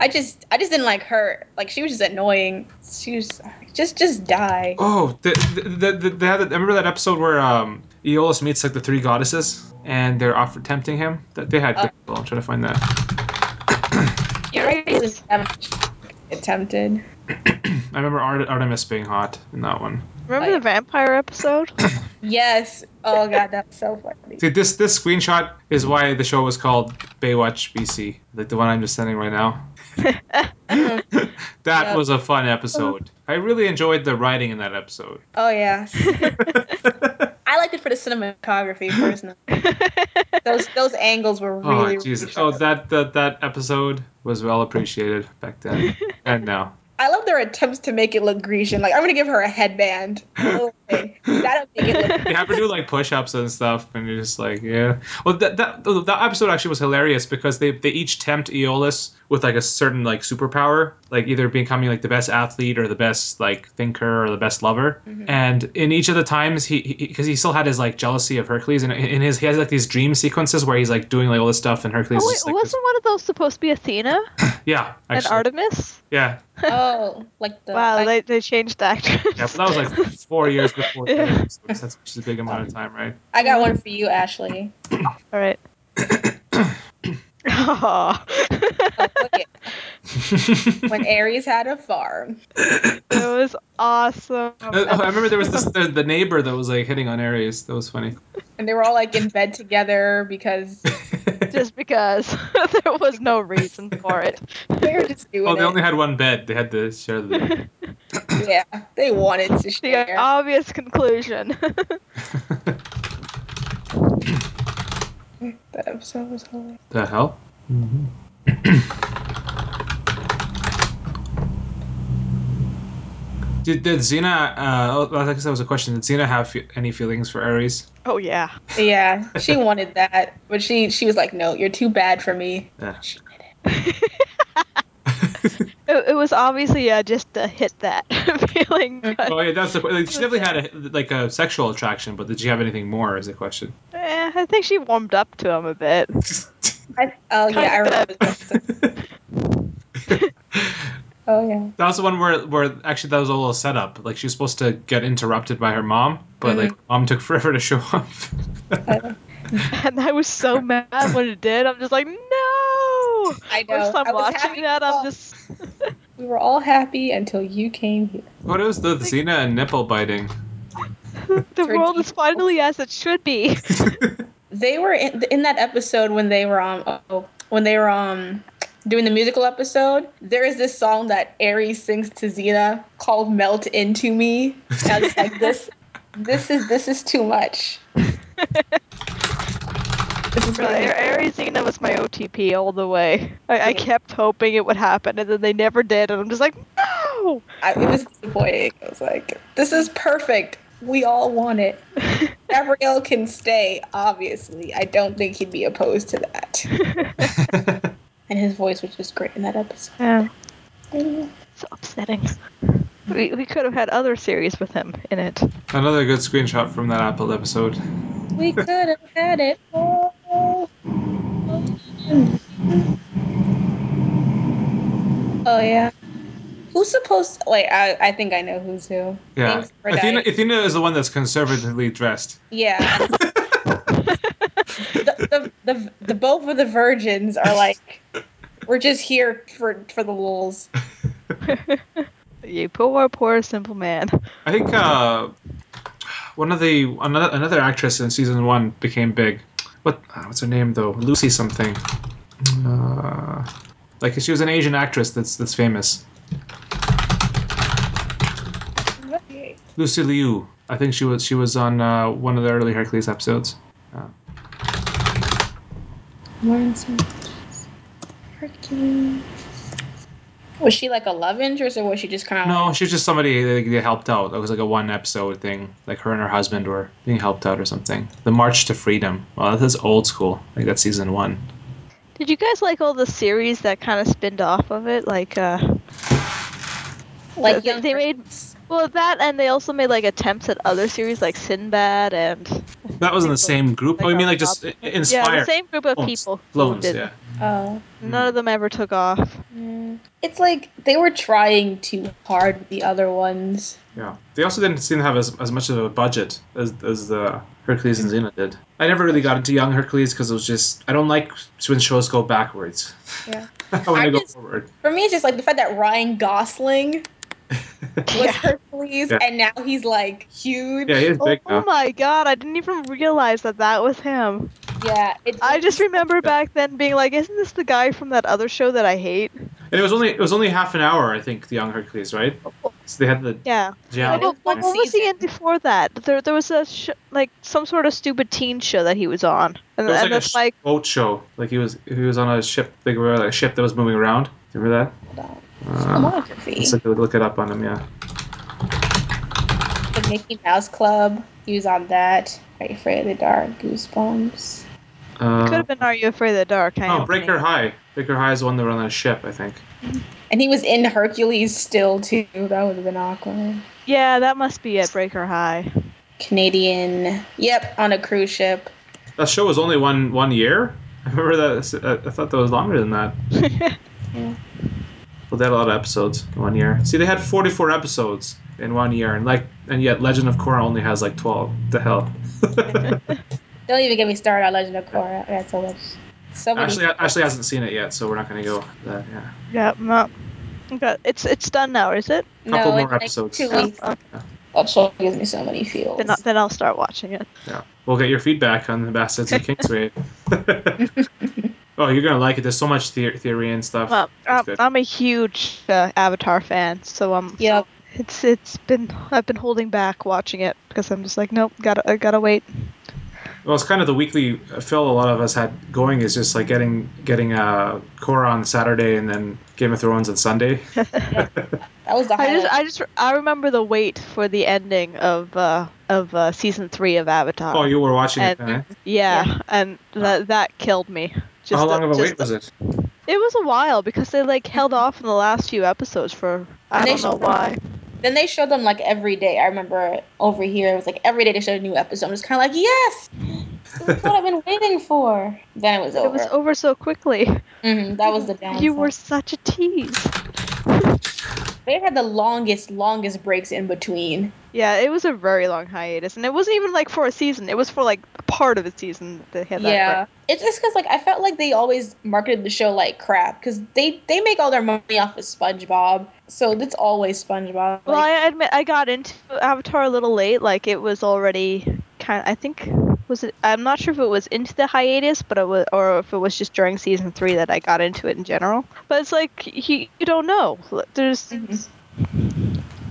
I just I just didn't like her. Like she was just annoying. She was just just die.
Oh, the, the, the, they had that remember that episode where um, Aeolus meets like the three goddesses and they're offered tempting him? That They had.
Oh.
I'll try to find that.
Curious.
Attempted.
I remember Art- Artemis being hot in that one.
Remember the vampire episode?
Yes. Oh god, that's so funny.
See, this this screenshot is why the show was called Baywatch BC, like the one I'm just sending right now.
Oh,
that
Uh-huh. Yeah.
was a fun episode. I really enjoyed the writing in that episode.
Oh yes. I liked it for the cinematography personally. Those those angles were really.
oh
really
Jesus! Oh,
sharp.
that, that that episode was well appreciated back then and now.
I love their attempts to make it look Grecian. Like I'm gonna give her a headband. A little thing. That'll make it look.
They have her do like push-ups and stuff, and you're just like, yeah. Well, that that that episode actually was hilarious because they they each tempt Aeolus with like a certain like superpower, like either becoming like the best athlete or the best like thinker or the best lover.
Mm-hmm.
And in each of the times, he because he, still had his like jealousy of Hercules, and in his he has like these dream sequences where he's like doing like all this stuff, and Hercules is
oh, wait,
just, like, this-
wasn't one of those supposed to be Athena
yeah,
and
actually,
Artemis?
yeah,
Oh, like the.
Wow,
I-
they, they changed actors.
yeah. But that was like four years before.
Yeah.
the episode, so That's which is a big amount of time, right?
I got one for you, Ashley.
All right. Aw.
Oh, look it. When Ares had a farm.
That was awesome.
Uh, oh, I remember there was this the, the neighbor that was like hitting on Aries. That was funny.
And they were all like in bed together because
Just because there was no reason for it.
they were just doing
Oh, they
it.
only had one bed. They had to share the bed.
yeah, they wanted to
The
share.
obvious conclusion.
that episode was hilarious.
the hell? Did, did Xena, uh, oh, I guess that was a question. Did Xena have fe- any feelings for Aries?
oh yeah.
Yeah, she wanted that, but she she was like, "No, you're too bad for me."
Yeah.
She did it.
Oh,
It, it was obviously yeah, just to hit that feeling.
Oh, yeah, that's the que- like, She definitely had a, like a sexual attraction, but did she have anything more? Is the question.
Eh, I think she warmed up to him a bit.
I, oh yeah, I remember. This. oh yeah.
That was the one where, where actually that was a little setup. Like she was supposed to get interrupted by her mom, but like mom took forever to show up.
and I was so mad when it did. I'm just like, no.
I know.
First
I
time
was
watching
happy-
that,
oh.
I'm just
We were all happy until you came here.
What is the Xena and nipple biting?
the world is
ridiculous.
finally as it should be.
They were in, in that episode when they were um oh, when they were um doing the musical episode. There is this song that Aries sings to Xena called "Melt Into Me." And I was just like this. This is this is too much. This is really
Arizona was my OTP all the way. I, I kept hoping it would happen, and then they never did, and I'm just like, no.
I, it was disappointing. I was like, this is perfect. We all want it. Gabrielle can stay, obviously. I don't think he'd be opposed to that. And his voice was just great in that episode.
Yeah, so upsetting. We, we could have had other series with him in it.
Another good screenshot from that Apple episode.
We could have had it all. Oh, yeah. Who's supposed to. Wait, I, I think I know who's who.
Yeah.
Thanks for
Athena,
dying.
Athena is the one that's conservatively dressed.
Yeah. the, the, the, the both of the virgins are like, we're just here for, for the lulz.
You poor, poor simple man.
I think uh, one of the another another actress in season one became big. What uh, what's her name though? Lucy something. Uh, like she was an Asian actress that's that's famous. Lucy Liu. I think she was she was on uh, one of the early Hercules episodes.
Lawrence Hercules. Was she like a love interest or was she just kind of
No, she was just somebody that they helped out. It was like a one episode thing. Like her and her husband were being helped out or something. The March to Freedom. Well, this is old school. Like that's season one.
Did you guys like all the series that kind of spinned off of it? Like, uh,
like
they-
young
they made-
Hercules?
well, that, and they also made like attempts at other series like Sinbad and
That was in the same group. oh, you mean like just i- inspired?
yeah, the same group of
Clones.
people. who
Clones,
did-
yeah. Mm-hmm.
Oh.
None of them ever took off.
Mm. It's like they were trying too hard with the other ones.
Yeah. They also didn't seem to have as, as much of a budget as, as the Hercules and Xena did. I never really got into Young Hercules because it was just, I don't like when shows go backwards.
Yeah.
I want
I
to go
just-
forward.
For me, it's just like the fact that Ryan Gosling was
Yeah.
Hercules
Yeah.
and now he's like huge.
Yeah, he is
Oh,
big now.
my god, I didn't even realize that that was him.
Yeah, it's,
I just remember back then being like, isn't this the guy from that other show that I hate?
And it was only it was only half an hour, I think, the Young Hercules, right? So they had the
Yeah.
jam.
It
What,
was
what,
one
what was he
season.
in before that? There, there was a sh- like some sort of stupid teen show that he was on, and,
It was like
and
a
it's like,
sh- boat show. Like he was he was on a ship. They were like a ship that was moving around. Remember
Hold on.
that? Uh,
Filmography.
let's look, look it up on him. Yeah.
The Mickey Mouse Club. He was on that. Are you afraid of the dark? Goosebumps.
Uh,
could have been Are You Afraid of the Dark? I
oh,
am
Breaker
thinking.
High. Breaker High is the one that were on a ship, I think.
And he was in Hercules still too. That would have been awkward.
Yeah, that must be it. Breaker High.
Canadian. Yep, on a cruise ship.
That show was only one one year. I remember that. uh, I- I thought that was longer than that. Well, they had a lot of episodes in one year. See, they had 44 episodes in one year, and like, and yet Legend of Korra only has like 12. The hell.
Don't even get me started on Legend of Korra. That's a lot. So many.
Ashley, Ashley hasn't seen it yet, so we're not going to go. with That, yeah.
yeah, no. Okay, it's it's done now, is it?
no,
couple
in
more
like
episodes.
two
Oh,
weeks.
oh,
That show gives me so many feels.
then, I'll- then I'll start watching it.
We'll get your feedback on the Bastards of Kingsway. oh, you're gonna like it. There's so much theory, theory and stuff.
Well, I'm,
good.
Um, I'm a huge uh, Avatar fan, so um,
Yep.
it's it's been I've been holding back watching it because I'm just like, nope, gotta I gotta wait.
Well, it's kind of the weekly fill a lot of us had going is just like getting getting uh, Korra on Saturday and then Game of Thrones on Sunday.
That was the
I
highlight.
just I just I remember the wait for the ending of uh of uh, season three of Avatar.
Oh, you were watching it.
And-
then, eh?
yeah,
Yeah.
and that that killed me. Just
How long
the-
of a
just
wait was it?
the- It was a while because they like held off in the last few episodes for I
And they
don't know
showed-
why.
then they showed them like every day. I remember over here it was like every day they showed a new episode. I'm just kind of like, yes, this is what I've been waiting for. Then it was over. Mm-hmm.
It was over so quickly.
Mhm, that was the downside.
You were such a tease.
They've had the longest, longest breaks in between.
Yeah, it was a very long hiatus, and it wasn't even like for a season. It was for like a part of a season that had that.
yeah,
break.
it's just because like I felt like they always marketed the show like crap because they they make all their money off of SpongeBob, so it's always SpongeBob.
Well,
Like,
I admit I got into Avatar a little late. Like it was already kind. I think was it. I'm not sure if it was into the hiatus, but it was, or if it was just during season three that I got into it in general. But it's like you, you don't know. There's
Mhm.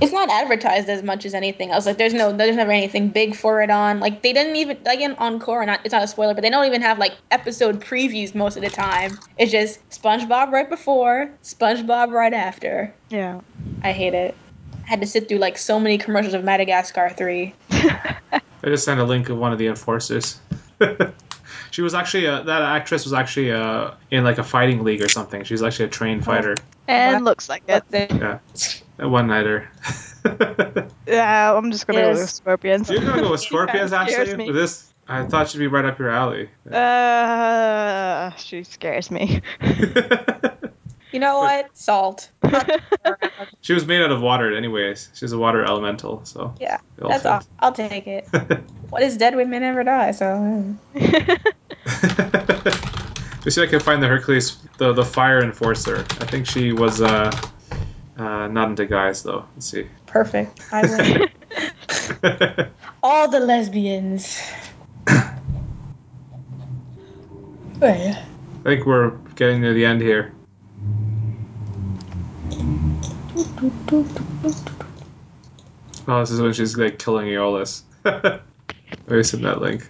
it's not advertised as much as anything else. Like there's no there's never anything big for it on. Like they didn't even like in Encore. and Not, it's not a spoiler, but they don't even have like episode previews most of the time. It's just SpongeBob right before, SpongeBob right after.
yeah.
I hate it. I had to sit through like so many commercials of Madagascar three.
I just sent a link of one of the enforcers. she was actually a, that actress was actually uh in like a fighting league or something. She's actually a
Oh.
trained fighter.
And
What?
looks like it.
But then-
Yeah, a one nighter.
Yeah, I'm just gonna go with
Yes.
scorpions.
You're gonna go with
It
scorpions,
kinda scares
actually.
me.
With This I thought should be right up your alley.
Uh, she scares me.
You know what? Salt.
she was made out of water, anyways. She's a water elemental, so
Yeah,
it all
That's all.
fits.
I'll take it. what is dead women never die? So mm.
We see if I can find the Hercules, the the fire enforcer. I think she was uh, uh not into guys though. Let's see.
perfect. I win. all the lesbians. Well,
I think we're getting near the end here. Oh, this is when she's like killing Aeolus. Maybe send that link.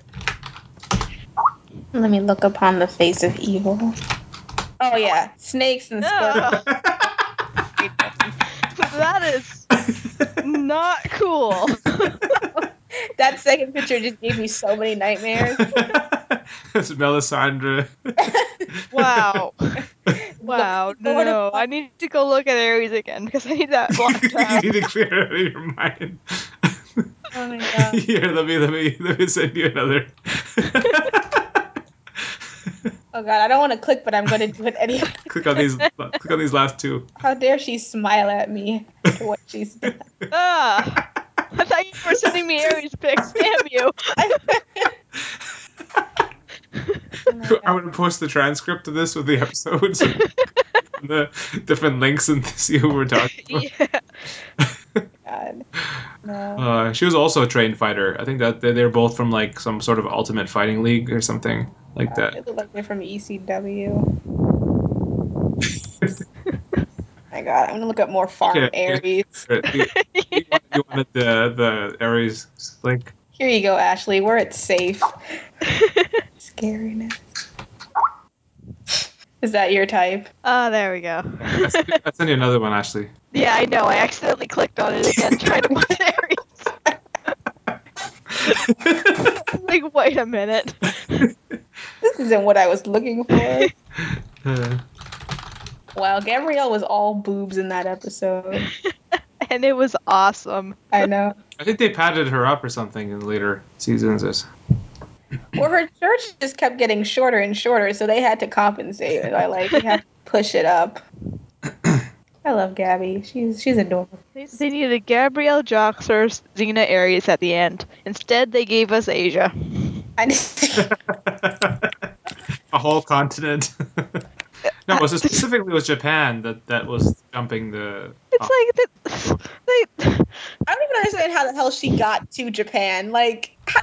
Let me look upon the face of evil. Oh yeah, snakes and scorpions.
No, that is not cool.
That second picture just gave me so many nightmares.
it's Melisandre.
Wow. Wow. No,
Lord
no.
of-
I need to go look at Aries again because I need that blocked
you
out.
need to clear it out of your mind.
Oh my god.
Here, let me, let me, let me send you another.
Oh god, I don't want to click, but I'm going to do it anyway.
click on these. Click on these last two.
How dare she smile at me for what she's done.
Ah. I thought you were sending me Aries pics. Damn you.
Oh
I'm
my God.
gonna post the transcript of this with the episodes, and the different links, and see who we're talking about.
Yeah.
God. No.
Uh, she was also a trained fighter. I think that they- they're both from like some sort of Ultimate Fighting League or something like
They
that.
look like they're from E ECW. my god, I'm gonna look up more farm
Yeah.
Aries.
You, you wanted, you wanted the the Aries link.
Here you go, Ashley. We're at safe. Scariness. Is that your type?
Oh, there we go.
I sent you- I sent you another one, Ashley.
yeah, I know. I accidentally clicked on it again trying to watch Aries. Like, wait a minute.
This isn't what I was looking for.
Uh,
wow, Gabrielle was all boobs in that episode.
And it was awesome.
I know.
I think they padded her up or something in later seasons. Is
Well, her church just kept getting shorter and shorter, so they had to compensate. I like you have to push it up. I love Gabby. She's she's adorable.
They, they needed Gabrielle Joxer, Xena Aries at the end. Instead, they gave us Asia.
I just,
a whole continent. no, it was specifically it was Japan that that was jumping the.
It's like that. They,
I don't even understand how the hell she got to Japan. Like, how,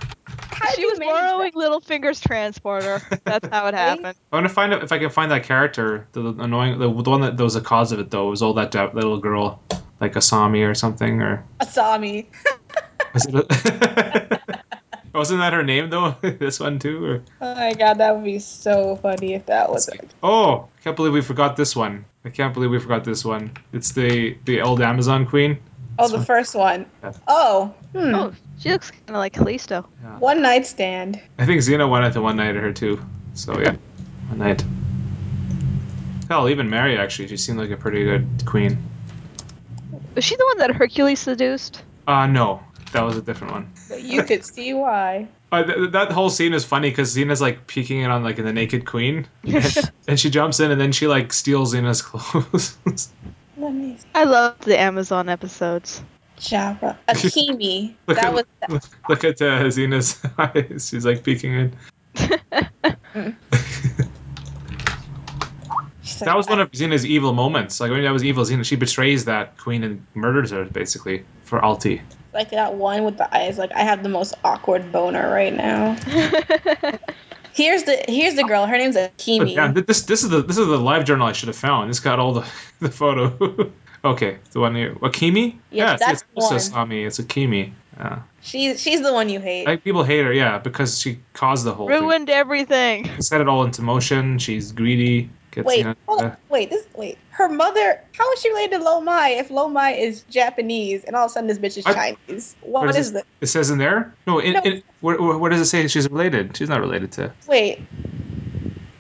how did
she
you
was
manage that?
borrowing Littlefinger's transporter. That's how it happened.
I want to find out if I can find that character, the, the annoying, the, the one that, that was the cause of it though. Was all that da- little girl, like Asami or something, or
Asami.
was it? A, wasn't that her name though? this one too, or
Oh my god, that would be so funny if that was. it.
oh, I can't believe we forgot this one. I can't believe we forgot this one. It's the the old Amazon queen.
Oh, the first one.
Yeah.
Oh, hmm.
Oh, she looks kind of like Callisto.
one night stand.
I think Xena wanted the one night at her too. So yeah, one night. Hell, even Mary actually, she seemed like a pretty good queen.
Was she the one that Hercules seduced?
Uh no, that was a different one.
But you could see why.
Uh, th- th- that whole scene is funny because Xena's like peeking in on like the naked queen, and she jumps in and then she like steals Xena's clothes.
Let me. See.
I I love the Amazon episodes.
Java. Akimi.
Look
that
at-
was.
Look, look at uh, Xena's eyes. She's like peeking in.
she's
That
like,
was one of Xena's evil moments. Like, I mean, that was evil Xena. She betrays that queen and murders her, basically, for Alti.
like that one with the eyes. Like I have the most awkward boner right now. Here's the here's the girl. Her name's
But
Akimi.
Oh. yeah, th- this this is the this is the live journal I should have found. It's got all the the photo. okay, the one here. Akimi?
Yes,
see,
that's
it's
one.
also Sami. It's Akimi. Yeah.
She's she's the one you hate.
Like, people hate her, yeah, because she caused the whole thing.
Ruined everything.
She set it all into motion. She's greedy. Gets
wait,
Xena-
hold on. Wait, this wait. Her mother. How is she related to Lomai if Lomai is Japanese and all of a sudden this bitch is
What?
Chinese? What,
Where
what
does
is this?
It says in there? No, in,
No.
in where, where where does it say she's related? She's not related to. uh,
Wait.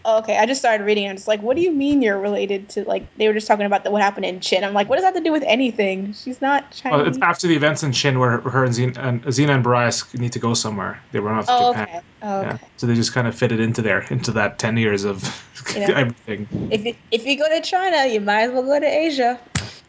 Okay, I just started reading. and I'm just like, what do you mean you're related to? Like, they were just talking about the, what happened in Chin. I'm like, what does that have to do with anything? She's not
Well,
Chinese.
it's after the events in Shin where her and Xena and, Xena and Bryce need to go somewhere. They run off to
oh,
Japan.
okay. Oh,
Yeah.
okay.
So they just kind of fit it into there, into that 10 years of
You know.
everything.
If you, if you go to China, you might as well go to Asia.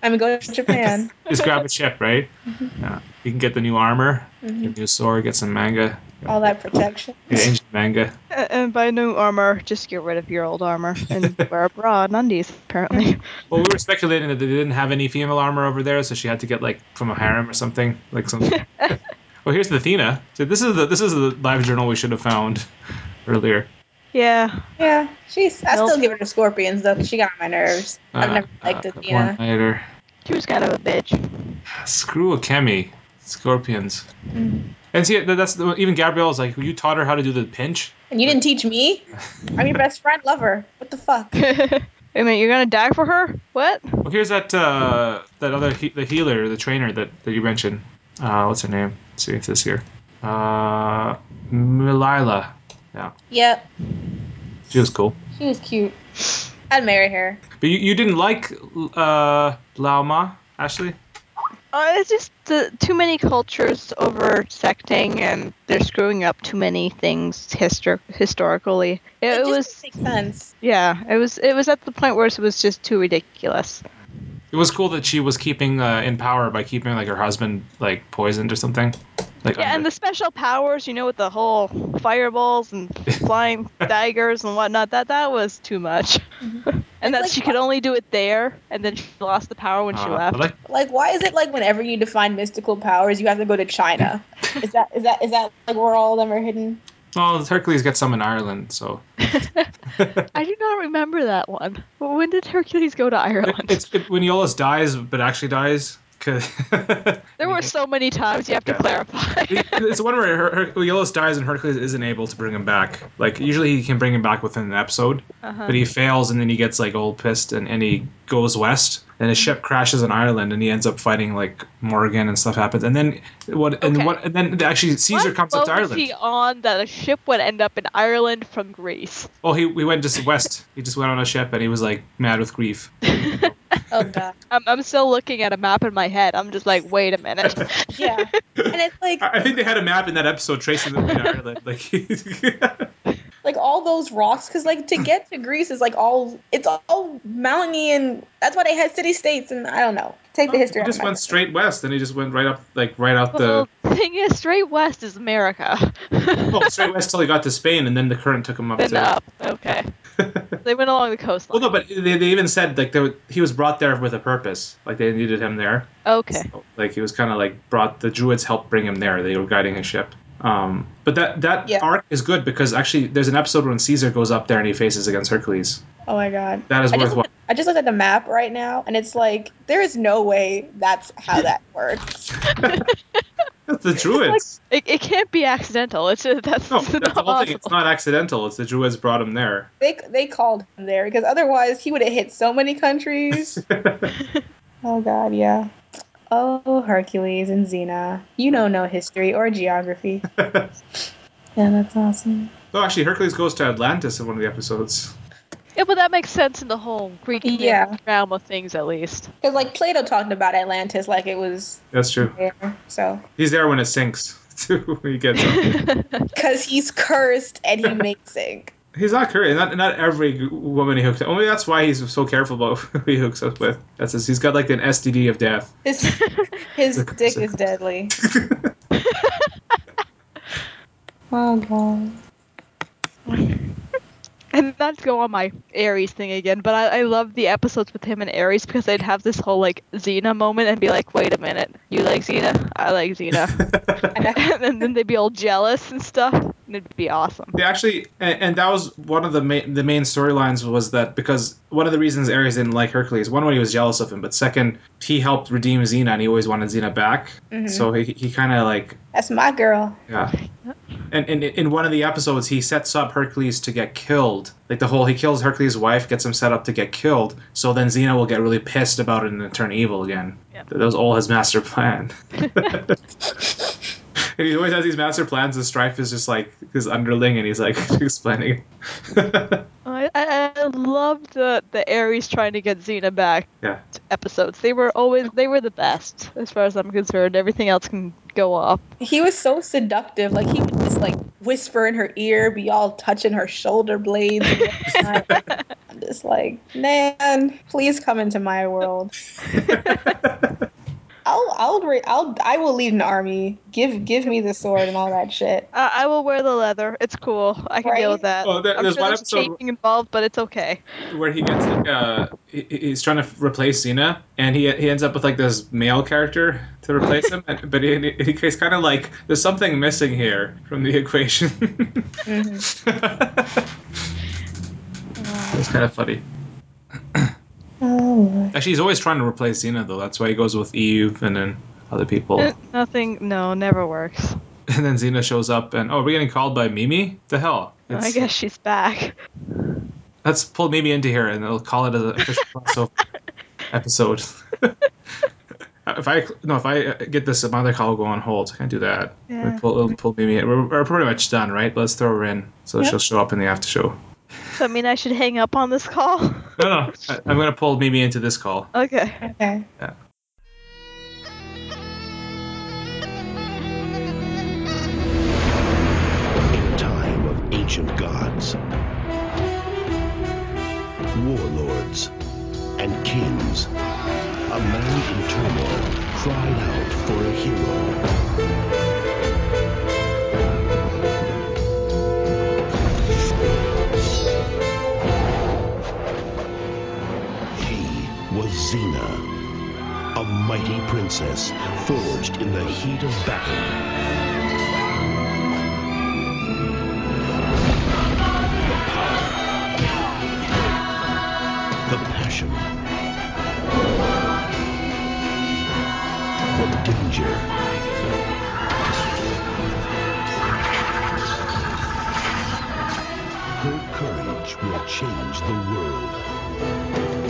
I mean, go to Japan.
Just grab a chip, right?
Mm-hmm.
Yeah. You can get the new armor,
Mhm.
get a new sword, get some manga,
All that protection.
get ancient manga.
A- And by new armor, just get rid of your old armor and wear a bra and undies, apparently.
Well, we were speculating that they didn't have any female armor over there, so she had to get like from a harem or something, like some. well, here's the Athena. So this is the this is the live journal we should have found earlier.
Yeah.
Yeah, she's. I
Nope.
still give her to scorpions though, 'cause she got on my nerves. I've
Uh,
never liked
uh,
Athena.
One later.
She was kind of a bitch.
Screw a Kemi. Scorpions.
Mm.
And see, that- that's the- even Gabrielle's like, you taught her how to do the pinch.
And you didn't teach me. I'm your best friend, lover. What the fuck?
Wait a minute, you're gonna die for her? What?
Well, here's that uh, that other he- the healer, the trainer that, that you mentioned. Uh, what's her name? Let's see if this here. Uh, Milila. Yeah,
Yep,
she was cool.
she was cute. I'd marry her.
But you, you didn't like uh, Laoma, Ashley?
Oh, it's just uh, too many cultures over secting, and they're screwing up too many things histor- historically. It,
It,
it
just
was,
makes sense.
yeah, it was, it was at the point where it was just too ridiculous.
It was cool that she was keeping uh, in power by keeping like her husband like poisoned or something. Like uh,
Yeah, and the special powers, you know, with the whole fireballs and flying daggers and whatnot, that that was too much. and that
like-
she could only do it there, and then she lost the power when she
uh,
left.
I like
Like, why is it like whenever you define mystical powers, you have to go to China? Is that is that is that like where all of them are hidden?
Well, Hercules got some in Ireland, so
I do not remember that one. When did Hercules go to Ireland?
it's it, when Aeolus dies, but actually dies. 'cause-
There were so many times you have to
Yeah.
clarify.
it's the one where Her- Her- Aeolus dies and Hercules isn't able to bring him back. Like usually he can bring him back within an episode,
Uh-huh.
but he fails and then he gets like old pissed and, and he goes west and his ship crashes in Ireland and he ends up fighting like Morgan and stuff happens and then what and
Okay.
what and then actually Caesar
What
comes up to
boat was
Ireland.
he on that a ship would end up in Ireland from Greece?
Oh, he we went just west. he just went on a ship and he was like mad with grief.
Oh god,
I'm, I'm still looking at a map in my head. I'm just like, wait a minute.
yeah. And it's like
I, I think they had a map in that episode tracing the way to Ireland. Like.
like all those rocks because like to get to greece is like all it's all mountainy and that's why they had city states and i don't know take the history
He
out of
just
my
went straight west, and he just went right up, like right out the
well, thing is, straight west is America.
well, straight west till he got to Spain, and then the current took him up
then uh,
to.
up. Okay. they went along the coastline.
Well, no, but they, they even said like they were, he was brought there with a purpose. Like they needed him there.
okay.
Like he was kind of like brought. The Druids helped bring him there. They were guiding his ship. Um, but that that
Yeah.
arc is good because actually there's an episode when Caesar goes up there and he faces against Hercules.
oh my god
That is
I just,
worthwhile.
looked- I just looked at the map right now and it's like there is no way that's how that works
That's the Druids.
It, it can't be accidental. It's that's,
No, that's
not
the whole thing.
possible.
It's not accidental. It's the Druids brought him there.
they, they called him there because otherwise he would have hit so many countries oh god yeah oh hercules and xena you know no history or geography yeah that's awesome
No, actually, Hercules goes to Atlantis in one of the episodes.
Yeah, but that makes sense in the whole Greek myth
Yeah.
realm of things, at least.
because like plato talked about atlantis like it was
That's true.
there so
He's there when it sinks. too, when he gets up.
Because he's cursed and he may sink.
He's not curious. Not not every g- woman he hooks up. Maybe that's why he's so careful about who he hooks up with. That's his, he's got like an STD of death.
His his dick is deadly. Oh god.
And not to go on my Aries thing again, but I, I love the episodes with him and Aries because they'd have this whole like Xena moment and be like, wait a minute, you like Xena? I like Xena. and then, then they'd be all jealous and stuff. And it'd be awesome.
They actually, and, and that was one of the main the main storylines was that because one of the reasons Ares didn't like Hercules, one when he was jealous of him, but second he helped redeem Xena and he always wanted Xena back. So he, he kind of like
That's my girl.
yeah. And, and in one of the episodes, he sets up Hercules to get killed. Like the whole, he kills Hercules' wife, gets him set up to get killed. So then Xena will get really pissed about it and then turn evil again.
Yeah.
That was all his master plan. And he always has these master plans, and Strife is just like his underling, and he's like explaining. it.
I, I, I loved the, the Aries trying to get Xena back
yeah,
episodes. They were always, they were the best as far as I'm concerned. Everything else can go off.
He was so seductive. Like he would just like whisper in her ear, be all touching her shoulder blades. and whatnot. I'm just like, man, please come into my world. I'll, I'll, re- I'll, I will lead an army. Give, give me the sword and all that shit.
Uh, I will wear the leather. It's cool. I can deal with that.
Oh, there-
I'm
there's
sure
one
there's
episode-
cheating involved, but it's okay.
where he gets like uh, he, he's trying to replace Xena, and he he ends up with like this male character to replace him, and, but he, he- he's kind of like there's something missing here from the equation. Mm-hmm. it's kind of funny.
Oh,
Actually, he's always trying to replace Xena though. That's why he goes with Eve and then other people.
Eh, Nothing. No, never works.
and then Xena shows up, and oh, we're getting called by Mimi. The hell!
Oh, I
It's-
guess she's back.
Let's pull Mimi into here and they'll call it an official crossover episode. if I no, if I get this, my other call will go on hold. I can't do that.
Yeah.
We pull, it'll pull Mimi. In. We're, we're pretty much done, right? Let's throw her in so
Yep.
she'll show up in the after show.
So I mean, I should hang up on this call.
No, no, I, I'm gonna pull Mimi into this call.
Okay.
okay.
in time of ancient gods, warlords, and kings, a man in turmoil cried out for a hero. She was Xena, a mighty princess forged in the heat of battle. the passion, the danger, her courage will change the world.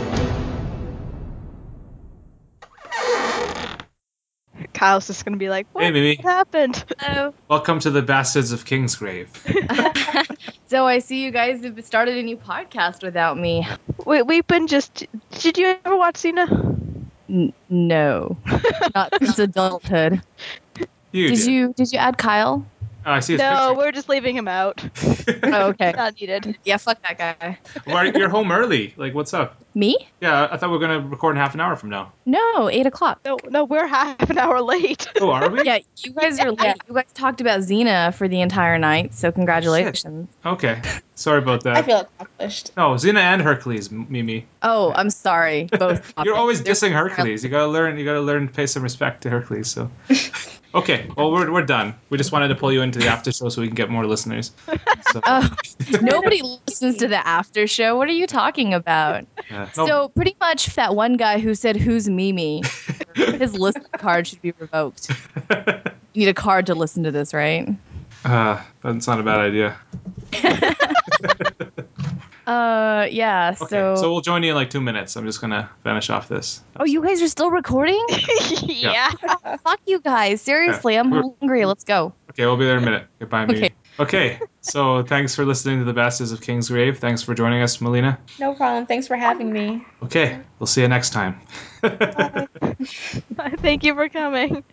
Kyle's just gonna be like, "What,
Hey, Mimi.
what happened?"
Hello.
Welcome to the Bastards of Kingsgrave.
So I see you guys have started a new podcast without me.
We we've been just. Did you ever watch Cena?
N- no, not since adulthood.
You
Did
did.
you did you add Kyle?
Oh, I see his
No, we're just leaving him out.
Oh, okay.
Not needed.
Yeah, fuck that guy.
picture. Why- You're home early. Like, what's up?
Me?
Yeah, I thought we were gonna record in half an hour from now.
No, eight o'clock.
No, no, we're half an hour late.
Oh, are we?
Yeah, you guys are late. You guys talked about Xena for the entire night, so congratulations.
Okay. Sorry about that.
I feel accomplished.
no, Xena and Hercules, M- Mimi.
Oh, I'm sorry. Both.
You're always
They're-
dissing Hercules. You gotta learn. You gotta learn to pay some respect to Hercules. So, okay. Well, we're, we're done. We just wanted to pull you into the after show so we can get more listeners. So,
Oh, nobody listens to the after show. What are you talking about?
yeah. No,
So pretty much that one guy who said who's Mimi, his listen card should be revoked. You need a card to listen to this, right?
uh, that's not a bad idea.
Uh yeah,
Okay.
so,
So, we'll join you in like two minutes. I'm just gonna finish off this.
Oh, you guys are still recording?
yeah.
Fuck you guys. Seriously, I'm
We're-
hungry. Let's go.
Okay, we'll be there in a minute. Goodbye, Mimi.
Okay.
Okay. So thanks for listening to the Bastards of King's Grave. Thanks for joining us, Melina.
No problem. Thanks for having me.
Okay. We'll see you next time. okay.
Thank you for coming.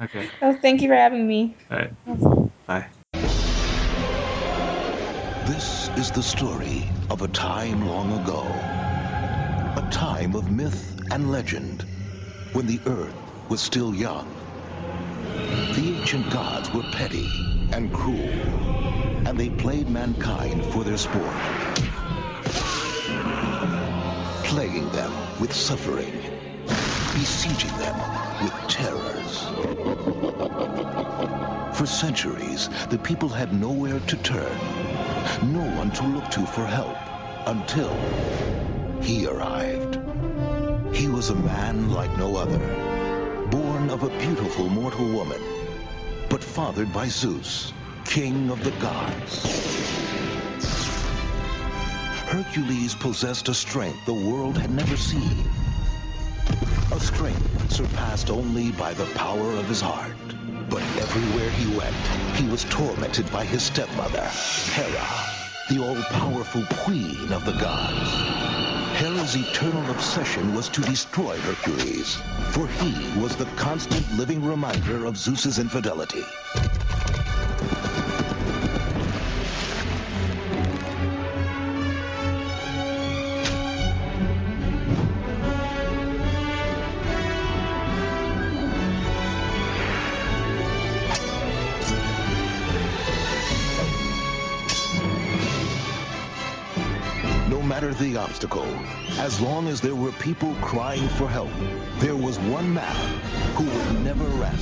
Oh, thank you for having me.
All right. Bye.
This is the story of a time long ago. A time of myth and legend, when the earth was still young. The ancient gods were petty and cruel, and they played mankind for their sport, plaguing them with suffering, besieging them with terrors. For centuries, the people had nowhere to turn, no one to look to for help, until he arrived. He was a man like no other, born of a beautiful mortal woman, but fathered by Zeus, king of the gods. Hercules possessed a strength the world had never seen, a strength surpassed only by the power of his heart. But everywhere he went, he was tormented by his stepmother, Hera, the all-powerful queen of the gods. Hera's eternal obsession was to destroy Hercules, for he was the constant living reminder of Zeus's infidelity. No matter the obstacle, as long as there were people crying for help, there was one man who would never rest